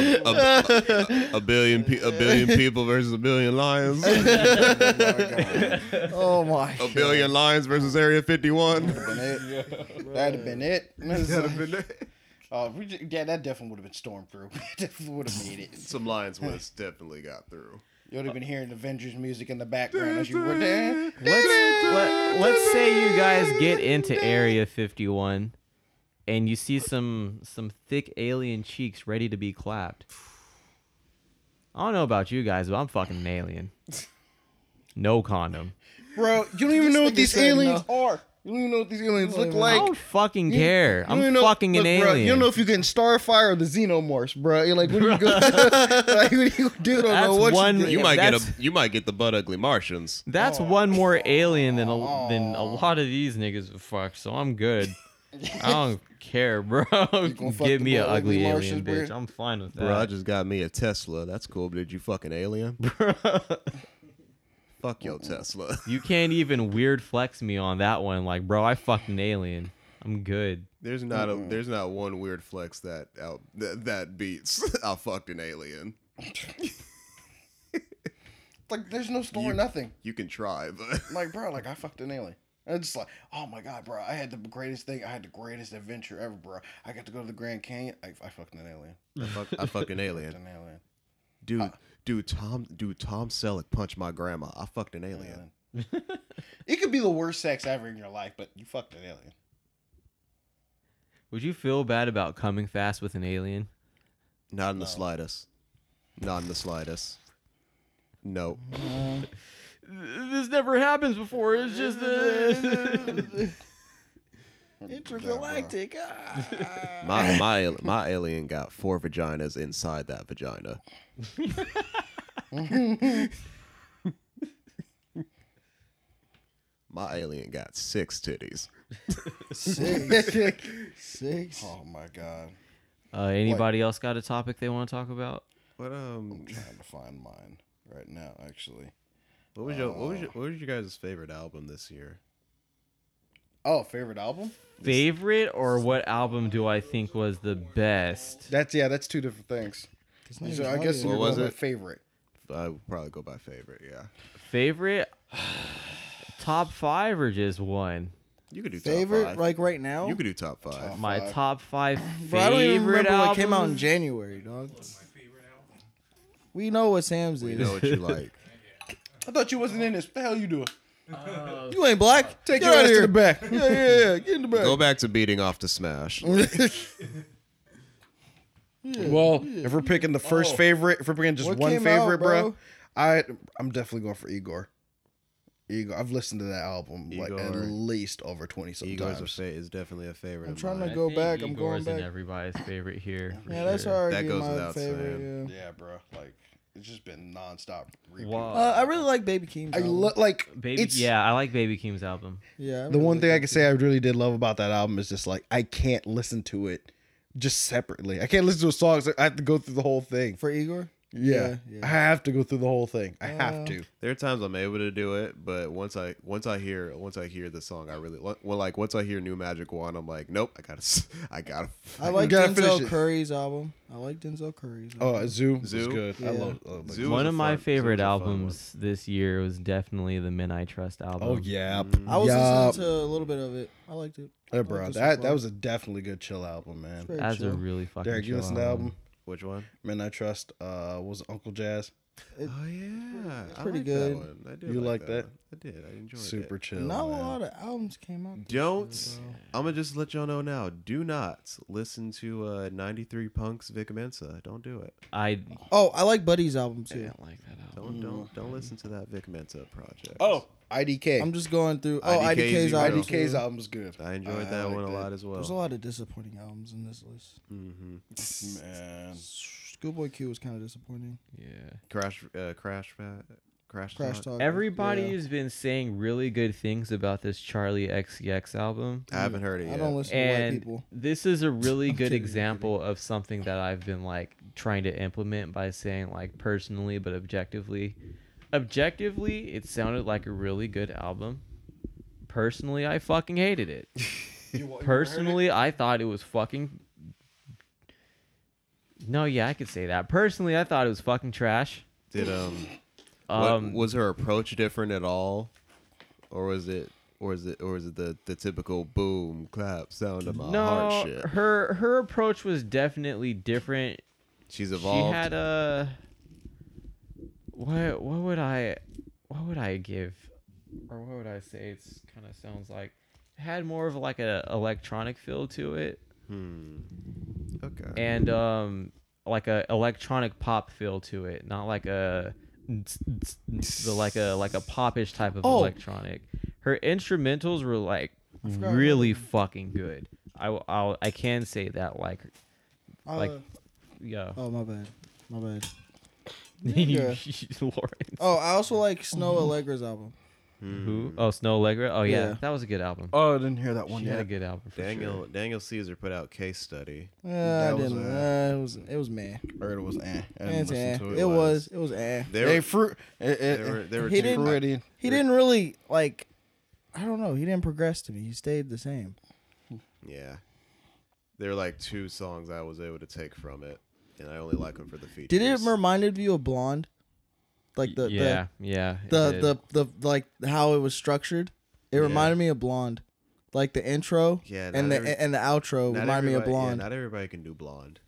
a, a billion, pe- a *laughs* billion people versus a billion *laughs* lions. a *laughs* *laughs* Oh my! *laughs* billion lions versus Area 51. That'd have been it. *laughs* Oh, we ju- yeah, that definitely would have been stormed *laughs* through. definitely would have made it. Some lions would have definitely got through. You would have been hearing Avengers music in the background as you were there. let's let, let's say you guys get into Area 51, and you see some some thick alien cheeks ready to be clapped. I don't know about you guys, but I'm fucking *laughs* an alien. No condom. Bro, *laughs* you don't even know what these said aliens are. You don't even know what these aliens look I like. don't fucking You- care. you don't I'm even know- fucking an look, bro, alien. you don't know if you're getting Starfire or the Xenomorphs, bro. You're like, *laughs* what are you going to *laughs* like, what do you do? I don't know That's what one- you do. You might That's- get a, you might get the butt ugly Martians. That's one more alien than a, than a lot of these niggas would fuck, so I'm *laughs* good. I don't care, bro. fuck *laughs* Give the me an little ugly ugly alien, Martians, bitch. bro? I'm fine with that. Bro, I just got me a Tesla. That's cool. But did you fucking *laughs* alien? Fuck your Tesla. *laughs* You can't even weird flex me on that one. Like, bro, I fucked an alien. I'm good. There's not a there's not one weird flex that out that, that beats *laughs* I fucked an alien. Like, there's no store, nothing. You can try, but Like, bro, like, I fucked an alien. And it's like, oh my god, bro, I had the greatest thing. I had the greatest adventure ever, bro. I got to go to the Grand Canyon. I, I fucked an alien. I fuck, I fuck an *laughs* Fucked alien. an alien. Dude, dude, Tom, dude, Tom Selleck punched my grandma. I fucked an alien. Alien. it could be the worst sex ever in your life, but you fucked an alien. Would you feel bad about coming fast with an alien? Not in the slightest. Not in the slightest. No. *laughs* This never happens before. It's just. Intergalactic. Ah. *laughs* My my al- my alien got four vaginas inside *laughs* that vagina. my alien got six titties. Six. Six. Oh my god. *laughs* uh, anybody else got a topic they want to talk about? What um trying to find mine right now, actually. what was your what was your what was your guys' favorite album this year? Oh, favorite album? Favorite or what album do I think was the best? That's yeah, that's two different things. So I guess What you was was it? it? favorite. I would probably go by favorite, yeah. Favorite? *sighs* top five or just one? You could do top favorite five. like right now. you could do top five. My top five favorite Bro, I don't even remember albums? what came out in January, dog. We know what Sam's You is. know *laughs* what you like. I thought you wasn't in this. What the hell you doing? You ain't black. Take your ass to the back. *laughs* Yeah, yeah, yeah. Get in the back. Go back to beating off *laughs* to Smash. Well, if we're picking the first favorite, if we're picking just Oh. What one came out, favorite, bro, bro? I I'm definitely going for Igor. Igor, I've listened to that album like at Igor. least over twenty something Igor's a times. fa- is definitely a favorite. I'm of trying mine. to go think back. I'm Igor's going in back. everybody's favorite here. for Yeah, that's sure. already That goes my without favorite. saying. yeah. Yeah, bro, like it's just been nonstop. Repeat. Wow. Uh, I really like Baby Keem's. I album. lo- like Baby, it's, yeah, I like Baby Keem's album. Yeah. I The really one like thing it. I can say I really did love about that album is just like I can't listen to it just separately. I can't listen to a song. so I have to go through the whole thing. for Igor. Yeah, Yeah, Uh, I have to go through the whole thing. I have to. There are times I'm able to do it, but once I once I hear once I hear the song, I really well like once I hear New Magic Wand, I'm like, nope, I gotta s- *laughs* I gotta I like gotta finish Denzel it. Curry's album. I like Denzel Curry's. Album. Oh, Zoo. Zoo is Zoo? good. I Yeah. love. I love that. Zoo was one a of my fun- Zoo favorite was a fun albums this year was definitely the Men I Trust album. Oh yeah, I was yeah. listening to a little bit of it. I liked it. Hey, I bro, liked it so that that far. was a definitely good chill album, man. Very that's a chill. really fucking. Derek, you chill listen to the album? one. Which one? Man, I trust. Uh, was it Uncle Jazz oh yeah, it's pretty I like good. That one. I did You like like one. I did. I enjoyed super it. chill? Not a man. lot of albums came out. this Don't. I'm gonna just let y'all know now. Do not listen to uh, 93 Punk's Vic Mensa. Don't do it. I Oh, I like Buddy's album too. don't like that Don't album. don't don't listen to that Vic Mensa project. Oh, IDK. I'm just going through. Oh, IDK IDK's is even album. better. too. IDK's album was good. I enjoyed I that like one a that. lot as well. There's a lot of disappointing albums in this list. hmm Man, Schoolboy Q was kind of disappointing. Yeah. Crash, uh, crash, Pat- crash, Crash Talk. Talk. Everybody yeah. has been saying really good things about this Charlie XCX album. I haven't heard it yet. I don't listen to white and people. this is a really good kidding, I'm example of something that I've been like trying to implement by saying like personally but objectively. Objectively, it sounded like a really good album. Personally, I fucking hated it. You wa- you heard Personally, I thought it was fucking. No, yeah, I could say that. Personally, I thought it was fucking trash. Did um, what- Um, was her approach different at all, or was it, or is it, or is it the the typical boom clap sound of my heart no, shit? her her approach was definitely different. She's evolved. She had a. What what would I, what would I give, or what would I say? It's kind of sounds like, it had more of like a electronic feel to it, okay. and um like a electronic pop feel to it, not like a the like a like a popish type of electronic. Her instrumentals were like really fucking good. I I'll, I can say that like Uh, like yeah. *laughs* oh my bad, my bad. Lawrence. Oh, I also like Snow Allegra's album. Who? Oh, Snow Allegra. Oh yeah, Yeah. that was a good album. Oh, I didn't hear that one she had a yet. good album. For Daniel Sure. Daniel Caesar put out case study. Uh, That I was, didn't. uh, uh, it was it was man. I heard it was eh. I didn't It's listen eh. to it. It last. was it was eh. They eh, They were, fruit. they were, they were he too- didn't- Meridian. He didn't really like. I don't know. He didn't progress to me. He stayed the same. Yeah, there were like two songs I was able to take from it, and I only like them for the features. Did it reminded you of Blonde? Like the yeah, yeah. it the, did. the the the like how it was structured. It reminded me of Blonde. Like the intro Yeah, not and the every- and the outro Not reminded me of everybody- yeah, Blonde. not everybody can do blonde.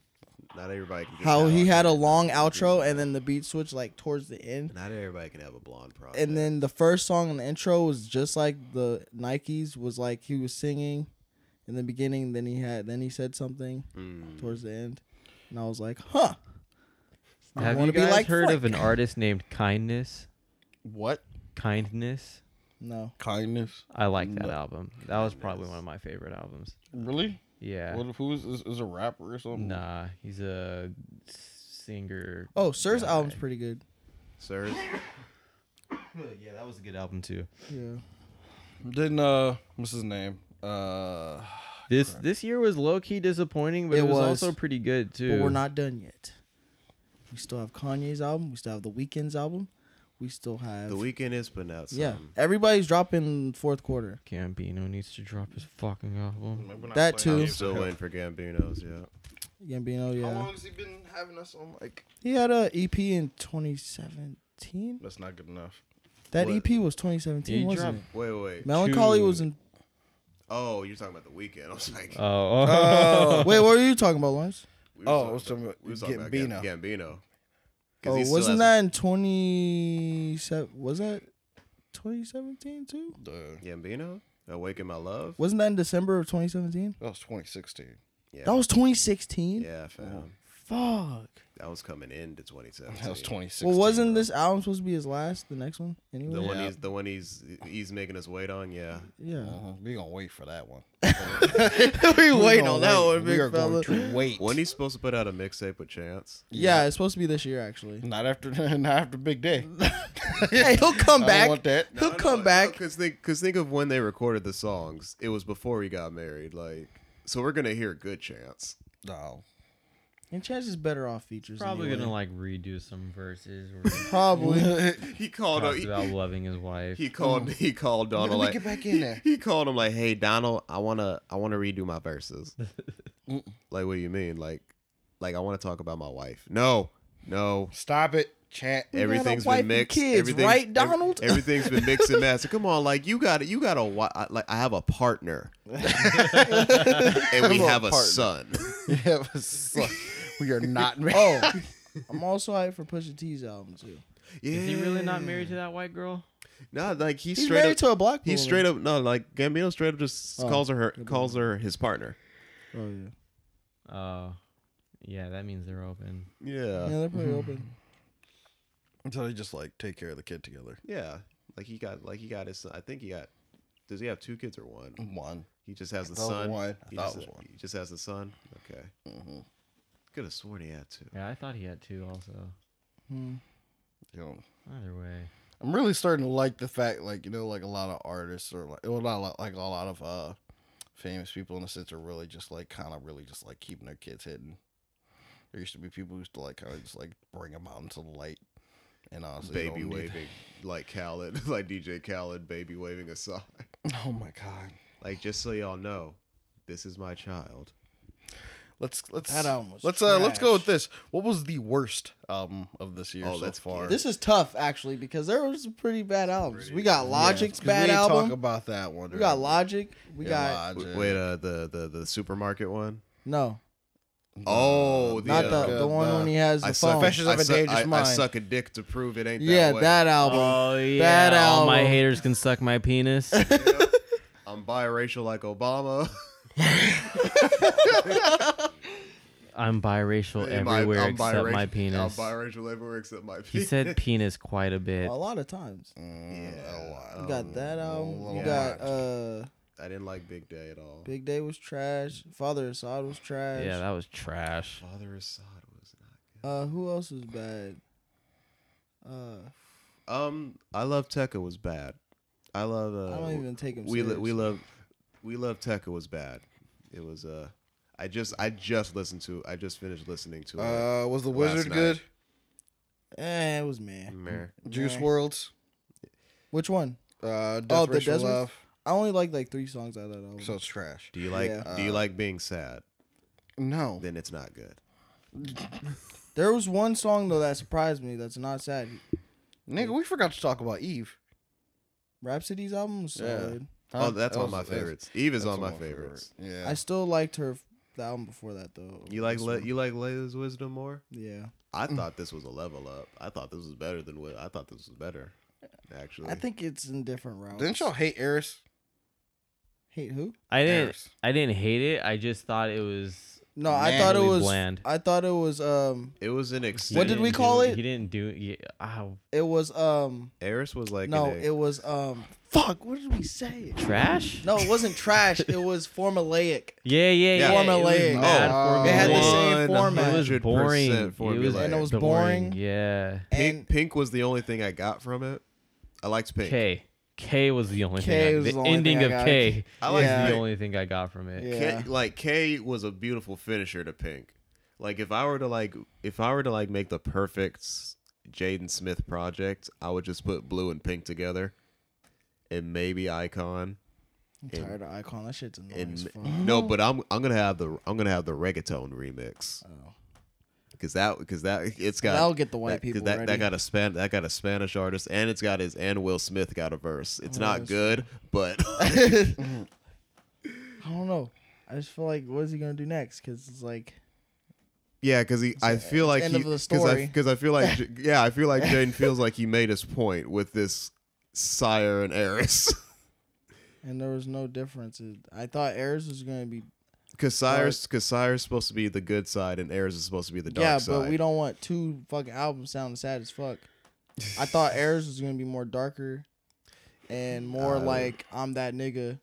Not everybody can. Get how that he on had a there. long outro and then the beat switch like towards the end. Not everybody can have a blonde project. And then the first song in the intro was just like the Nikes was like he was singing in the beginning, then he had then he said something Mm. towards the end. And I was like, huh. I Have you wanna be guys like heard of an Frank. artist named Kindness? What Kindness. No. kindness? I like that album. That was probably one of my favorite albums. Really? Yeah. What if who's is, is a rapper or something? Nah, he's a singer. Oh, Sir's guy. album's pretty good. sir, yeah, that was a good album too. Yeah. Didn't uh, what's his name? Uh, This this year was low key disappointing, but it, It was, was. also pretty good too. But we're not done yet. We still have Kanye's album. We still have The Weeknd's album. We still have the weekend is putting out. Something. Yeah, everybody's dropping fourth quarter. Gambino needs to drop his *laughs* fucking album. That too. I'm still waiting for Gambino's. Yeah, Gambino, How yeah. long has he been having us on? Like, He had a EP in 2017. that's not good enough. That What? EP was 2017, He wasn't dropped- wait, wait. it? Melancholy was in. Oh, you're talking about the weekend. I was like, Oh, oh. Uh. *laughs* Wait, what were you talking about, Lawrence? we were Uh, Oh, I was talking about we were talking Gambino. about Gam- Gambino. 'Cause Oh, he still wasn't hasn't- that in 27? Was that 2017 too? Dude, Gambino? Awaken my love. Wasn't that in December of 2017? that was 2016. Yeah, That was 2016. yeah, fam. Fuck. That was coming into 2017. That was 2016. Well, wasn't bro. this album supposed to be his last? The next one, anyway. The one Yeah. he's the one he's he's making us wait on. Yeah, yeah. Uh-huh. We gonna wait for that one. we waiting gonna on that wait. one, We are big fella. going to wait. when he's supposed to put out a mixtape with Chance. Yeah, it's supposed to be this year, actually. Not after, *laughs* not after *laughs* Big Day. hey, he'll come I don't back. want that. He'll come back. Because think, cause think of when they recorded the songs. It was before he got married. Like, so we're gonna hear good chance. *laughs* No. And Chance is better off features. Probably anyway. gonna like redo some verses. *laughs* Where he Probably. He called. talks he, about Mm. loving his wife. he called. He called Donald. Let me Like, get back in there. he called him like, "Hey, Donald, I wanna, I wanna redo my *laughs* verses." Mm. like, what do you mean? Like, like I want to talk about my wife. No, no. Stop it, chat. *laughs* *laughs* Everything's wife been and mixed. kids, everything's- right, ev- Donald? *laughs* everything's been mixed and mastered. Come on, like you got it. You got a wi- I- like I have *laughs* a partner, and we have a son. Yeah, but suck. we are not married. *laughs* *laughs* oh, I'm also hyped for Pusha T's album too. Yeah. Is he really not married to that white girl? No, like he He's straight married up. to a black. he woman. straight up. No, like Gambino straight up just Oh, calls her, her calls her his partner. Oh yeah. Oh, yeah, that means they're open. Yeah. Yeah, they're pretty open. Until they just like take care of the kid together. Yeah. Like he got like he got his. son. I think he got. Does he have two kids or one? One. He just has the thought it was son. one. I He thought just, it was one. He just has the son. Okay. Could have sworn he had two. Yeah, I thought he had two also. You know, Either way. I'm really starting to like the fact, like you know, like a lot of artists or like, well, not a lot, like a lot of uh, famous people in the sense are really just like kind of really just like keeping their kids hidden. There used to be people who used to like kind of just like bring them out into the light, and honestly, you baby don't need- waving *laughs* like Khaled, like DJ Khaled, baby waving aside. *laughs* Oh my god, Like just so y'all know, This is my child. Let's let's That album was let's uh, let's go with trash. this. What was the worst album of this year Oh, so that's far? This is tough actually because there was some pretty bad albums. We got Logic's 'Cause bad we didn't album. Talk about that one. we got Logic. We Yeah, got W- Logic. Wait, uh, the the the supermarket one. no, Oh, the, not uh, the the one uh, when he has the I phone. suck, Confessions I, of a suck, Dangerous I, I Mind. suck a dick to prove it ain't. yeah, that, way. that album. Oh yeah, Bad all my album. haters can suck *laughs* my penis. I'm biracial like Obama. *laughs* I'm biracial Am I- everywhere I'm except biracial- my penis. I'm biracial everywhere except my penis. *laughs* *laughs* He said penis quite a bit. a lot of times. You yeah, got that album. little You got uh, I didn't like Big Day at all. Big Day was trash. Father Assad was trash. Yeah, that was trash. Father Assad was not. uh, who else was bad? Uh, Um, I love Tekka was bad. I love. Uh, I don't even take him. we lo- we seriously. love we love Tekka was bad. It was uh, I just I just listened to I just finished listening to it. Uh, was the Last Wizard night. good? Eh, it was meh. Meh. Juice Meh. Worlds. Which one? Uh, Oh, Death the Wish for Desert. Love. I only like like three songs out of that album. So it's trash. Do you like Yeah. Uh. Do you like being sad? No. Then it's not good. there was one song though that surprised me. That's not sad. Nigga, we forgot to talk about Eve. Rhapsody's album was Yeah. solid. oh, that's That one of was- my that's- favorites. Eve is that's on my one of my favorites. favorite. Yeah. I still liked her the album before that though. You like This Le- one. you like Leia's wisdom more? Yeah. I thought this was a level up. I thought this was better than what I thought this was better. Actually, I think it's in different routes. Didn't y'all hate Eris? hate who? I didn't. Eris. I didn't hate it. I just thought it was. No, I thought it really was. bland. I thought it was. Um, it was an he extent. What did we didn't call do- it? He didn't do. Yeah, ow, it was. Um, Eris was like no, an ex- it was. Um, fuck. What did we say? trash. No, it wasn't trash. It was formulaic. Yeah, yeah, yeah. Yeah. It Formulaic. was, mad Oh. formulaic. It had the same It format. was boring. It 100% was, formulaic. And it was boring. Yeah. *laughs* Pink, And Pink was the only thing I got from it. I liked Pink. K. K was the only K thing. I, was the, the only thing ending I of got. K I like is Yeah. the Pink. only thing I got from it. Yeah. K, like K was a beautiful finisher to Pink. Like if I were to like if I were to like make the perfect s- Jaden Smith project, I would just put Blue and Pink together, and maybe Icon. Oh, I'm tired of Icon. That shit's annoying as fuck. And no, but I'm I'm gonna have the I'm gonna have the reggaeton remix. Oh. Cause that, cause that, it's got. That'll get the white that, 'cause people That, that ready. got a span, that got a Spanish artist, and it's got his and Will Smith got a verse. It's not Oh, that's- good, but *laughs* *laughs* I don't know. I just feel like, what is he gonna do next? Because it's like, Yeah, because he, I feel like end he, of the I, story. 'cause I *laughs* feel like, J- yeah, I feel like Jane feels like he made his point with this sire and heiress. *laughs* and there was no difference. It- I thought Ayers was gonna be. Because sire's, cause sire's supposed to be the good side, and heirs is supposed to be the dark yeah, side. but we don't want two fucking albums sounding sad as fuck. I *laughs* thought Ayers was gonna be more darker, and more Uh, like I'm that nigga,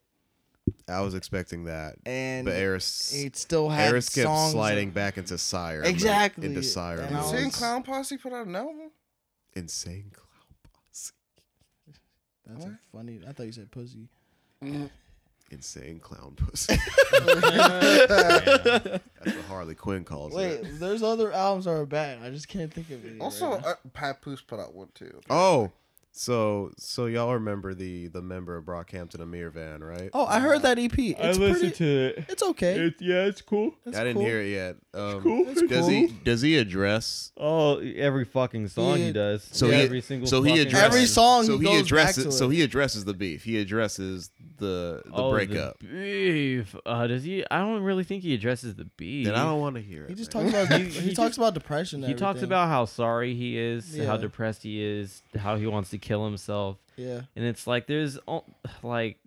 I was expecting that, and but heiress, it still had heiress kept songs. sliding back into sire, mode- Exactly, into sire. and I mode. was- Didn't Clown Posse put out an album? *laughs* insane clown posse, That's a funny. I thought you said pussy. insane *laughs* clown pussy. *laughs* That's what Harley Quinn calls Wait, it. there's other albums that are bad. I just can't think of it. Also, right now. uh, Papoose put out one too. Oh, so so y'all remember the the member of Brockhampton, Amir Van, right? oh, I heard that EP. It's pretty, to it. It's okay. yeah, it's cool. It's I didn't cool. hear it yet. Um, cool. It's Does he does he address? Oh, every fucking song he, He- does. So he every single so he fucking addresses Every song he So he, goes back addresses to it. so he addresses the beef. He addresses the the Oh, breakup. beef. Uh, does he? I don't really think he addresses the beef. Then I don't want to hear it. He just man. talks about He- he, he talks just- about depression. and He talks everything. about how sorry he is, how Yeah. depressed he is, how he wants to kill himself, yeah. and it's like there's o- like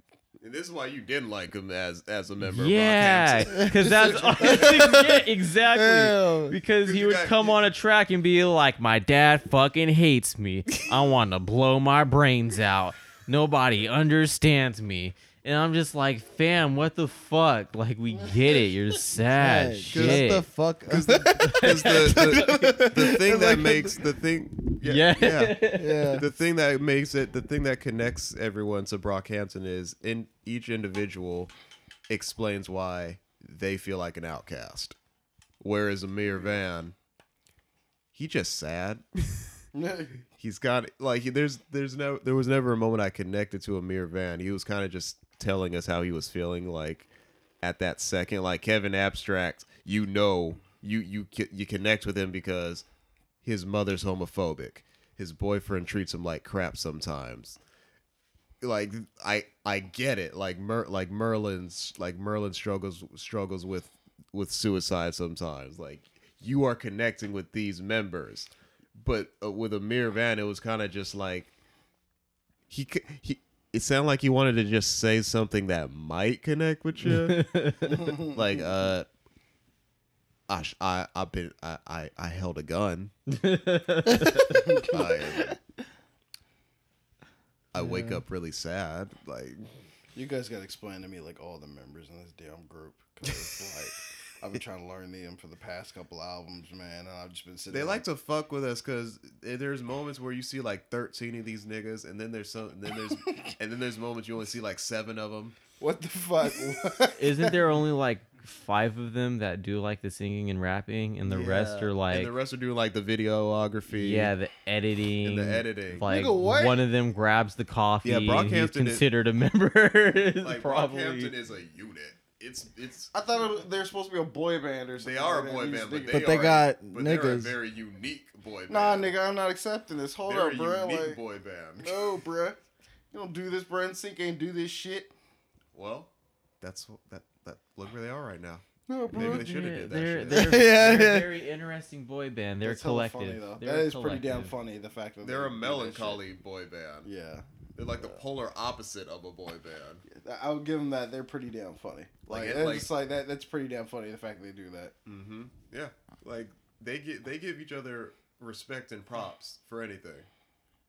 And this is why you didn't like him as as a member. yeah, of *laughs* Brockhampton. because that's yeah, exactly. Damn. Because he you would got- come on a track and be like, "My dad fucking hates me. I want to blow my brains out. Nobody understands me." And I'm just like, "Fam, what the fuck? Like, we get *laughs* it. You're sad. Hey, shit. Shut the fuck up. 'Cause the, the, *laughs* the thing that makes the thing yeah. yeah. yeah. the thing that makes it the thing that connects everyone to Brockhampton is in each individual explains why they feel like an outcast. Whereas Amir Van, he just sad. He's got like there's there's no there was never a moment I connected to Amir Van. He was kind of just telling us how he was feeling like at that second. Like Kevin Abstract, you know, you you c- you connect with him because his mother's homophobic. His boyfriend treats him like crap sometimes. Like I I get it. Like Mer like Merlin's like Merlin struggles struggles with with suicide sometimes. Like you are connecting with these members, but uh, with Amir Van, it was kind of just like he c- he. It sounded like he wanted to just say something that might connect with you, like uh. I, sh- I I've been I, I, I held a gun. *laughs* I, I wake up really sad. Like You guys got to explain to me like all the members in this damn group because like I've been trying to learn them for the past couple albums, man, and I've just been sitting. They there, like to fuck with us because there's moments where you see like 13 of these niggas, and then there's some, and then there's, and then there's moments you only see like seven of them. what the fuck? *laughs* *laughs* Isn't there only like five of them that do like the singing and rapping, and the rest are like and the rest are doing like the videography. yeah, the editing, And the editing. Like Nigga, what? one of them grabs the coffee. Yeah, Yeah, Brockhampton Brockhampton is- considered a member. *laughs* like probably. Brockhampton is a unit. It's it's I thought it was, they were supposed to be a boy band or something. they are a like boy that. band, but These they, niggas- But they are- got but They're a niggas. very unique boy band. nah, nigga, I'm not accepting this. Hold they're up, a bro. unique Like, boy band. no, bruh. You don't do this, bruh. And Sync ain't do this shit. Well, that's wh- that that look where they are right now. No, Maybe bruh. they should have They're, did they're, that. they're, *laughs* shit. Yeah, they're yeah. a very interesting boy band. They're That's hella collective. funny, though. They're that a is pretty damn collective. funny. The fact that They're a they do that shit. melancholy boy band. Yeah, They're like the polar opposite of a boy band. I- I'll give them that. They're pretty damn funny. Like, Like, it- that's like- just like that. That's pretty damn funny. The fact that they do that. Mm-hmm. Yeah, like they get they give each other respect and props for anything.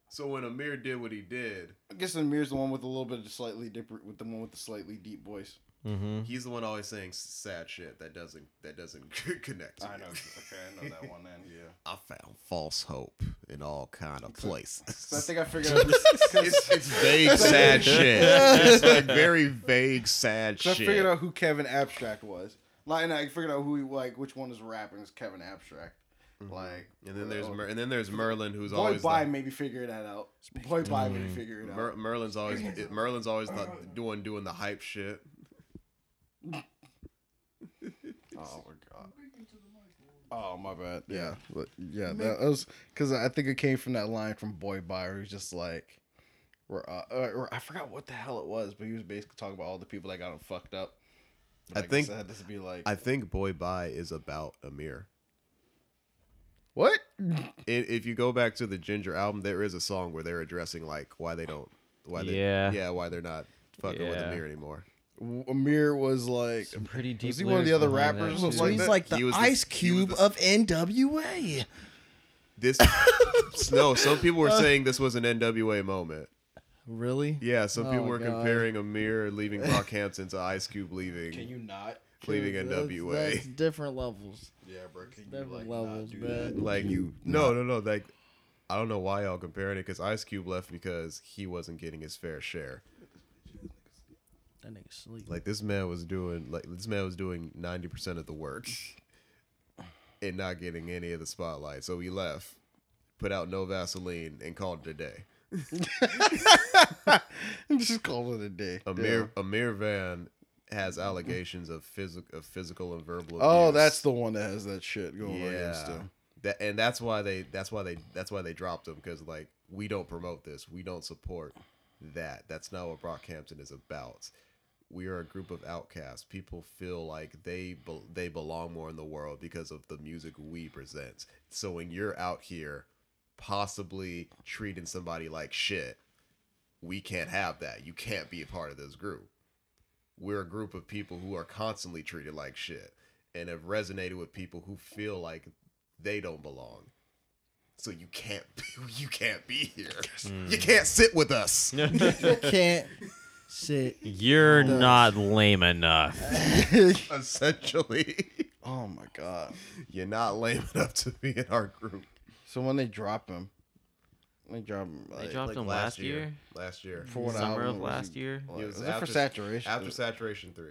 So when Amir did what he did, I guess Amir's the one with a little bit of slightly different, with the one with the slightly deep voice. Mhm. he's the one always saying s- sad shit that doesn't that doesn't *laughs* connect. to I know. you. Okay, I know that one. Then *laughs* yeah. I found false hope in all kind of So I places. think I *laughs* figured out. *laughs* It's, it's vague *laughs* sad shit. It's like very vague sad So I shit. figured out who Kevin Abstract was. Like, and I figured out who he like, which one is rapping is Kevin Abstract. Like, and then there's uh, Mer- and then there's Merlin who's Boy always Bye like- maybe figure that out. Boy Bye maybe figure it out. Mer- Merlin's always it, Merlin's always not doing doing the hype shit. oh my god. Oh my bad. Yeah, But, yeah. That uh, was because I think it came from that line from Boy Bye, where he was just like, "We're," uh, or I forgot what the hell it was, but he was basically talking about all the people that got him fucked up. I Like, think- so this would be like I think Boy Bye is about Amir. what? I if you go back to the Ginger album, there is a song where they're addressing like why they don't, why they, Yeah. yeah, why they're not fucking with Yeah. Amir anymore. Amir was like, Some pretty deep. was he one of the lyrics other behind rappers? that, or So too. something he's that? like He the was the- Ice he was Cube the- of NWA. This no, some people *laughs* were saying this was an NWA moment. Really? Yeah, some Oh people my were God. comparing Amir leaving Brockhampton to Ice Cube leaving Can you not? leaving Dude, that's- NWA. That's different levels. Yeah, bro. Can you Different like levels, not do bro. that? like you no no no like i don't know why y'all comparing it because ice cube left because he wasn't getting his fair share That nigga sleep. like this man was doing like this man was doing 90% of the work and not getting any of the spotlight so he left put out no vaseline and called it a day *laughs* just call it a day. amir amir van has allegations of physical of physical and verbal Oh, abuse. that's the one that has that shit going on against yeah him. that, and that's why they that's why they that's why they dropped him because like we don't promote this we don't support that that's not what brockhampton is about we are a group of outcasts people feel like they bel they belong more in the world because of the music we present so when you're out here possibly treating somebody like shit we can't have that you can't be a part of this group we're a group of people who are constantly treated like shit and have resonated with people who feel like they don't belong. So you can't *laughs* you can't be here. You can't sit with us. *laughs* You can't sit. You're not lame enough. *laughs* Essentially, Oh my god! you're not lame enough to be in our group. So when they drop him, they drop him. Like, They dropped him last year. Last year. for what Summer album of was he- last year. Like, It was was, it for after- saturation? After Saturation 3.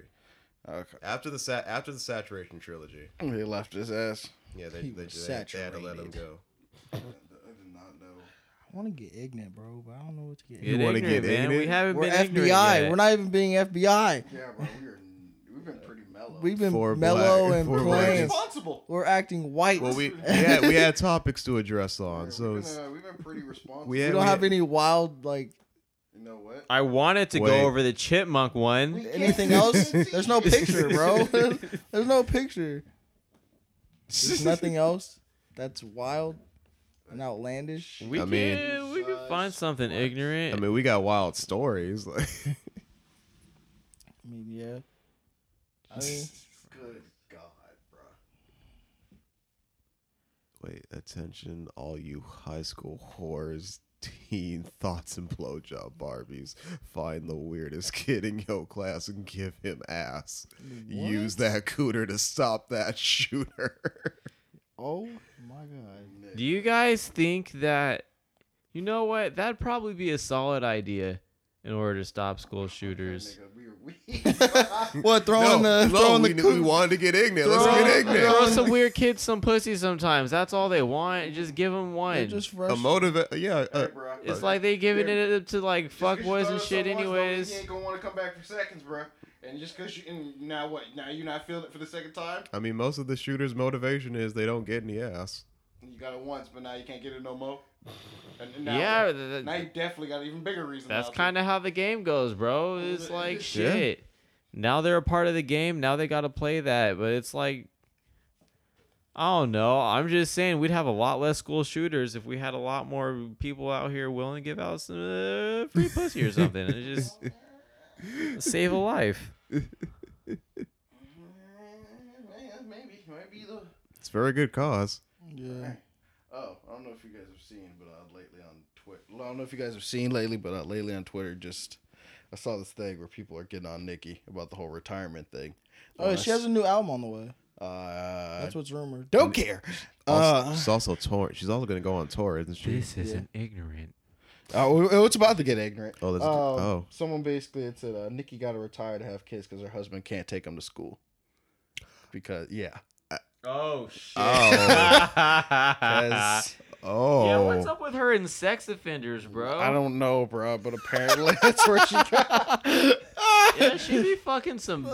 okay, After the sa- after the Saturation trilogy. he left his ass. Yeah, they He they, was they, they had to let saturated. him go. I want to get ignorant, bro, but I don't know what to get. Get wanna get ignorant, man. ignorant? We haven't We're been ignorant FBI. yet. We're not even being FBI. Yeah, bro, we are, we've been pretty We've been Four mellow black- and four plain. blacks. Responsible. We're acting white. Well, *laughs* we we we had, we had topics to address on, so we've, it's, been, uh, we've *laughs* been pretty responsible. we had, don't we have had- any wild like you know what? I wanted to Wait. go over the chipmunk one. anything else. There's no picture, bro. There's, there's no picture. There's nothing else that's wild and outlandish. We I can mean- we can find something ignorant. I mean, we got wild stories. Like, *laughs* I mean, yeah. I mean, Good God, bro. wait, attention, all you high school whores, teen thoughts, and blowjob Barbies. Find the weirdest kid in your class and give him ass. Use that cooter to stop *laughs* that shooter. oh my god. Do you guys think that you know what? That'd probably be a solid idea in order to stop school shooters. We were weak. What throwing no, the no, throwing we, the we coo- wanted to get ignorant. Let's Throw- get ignorant. Throw some weird kids some pussy sometimes. That's all they want. Just give them they're one. just a fresh. motive. Yeah, uh, bro. it's like they giving it up to like fuck boys and shit You anyways. ain't gonna want to come back for seconds, bro. And just cause you and now what? Now you not feeling it for the second time? I mean, most of the shooters' motivation is they don't get any ass. You got it once, but now you can't get it no more. And and now, Yeah, th- now you th- definitely got an even bigger reason. that's kind of how the game goes, bro. It's like shit. Now they're a part of the game. Now they got to play that, but it's like I don't know. I'm just saying we'd have a lot less school shooters if we had a lot more people out here willing to give out some uh, free pussy or something. It just *laughs* save a life. Maybe, maybe the. It's a very good cause. Yeah. Oh, I don't know if you guys have seen, but uh, lately on Twitter, I don't know if you guys have seen lately, but uh, lately on Twitter, just I saw this thing where people are getting on Nikki about the whole retirement thing. Oh, she has a new album on the way. Uh, That's what's rumored. don't care. Also, Uh, she's also tour. She's also gonna go on tour, isn't she? This is an ignorant. Oh, it- it's about to get ignorant. Oh, that's- Um, oh. Someone basically had said uh, Nikki got to retire to have kids because her husband can't take them to school. Because yeah, Oh shit. Oh, *laughs* *laughs* 'Cause oh. Yeah, what's up with her and sex offenders, bro? I don't know, bro, but apparently *laughs* that's where she got. *laughs* Yeah, she be fucking some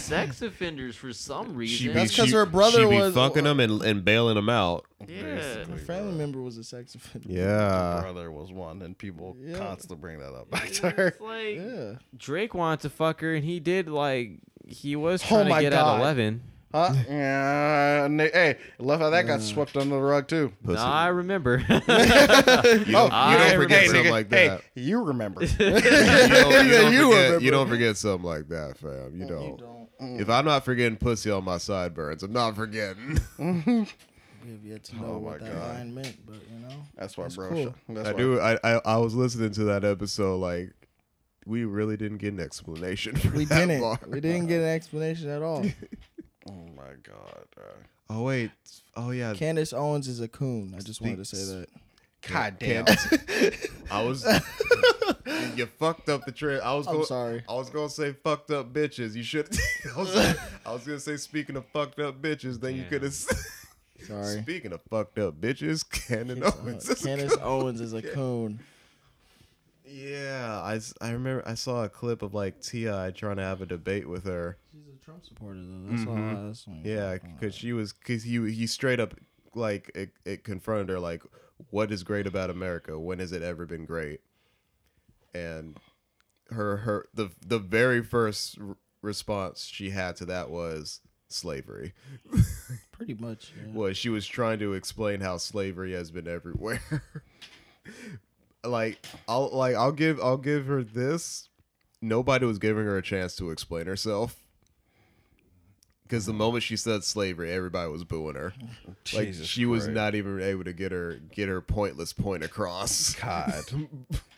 sex offenders for some She reason. be, *laughs* That's 'cause she- her brother she be was- fucking them and, and bailing them out. yeah. Her family member was a sex offender. Yeah. brother was one, and people Yeah. constantly bring that up *laughs* back to her. It's *laughs* like Yeah. Drake wanted to fuck her, and he did. Like he was Oh trying to my get God. at eleven. Huh? yeah. Ni- Hey, love how that got swept under the rug too. Pussy. Nah, *laughs* I remember. you don't, I you don't remember- forget Hey, something nigga, like hey, that. you *laughs* remember? You don't, you, don't You forget, remember. you don't forget something like that, fam. You don't. If I'm not forgetting pussy on my sideburns, I'm not forgetting. We have yet to know my what that God. line meant, but you know. That's why, That's bro. cool. That's I why. do. I, I I was listening to that episode. Like, we really didn't get an explanation. For We that didn't. bar. We didn't get an explanation at all. Oh my god. uh, Oh wait. Oh yeah. Candace Owens is a coon. I just wanted to say that. God damn. I was. you fucked up the trip. I was. I'm go- sorry. I was gonna say fucked up bitches. You should. *laughs* I, was gonna, I was gonna say speaking of fucked up bitches. Then you Yeah. could have. *laughs* Sorry. Speaking of fucked up bitches, *laughs* Cannon Owens. Uh, is Candace cool. Owens is a coon. *laughs* Yeah, I, s- I remember I saw a clip of like Ti trying to have a debate with her. She's a Trump supporter though. That's Mm-hmm. all. That's all. Yeah, because she was because he he straight up like it, it confronted her like, what is great about America? When has it ever been great? And her her the the very first r- response she had to that was slavery. Pretty much. Yeah. was she was trying to explain how slavery has been everywhere. *laughs* like I'll like I'll give I'll give her this. Nobody was giving her a chance to explain herself. Because Mm. the moment she said slavery, everybody was booing her. Like Jesus she was Christ. not even able to get her get her pointless point across. *laughs* God.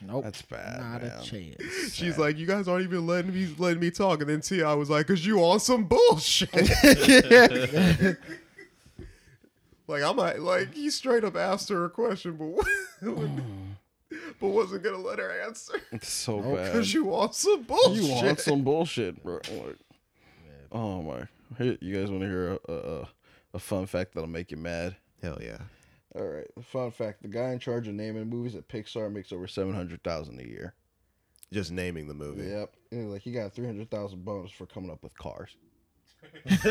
Nope. That's bad. Not man. a chance. She's like, you guys aren't even letting me letting me talk. And then Ti was like, cause you on some *laughs* bullshit. like I'm not- like he straight up asked her a question, but *laughs* but wasn't gonna let her answer *laughs* It's so bad. because you on some *laughs* bullshit. You want some bullshit, *laughs* bro? Like, oh my! Here, you guys want to hear a, a a- a fun fact that'll make you mad? Hell yeah. All right, fun fact: the guy in charge of naming movies at Pixar makes over seven hundred thousand a year. Just naming the movie. Yep, and like he got three hundred thousand bonus for coming up with cars. *laughs*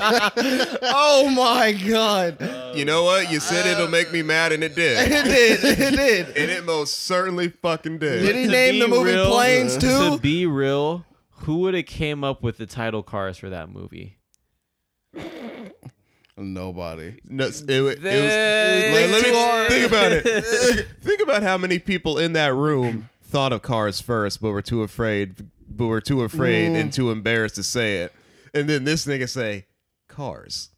oh my god! You know what? You said it'll make me mad, and *laughs* it did. It did. It did. and it most certainly fucking Did did. *laughs* he To name be the movie real- Planes *laughs* To too? be real, who would have came up with the title cars for that movie? Nobody. No, it, it was, They- like, let me think about *laughs* it. think about how many people in that room thought of cars first, but were too afraid, but were too afraid Mm. and too embarrassed to say it. And then this nigga say, "Cars."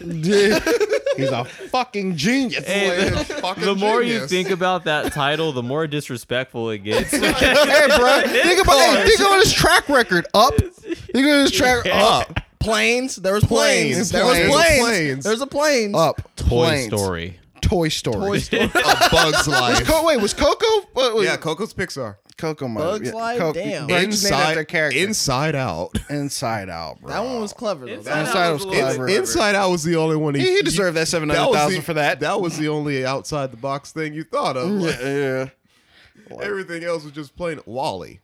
He's a fucking genius. Hey, Like, the more you think about that title, the more disrespectful it *laughs* gets. hey, bro. Think about hey, think about his track record. Up. Think about his *laughs* track up. *laughs* Planes. There was planes. Planes, There was planes, planes. planes. There's a plane. up. Toy Planes. Story. Toy Story. Toy Story. a Bug's Was Life. Co- wait, was Coco? What was yeah, Coco's Pixar. Coco might- Bugs yeah, Life? Co- Damn. Bugs named after Inside, character. Inside Out. Inside Out, bro. that one was clever though. Inside That- Out. Inside Out was It's- clever. Ins- Inside Out was the only one he, He he you- deserved that seven that hundred was thousand the- for that. That was the only outside the box thing you thought of. *laughs* Like, yeah. Everything else was just plain Wally.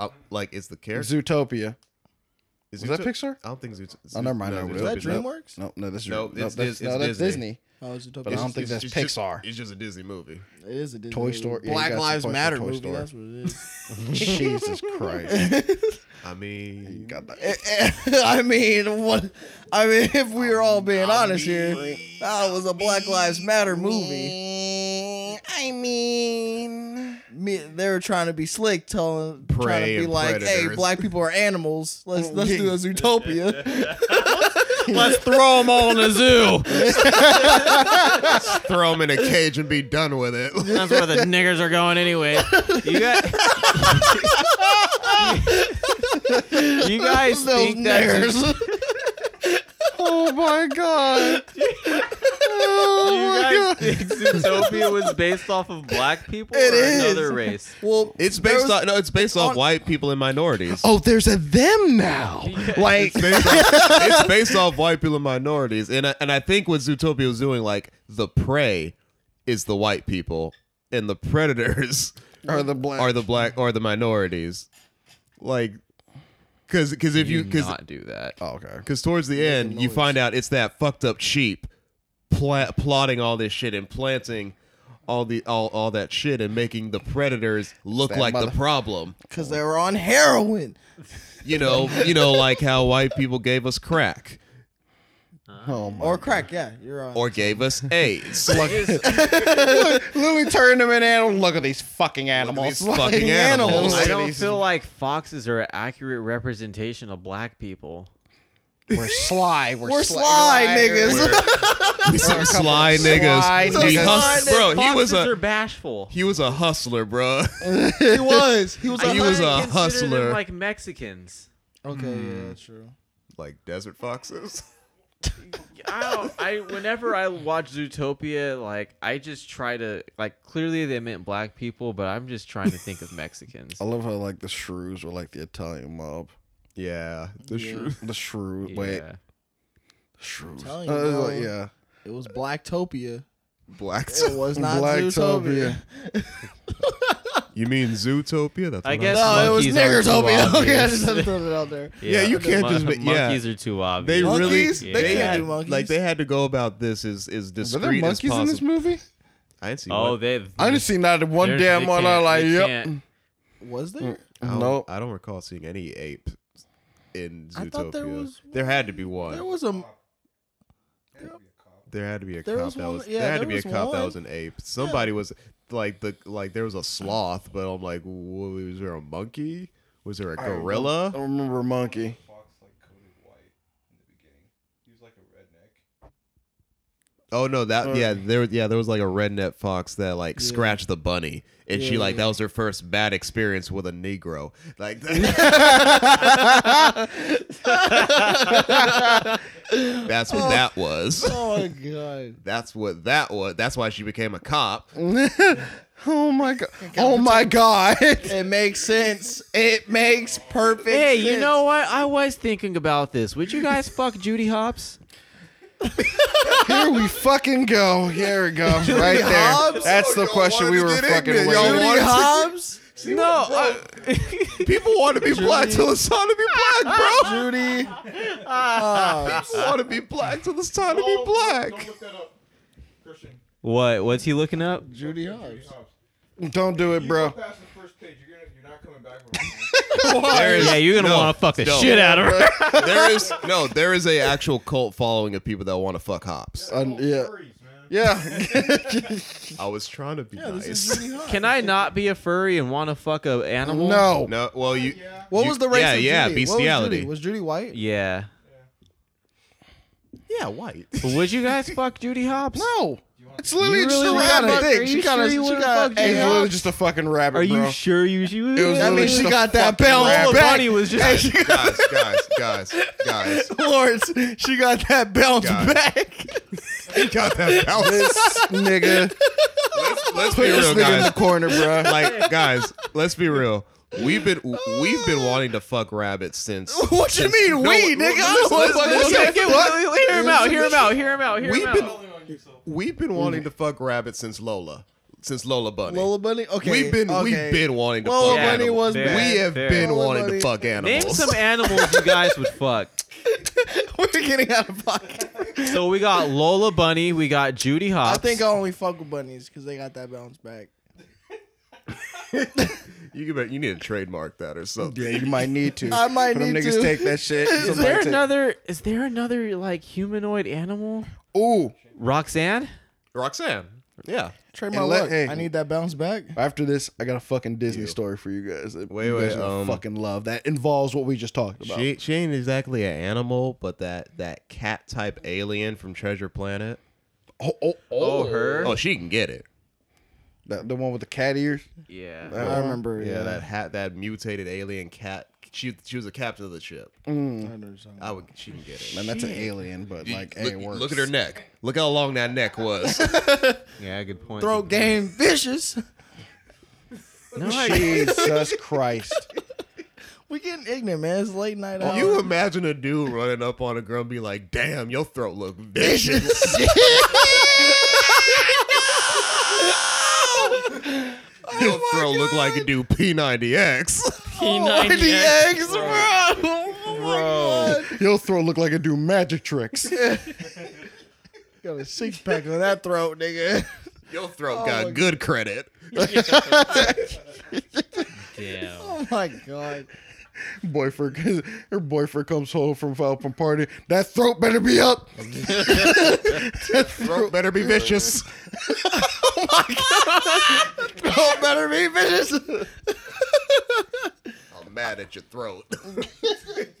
Uh, like it's the character. Zootopia. Is Was that Pixar? I don't think Zoot. Zoot Oh, never mind. No, No, Is that Zootopia's not- DreamWorks? No, no, that's No, no, it's that's, Dis- no, it's that's Disney. Disney. Oh, it's But I don't think Zootopia. that's it's just- Pixar. it's just a Disney movie. *laughs* It is a Disney Toy movie. Story- yeah, you Black got some Lives points for Matter Toy movie. Story. That's what it is. *laughs* Jesus *laughs* Christ! *laughs* I mean, God, that- *laughs* I mean, what? I mean, *laughs* if we are all being honest here, that was a Black Lives Matter movie. I mean, Me, they were trying to be slick, telling, trying Prey to be and like, "Hey, predators." black people are animals. Let's let's do *laughs* a Zootopia. let's throw them all in a zoo." *laughs* throw him in a cage and be done with it. That's where the niggers are going anyway. You got. *laughs* you guys *laughs* *laughs* think that's oh my god! you guys think Zootopia was based off of black people It or is. another *laughs* race? Well, It's based was- off no, it's based off white people and minorities. oh, there's a them *laughs* now. Like, It's based, off, it's based off white people and minorities, and I, and I think what Zootopia was doing, like the prey, is the white people, and *laughs* the predators are the black? are the black or the minorities, like, because because if you You because not do that. oh, okay. because towards the end you find out it's that fucked up sheep, pla- plotting all this shit and planting. All the all, all that shit and making the predators look That like mother- the problem, because they were on heroin. you know, you know, like how white people gave us crack Oh my! Or crack, yeah, you're on. or gave us AIDS. Literally turned them in animals. Look at these fucking animals. these fucking animals. I don't feel like foxes are an accurate representation of black people. We're sly. We're, We're sly, niggas. We some sly niggas. sly We niggas. hus- Sly bro, he foxes was are a bashful. he was a hustler, *laughs* bro. he was. He was. He was a I consider them hustler. like Mexicans. Okay, yeah, Mm. that's true. like desert foxes. I don't, I whenever I watch Zootopia, like I just try to like clearly they meant black people, but I'm just trying to think of Mexicans. Oh, I love how like the shrews were like the Italian mob. Yeah, the shrew. The shrew. Wait, Yeah. shrews. telling you, Uh, bro. like, yeah. It was Blacktopia. black. It *laughs* was not Zootopia. *laughs* You mean Zootopia? That's what I guess No, Oh, it was monkeys are too Niggertopia. *laughs* Okay, I obvious. just had to throw that out there. Yeah, you can't mon- just ma- yeah. monkeys are too obvious. They Monkeys? really They they can't had, do monkeys. Like they had to go about this as as Were there discreet as monkeys possible. in this movie? I didn't see oh, one. they've. I didn't see not one damn one. I like, yep. Was there? I don't- Nope. I don't recall seeing any ape in Zootopia. I thought there was- There had to be one. There was a. There had to be a There cop was that one- was. yeah, there had there to be a was cop that one. was an ape. Somebody was like the like there was a sloth, but I'm like, "Whoa, was there a monkey? Was there a I gorilla? don't remember monkey. Oh no, that yeah, there yeah there was like a redneck fox that like scratched the bunny, and she like that was her first bad experience with a negro. Like *laughs* that's what that was. Oh my god. That's what that was. That's why she became a cop. *laughs* Oh my god! Oh my god! It makes sense. It makes perfect. Hey, you sense. know what? I was thinking about this. Would you guys fuck Judy Hopps? Here we fucking *laughs* go. Here we go. Right there. Hobbs? That's the question we were fucking waiting. *laughs* Judy for. Hobbs. no, I- People want to be black till it's time to be black, bro. Judy. People want to be black till it's time to be black. look that up, Christian. *laughs* what? What's he looking up? Judy Hobbs. Don't do it, bro. Past the first page, you're gonna, you're not coming back. From *laughs* yeah, you're gonna No, want to fuck the no. shit out of her. *laughs* There is no, there is a actual cult following of people that want to fuck hops. Un- yeah, man. *laughs* yeah. I was trying to be nice. Can I not be a furry and want to fuck a animal? no. No, well you. What you- was the race? Yeah, of yeah, Judy? What was bestiality. Judy? Was Judy white? Yeah. yeah, white. But would you guys fuck Judy Hopps? No. It's literally You just really a wanna rabbit. fuck- dick. are She you got a- sure she you wanna got a- fuck Hey, Judy it's Hopps? literally just a fucking rabbit, Are bro. you sure you she was? It was That literally means just she a got that fucking bell rabbit. on the bunny. was just. guys, guys, guys, guys. *laughs* Lawrence, she got that bounce Got it. back. Got that balance. nigga. Let's, let's be Put this real, nigga in the guys. corner, bro. Like, guys, let's be real. We've been we've been wanting to fuck rabbits since. *laughs* what you mean, we, No, nigga? listen, I don't wanna listen, fuck *laughs* listen. that Okay, shit. okay, wait, wait, wait, hear him out. Hear him out. Hear him out. Hear him We've out. been *laughs* we've been wanting to fuck rabbits since Lola, since Lola Bunny. Mm. Lola Bunny. Okay, We've been okay. we've been wanting to Lola fuck Bunny animals. was Fair. bad. we have fair. been Lola wanting Bunny. to fuck animals. *laughs* Name some animals you guys would fuck. *laughs* We're getting out of pocket. So we got Lola Bunny. We got Judy I Hopps. think I only fuck with bunnies because they got that bounce back. You can bet- you need to trademark that or something. yeah, you might need to. *laughs* I might Them need niggas to. take *laughs* that shit. Is there another? Is there another like humanoid animal? Ooh. Roxanne. Roxanne. Yeah. Trey, And my let- luck. hey. I need that bounce back. After this, I got a fucking Disney story for you guys. That Wait, you guys wait, would um, fucking love that involves what we just talked about. She she ain't exactly an animal, but that that cat type alien from Treasure Planet. Oh, oh, Oh, her. Oh, she can get it. That, the one with the cat ears. Yeah. I remember. uh, Yeah, Yeah, that hat, that mutated alien cat. She she was a captain of the ship. I would. She can get it. Man, that's an alien, but Mm. like, hey, it look, works. look at her neck. Look how long that neck was. Yeah. Good point. throat game vicious. No, I, Jesus Christ. We getting ignorant, man. It's late night. hour. Oh, you imagine a dude running up on a girl and be like, "Damn, your throat look vicious." *laughs* your throat look like it do P90X. eggs, bro. bro. Your throat look like it do magic tricks. Got a six pack on that throat, nigga. Your throat got good credit. *laughs* Damn. Oh my god. boyfriend, her boyfriend comes home from from party. That throat better be up. Throat better be *laughs* vicious. Oh *laughs* Throat better be vicious. I'm mad at your throat. Did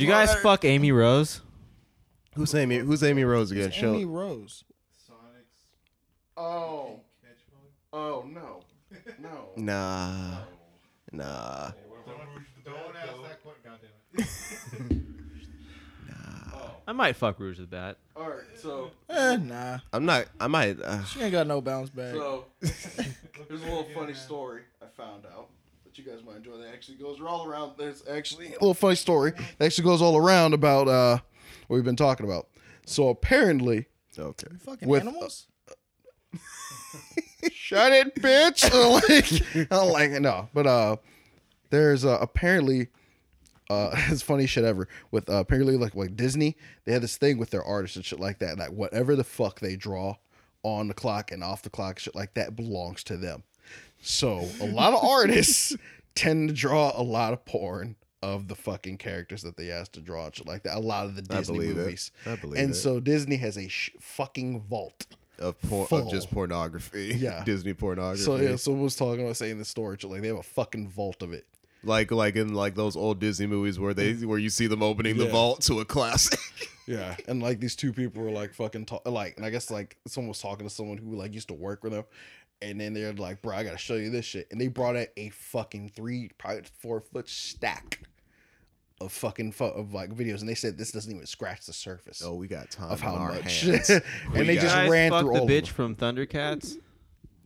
you guys fuck Amy Rose? Who's Amy? Who's Amy Rose again? Amy Rose. Oh, oh no, no. Nah, nah. I might fuck Rouge the Bat. All right, so Eh, nah, I'm not. I might. Uh, she ain't got no bounce back. so there's a little Uh, funny story I found out that you guys might enjoy. That actually goes all around. There's actually a little funny story that actually goes all around about uh, what we've been talking about. So apparently, okay. Fucking with- animals. shut it, bitch. *laughs* I'm like, I'm like, no, but uh, there's uh, apparently. Uh, *laughs* it's funny shit ever with uh, apparently like like Disney they had this thing with their artists and shit like that like whatever the fuck they draw on the clock and off the clock shit like that belongs to them so a *laughs* lot of artists tend to draw a lot of porn of the fucking characters that they asked to draw and shit like that a lot of the Disney believe it. movies I believe and it. so Disney has a sh- fucking vault Of, por- of Full. just pornography. *laughs* Yeah. Disney pornography. so yeah, someone was talking about saying the storage, like they have a fucking vault of it. like like in like those old Disney movies where they where you see them opening the Yeah. vault to a classic. *laughs* Yeah, and like these two people were like fucking talk, like, and I guess like someone was talking to someone who like used to work with them, and then they're like, "Bro, I gotta show you this shit," and they brought out a fucking three, probably four foot stack of fucking fo- of like videos, and they said this doesn't even scratch the surface Oh, we got time of how much, and *laughs* and they You just guys ran fuck through the all bitch of from them. Thundercats.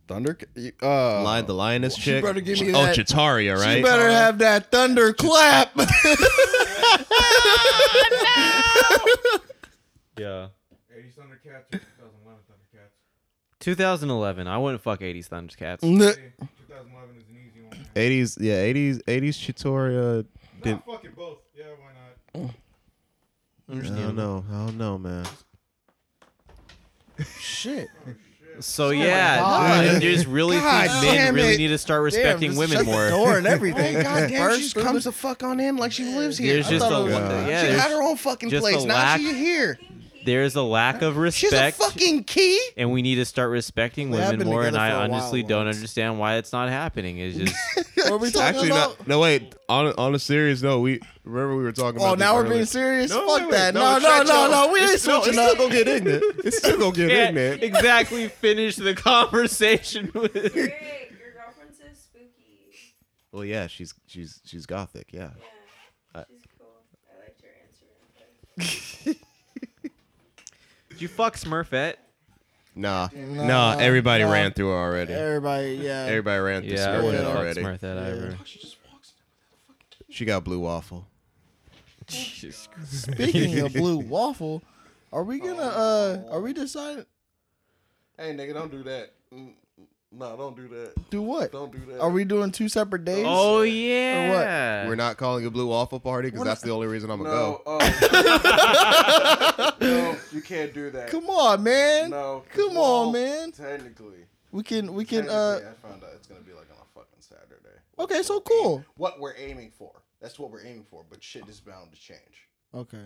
Thunder, uh, Lied the lioness chick. better give me oh, that- Chitaria, right? You Uh-huh. better have that thunder *laughs* clap. Yeah. 80s Thundercats or 2011 Thundercats. 2011. I wouldn't fuck 80s Thundercats. Nuh. 2011 is an easy one. 80s, yeah, 80s, 80s Chitoria. Did, fucking both. Yeah, why not? I don't know. I don't know, man. Shit. So yeah, dude, there's really God think men damn really it. need to start respecting just women shut the more. Door and everything. Hey, goddamn, she First just comes the fuck on in like she lives here. There's I just thought a it was- yeah, she had her there's, own fucking just place. a Now lack- she here. there's a lack of She's respect, a fucking key. and we need to start respecting They have women been more. And together I for a while honestly don't once. understand why it's not happening. It's just what are we talking Actually, about? not, no, wait. On, on a serious note, we remember we were talking Oh, about now this we're being earlier. serious. No, Fuck wait, wait, that. No, no, no, shut no, your- no. We ain't No, it's switching still up. gonna get ignorant. It's still gonna get can't ignorant. *laughs* exactly finish the conversation with. Rick, your girlfriend's so spooky. Well, yeah, she's she's she's gothic. Yeah, Yeah, she's cool. I liked your answer. Did you fuck Smurfette? nah, nah. Everybody ran through her already. Everybody, yeah. *laughs* Everybody ran through Yeah, I Smurfette wouldn't fuck already. Smurfette either. She got blue waffle. *laughs* Jesus Christ. Speaking of blue waffle, are we gonna? uh Are we deciding? Oh. Hey, nigga, don't do that. No, don't do that. Do what? Don't do that. Are we doing two separate days? Oh yeah. We're not calling it blue waffle party because that's the only reason I'm gonna No, go. oh. *laughs* no, you can't do that. Come on, man. No, 'cause, Come well, on, man. Technically, We can. We can. technically uh I found out it's gonna be like on a fucking Saturday. Okay, so cool. What we're aiming for. That's what we're aiming for. But shit is bound to change. Okay.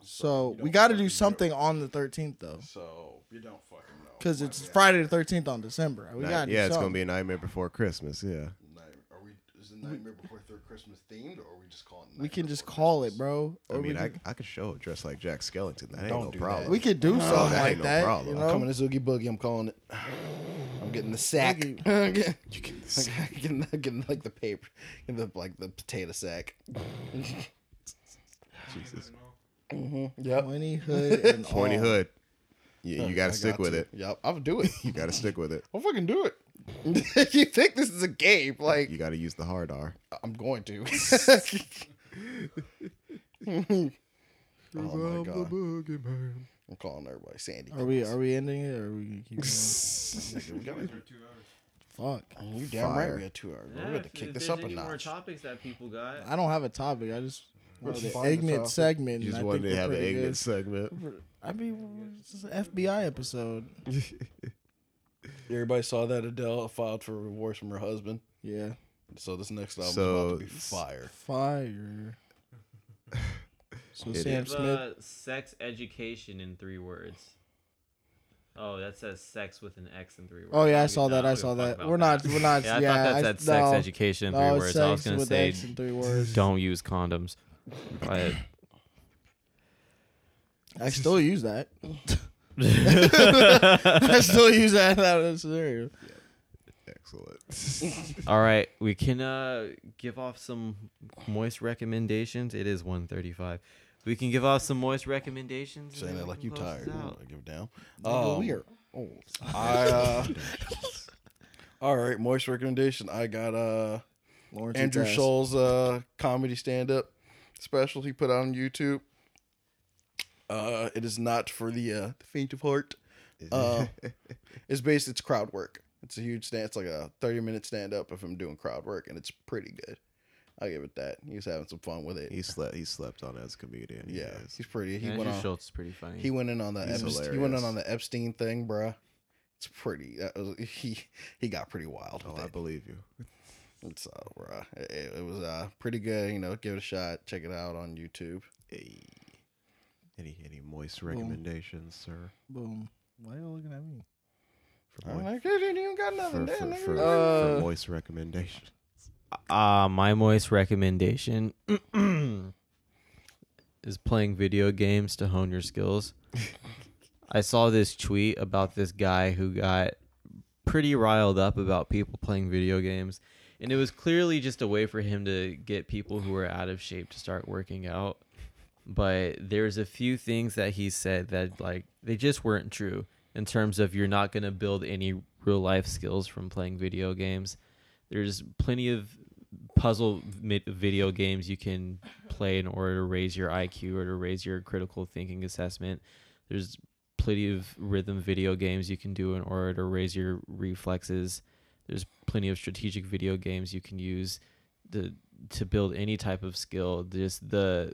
So So you we don't got to do fucking know. something on the 13th though, So you don't fucking know. because What it's we Friday the 13th on December. We Night- got to yeah, it's gonna be a nightmare before Christmas. Yeah, have- night- Are we? Is the nightmare before third Christmas themed, or are we just calling? We can just call it, bro. I Or mean, we I, can- I could show it dressed like Jack Skellington. That ain't Don't no do problem. that. we could do something Oh, that like ain't no that. problem. You I'm coming know? to Zoogie Boogie. I'm calling it. I'm getting the sack. Zoogie- I'm *laughs* getting, *laughs* I'm *laughs* getting- I'm getting, like the paper, getting the like the potato sack. Jesus. Yep. Pointy hood *laughs* and Pointy all. hood. You, you gotta I stick got with to. it. Yep. I'll *laughs* do it. You gotta stick with it. I'll fucking do it. *laughs* you think this is a game? Like You gotta use the hard R. I'm going to. oh my god! I'm calling everybody Sandy. Are we? Are we ending it? Or are we gonna keep going? *laughs* Fuck. You damn right Fire. we had two hours. We're gonna kick this up a notch. topics that people got. I don't have a topic. I just wanted just the find a Eggman topic. segment. You and just I wanted think to we're have an pretty ignorant good. segment. I mean, this is an FBI episode. Everybody saw that Adele filed for divorce from her husband. Yeah. So this next album So- is about to be fire. *laughs* Fire. So It Sam uh, Smith. sex education in three words. Oh, that says sex with an X in three words. Oh yeah, I saw that. I saw that. We're *laughs* not. We're not. *laughs* Yeah, Yeah, I thought that said sex no, education in three no, it's words. I was sex gonna with say X *laughs* in three *laughs* words. don't use condoms. But *laughs* I still use *laughs* that. *laughs* I still use that out of scenario. Excellent. all right, we can uh, give off some moist recommendations. It is 135. We can give off some moist recommendations. and Saying then that we like can you close this tired. out. I give it down. Nigga, Um, we are old. I, uh, *laughs* all right, moist recommendation. I got uh Lawrence Andrew Utass. Scholl's uh, comedy stand up special he put out on YouTube. Uh, it is not for the uh, the faint of heart. Uh, *laughs* it's based, it's crowd work. It's a huge stand. It's like a 30 minute stand up if I'm doing crowd work, and it's pretty good. I give it that. He was having some fun with it. he slept. He slept on as a comedian. yeah, He is. he's pretty. He Andrew went on. Schultz is pretty funny. He went in on the He's Epstein, he went in hilarious. on the Epstein thing, bruh. It's pretty. That was, *laughs* he he got pretty wild. Oh, with I it. believe you. It's uh, bruh, it, it was uh, pretty good. You know, give it a shot. Check it out on YouTube. Hey. Any any moist Mm. recommendations, sir? Boom. Why are you looking at me? For moist, even got for, for, for, Uh, for moist recommendation. *laughs* Uh, my moist recommendation *clears throat* is playing video games to hone your skills. I saw this tweet about this guy who got pretty riled up about people playing video games. And it was clearly just a way for him to get people who are out of shape to start working out. But there's a few things that he said that, like, they just weren't true in terms of you're not going to build any real life skills from playing video games there's plenty of puzzle mi- video games you can play in order to raise your IQ or to raise your critical thinking assessment. There's plenty of rhythm video games you can do in order to raise your reflexes. There's plenty of strategic video games you can use to to build any type of skill. Just the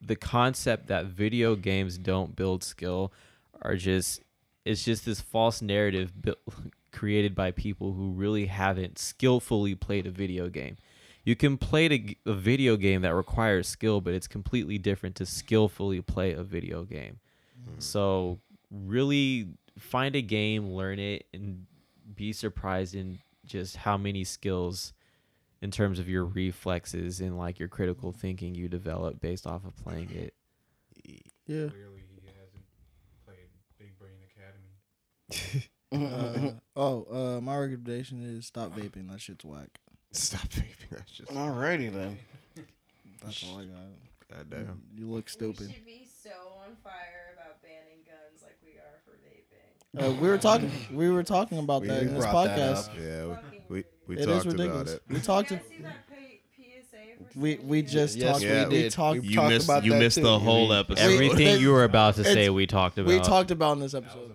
the concept that video games don't build skill are just it's just this false narrative built, *laughs* created by people who really haven't skillfully played a video game. You can play the g- a video game that requires skill, but it's completely different to skillfully play a video game. So really find a game, learn it, and be surprised in just how many skills in terms of your reflexes and like your critical thinking you develop based off of playing it. Yeah. Clearly, he hasn't played Big Brain Academy. *laughs* Uh, oh, uh, my recommendation is stop vaping. That shit's whack. Stop vaping. That's just Alrighty then. That's all I got. goddamn. You look We stupid. should be so on fire about banning guns like we are for vaping. Uh, we were talking. We were talking about We that in this brought that podcast. up. Yeah, Fucking we we, we It is talked about ridiculous. it. We talked. you To, guys see that P- PSA for we we smoking? just Yes, talked. yeah, we, we- did talk. you talked missed- about you that missed too. the whole episode. Everything that- you were about to say, it's- we talked about. we talked about in this episode.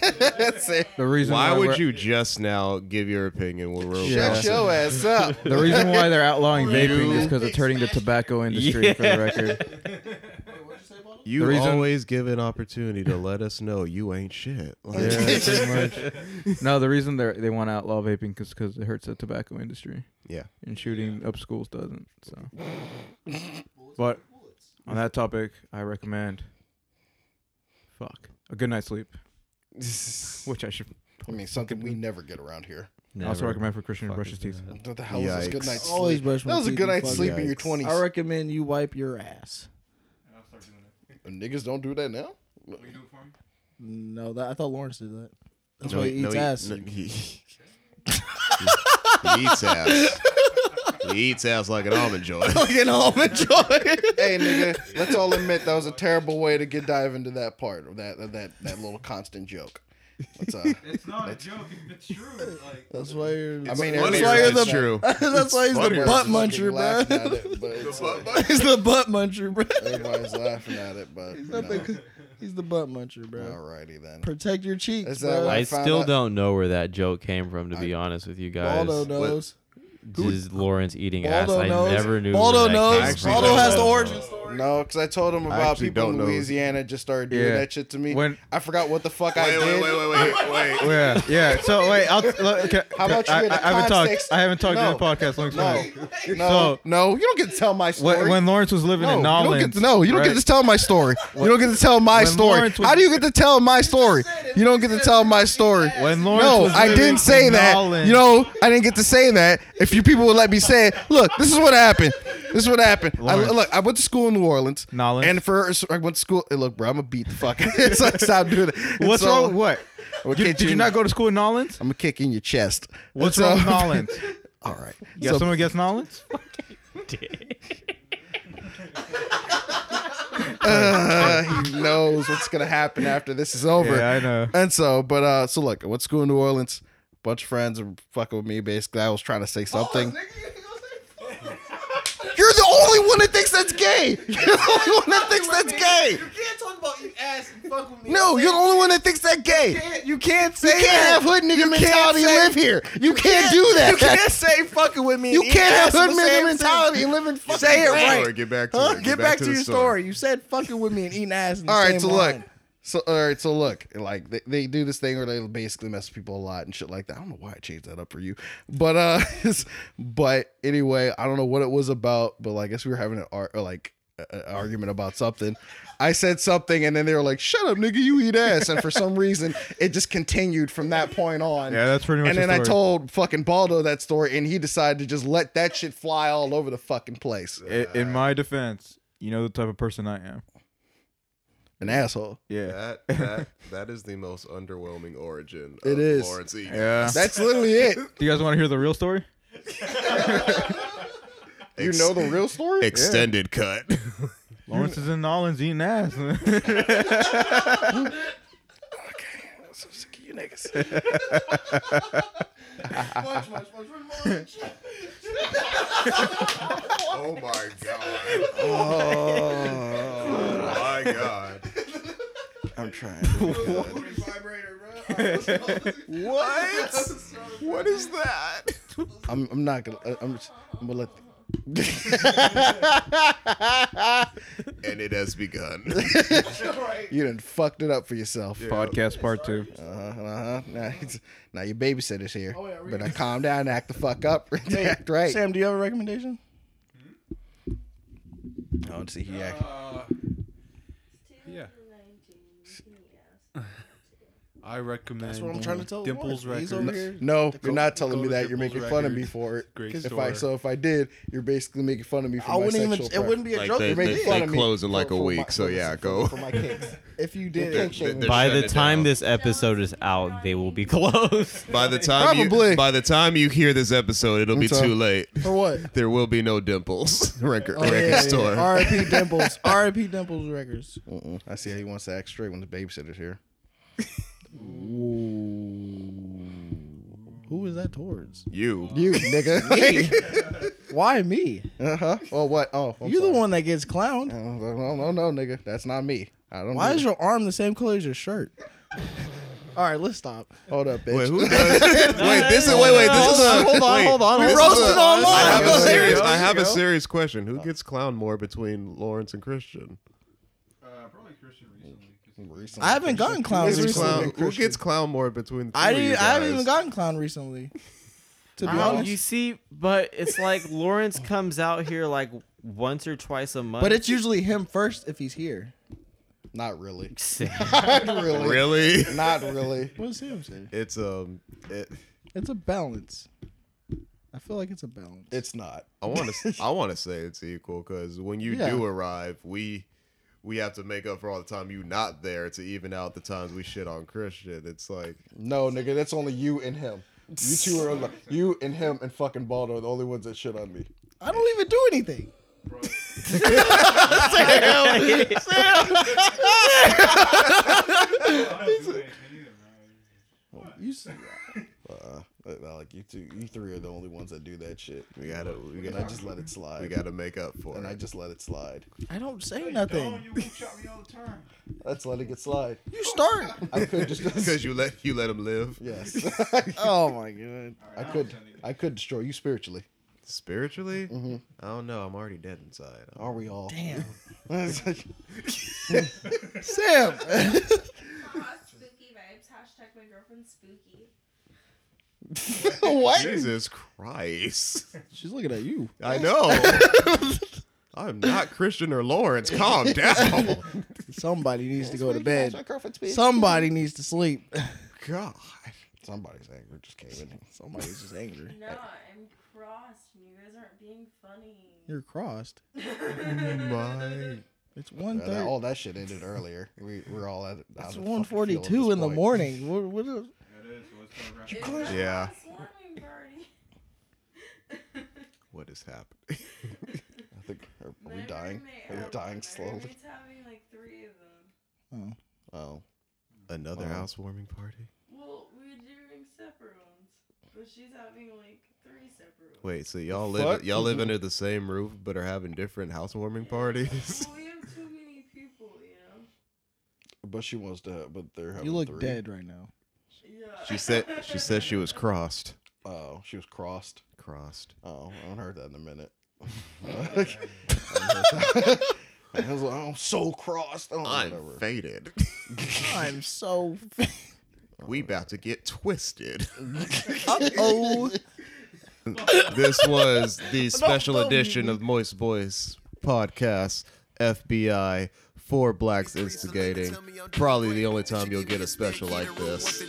That's it. The reason Why we're- would you just now give your opinion when we're Shut over? your ass up. The reason why they're outlawing vaping is You because it's hurting the tobacco industry. For Yeah. the record, You The reason- always give an opportunity to let us know you *laughs* ain't shit. Like, yeah, pretty much. No, the reason they they want to outlaw vaping is because it hurts the tobacco industry. Yeah. and shooting up schools doesn't. So, but on that topic, I recommend fuck a good night's sleep, which I should I mean, something we never get around here. also recommend for Christian to fucking brush his teeth. do What the hell is this good Yikes. night's sleep? Always brush my that was a teeth good and night's fuck sleep it. in your Yikes. 20s. I recommend you wipe your ass. Niggas don't do that now? No, that I thought Lawrence did that. That's No, why he no, eats ass. *laughs* no, he, *laughs* he eats ass. He eats ass like an almond *laughs* joy. Fucking almond joy. hey, nigga, let's all admit that was a terrible way to get dive into that part of that of that that little constant joke. Let's, uh, It's not a joke. It's the truth. Like, That's why you're. I mean, Funny everybody- why or you're it's the- true. *laughs* that's why he's the funnier. butt Fucking muncher, laughing at bro. it, but it's, uh, *laughs* he's the butt muncher, bro. Everybody's laughing at it, but you know. He's the butt muncher, bro. alrighty then. Protect your cheeks, Is that bro. what I I found still out- don't know where that joke came from, to be honest with you guys. Baldo knows. Just Lawrence eating Baldo ass. knows. I never knew. Baldo where that knows. came Actually, from. Baldo has the don't know. origin story. No, because I told him about actually people don't in know. Louisiana just started doing Yeah. that shit to me. When- I forgot what the fuck I did. wait, wait, wait. Oh, Yeah, yeah. So wait, I'll, look, okay, How about you I, hear the I, I haven't talked. context? I haven't talked No. during the podcast. Long time. *laughs* No, no, So- no, you don't get to tell my story. When, when Lawrence was living no, in you Nolens, don't get to, no, you don't right? get to tell my story. You don't get to tell my When story. Lawrence was- How do you get to tell my story? You don't get to tell my story. When Lawrence No, was I living didn't say in that. Nolens- You know, I didn't get to say that. If you people would let me say it, look, this is what happened. This is what happened. I, Lawrence. look, I went to school in New Orleans, Nolens. and for I went to school. hey, Look, bro, I'm gonna beat the fuck. *laughs* it's like stop doing that. And What's so, wrong? with What? I'm gonna You- kick did you in- not go to school in Nolens? I'm gonna kick in your chest. What's And so- wrong with Nolens? *laughs* All right. Yeah, So- someone gets Nolens. Uh, *laughs* he knows what's gonna happen after this is over. Yeah, I know. And so, but uh, so look, I went to school in New Orleans. Bunch of friends were fucking with me. Basically, I was trying to say something. You're the only one that thinks that's gay. You're the only one that thinks that's gay. can't talk about you ass and fuck with me. No, you're the only one that thinks that gay. You can't You can't have hood nigga mentality and live here. You can't do that. say fucking with me. You can't have hood nigga mentality and live in fucking Say it Grant. right. Sorry, get back to Huh? it. Get, back, to, the your story. You said fucking with me and eating ass. In the all same right so line. look so all right so look like they, they do this thing where they basically mess with people a lot and shit like that i don't know why i changed that up for you but uh *laughs* but anyway i don't know what it was about but like, i guess we were having an ar- or like a- a- argument about something i said something and then they were like shut up nigga you eat ass and for some reason it just continued from that point on Yeah, that's pretty much. and the then I story. told fucking Baldo that story, and he decided to just let that shit fly all over the fucking place. I- in my defense, you know the type of person I am. An asshole. Yeah. *laughs* That, that, that is the most underwhelming origin. It of is. Lawrence E. Eaton. Yeah. That's literally it. Do you guys want to hear the real story? You know the real story? extended cut. Lawrence is in Nolens eating ass. *laughs* so sick of you niggas. oh my god. Oh my god. I'm trying. to- What? what is that? I'm, I'm not gonna. I- I'm, just, I'm gonna let. and it has begun. *laughs* you done fucked it up for yourself. Podcast part two. Uh huh. Uh-huh. Now, it's- now your babysitter's here. Oh, but I calm down and act the fuck up. *laughs* act right. Sam, do you have a recommendation? I don't see Uh, he act. Yeah. I recommend. That's what I'm trying to tell. Uh, Dimples Mark. records. He's over here. No, you're not go telling me to that. You're Dimples making fun of me Records. for it. Great if store. I so if I did, you're basically making fun of me for I my wouldn't even. It sexual wouldn't be a Like joke. they, if You're making they, fun they of me close in like for- a for week, my- so for- yeah, for- go. for my kicks. If you did, They're- kink shaming. they're- By shutting the it time down. this episode is out, they will be *laughs* closed. By the time Probably. you by the time you hear this episode, it'll be That's all. too late. For what? There will be no dimples *laughs* record *laughs* Oh, record yeah, yeah, store. yeah. R.I.P. Dimples. R.I.P. Dimples Records. Mm-mm. I see how he wants to act straight when the babysitter's here. Who was that towards? You. *laughs* You *laughs* nigga. Why me? uh huh. Well, what? Oh, I'm You're sorry. the *laughs* one that gets clowned. No, no, no, no, nigga. That's not me. I don't. Why do is that. your arm the same color as your shirt? *laughs* All right, let's stop. Hold up, bitch. Wait, who does? wait, this is wait, wait, this is a Hold on, wait, hold on, this hold is a- on. Roasted online. I There have a you serious, go. I have a serious question. Who gets clown more between Lawrence and Christian? probably Christian recently. *laughs* Recently. I haven't gotten clowned Who recently. gets clown, who gets clown more between? The I two of you didn't. I haven't guys? even gotten clowned recently. To be Oh, honest, you see, but it's like Lawrence comes out here like once or twice a month. but it's usually him first if he's here. Not really. it's Not really. really. Not really. What does Sam say? It's um, it, It's a balance. I feel like it's a balance. It's not. I want to I want to say it's equal because when you Yeah. do arrive, we we have to make up for all the time you not there to even out the times we shit on Christian. It's like No, nigga. That's only you and him. You two are only, you and him and fucking Baldo are the only ones that shit on me. I don't even do anything. You see, uh, uh, like you two, you three are the only ones that do that shit. we gotta we And gotta I just let it slide. we gotta make up for and it. I just let it slide. I don't say nothing. *laughs* You shot me all the time. Let's let it get slide. You start. I *laughs* could just. because you let you let him live *laughs* yes. oh *laughs* my god. I could. I could destroy you spiritually. spiritually. Mm-hmm. I don't know. I'm already dead inside. Are we all? *laughs* Damn. It's like- Sam. *laughs* *laughs* spooky vibes. Hashtag my girlfriend's spooky. What? Jesus Christ! She's looking at you. I know. *laughs* I'm not Christian or Lawrence. Calm down. Somebody needs to go to That's my bed. girlfriend's bitch. Somebody needs to sleep. *laughs* God. Somebody's anger just came in. Somebody's just angry. No, I'm crossed and you guys aren't being funny. You're crossed. My It's one Uh, that- thirty. all that shit ended earlier. We we're all at. It's one forty-two in the morning. What? What? Is, It was my Yeah. last Halloween party. what is happening? *laughs* I think are, are My we dying? roommate- Are we oh, dying my slowly? roommate's having like three of them. Oh, Another Wow. housewarming party? Well, we were doing separate ones, but she's having like three separate ones. Wait, so y'all live fuck? y'all live under the same roof but are having different housewarming parties? *laughs* Well, we have too many people, you know. but she wants to. But they're having you look three. dead right now. Yeah. she said she said she was crossed. Oh, she was crossed. Crossed. Oh, I haven't heard that in a minute. *laughs* I was like, I'm so crossed. Oh, I'm whatever. Uh, faded. I'm so. *laughs* we about to get twisted. oh. this was the special edition of Moist Boys podcast FBI for blacks instigating. Probably the only time you'll get a special like this.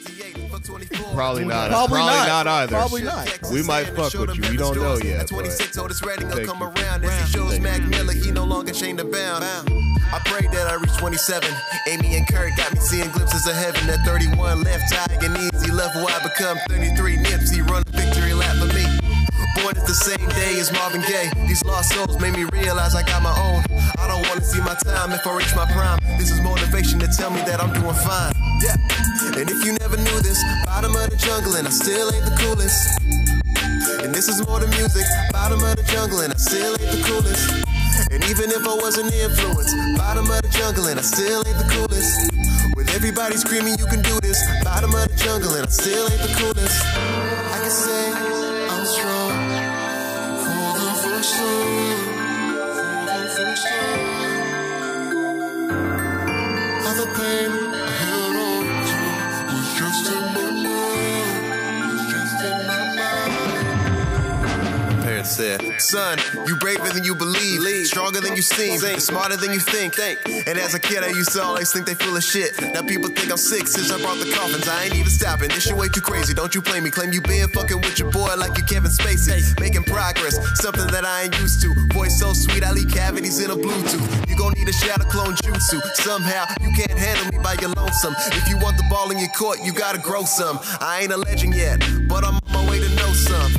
Probably not. Probably, Probably not. not. either. Probably not. We might fuck with you. We don't know yet. But. 26 oldest Redding will Thank come you. around. As he shows Mac Miller, he no longer chained and bound. I pray that I reach 27. Amy and Kurt got me seeing glimpses of heaven. At 31, left high and easy, left wide, become 33. Nipsey run a victory lap for me. Born at the same day as Marvin Gaye. These lost souls made me realize I got my own. I don't wanna see my time if I reach my prime. This is motivation to tell me that I'm doing fine. Yeah. And if you never knew this, bottom of the jungle, and I still ain't the coolest. And this is more than music, bottom of the jungle, and I still ain't the coolest. And even if I was an influence, bottom of the jungle, and I still ain't the coolest. With Everybody screaming, you can do this. Bottom of the jungle, and I still ain't the coolest. I can say I'm strong for the first time. For the first time. All the pain I held on to was just in my mind. Was just in my mind. My parents said, Son, you braver than you believe, stronger than you seem, smarter than you think. And as a kid, I used to always think they full of shit. Now people think I'm sick since I brought the coffins. I ain't even stopping. This shit way too crazy. Don't you blame me. Claim you been fucking with your boy like you Kevin Spacey. Making progress, something that I ain't used to. Voice so sweet, I leak cavities in a Bluetooth. You gon' need a shadow clone jutsu. Somehow, you can't handle me by your lonesome. If you want the ball in your court, you gotta grow some. I ain't a legend yet, but I'm on my way to know some.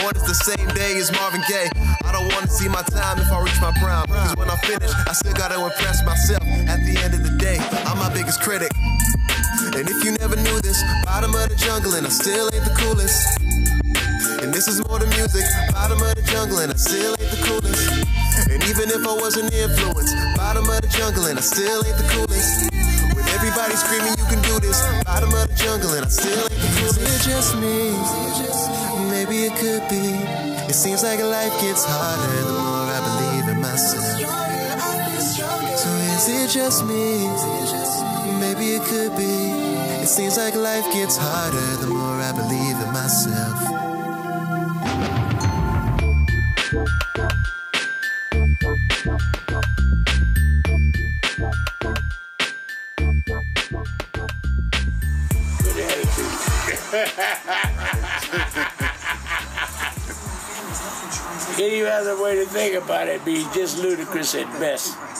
Born is the same day as Marvin Gaye. I don't wanna see my time if I reach my prime. Cause when I finish, I still gotta impress myself. At the end of the day, I'm my biggest critic. And if you never knew this, bottom of the jungle, and I still ain't the coolest. And this is more than music, bottom of the jungle, and I still ain't the coolest. And even if I was an influence, bottom of the jungle, and I still ain't the coolest. With everybody screaming, you can do this, bottom of the jungle, and I still ain't the coolest. Is it just me? Maybe it could be. It seems like life gets harder the more I believe in myself. So is it just me? Maybe it could be. It seems like life gets harder the more I believe in myself. Any other way to think about it be just ludicrous at best.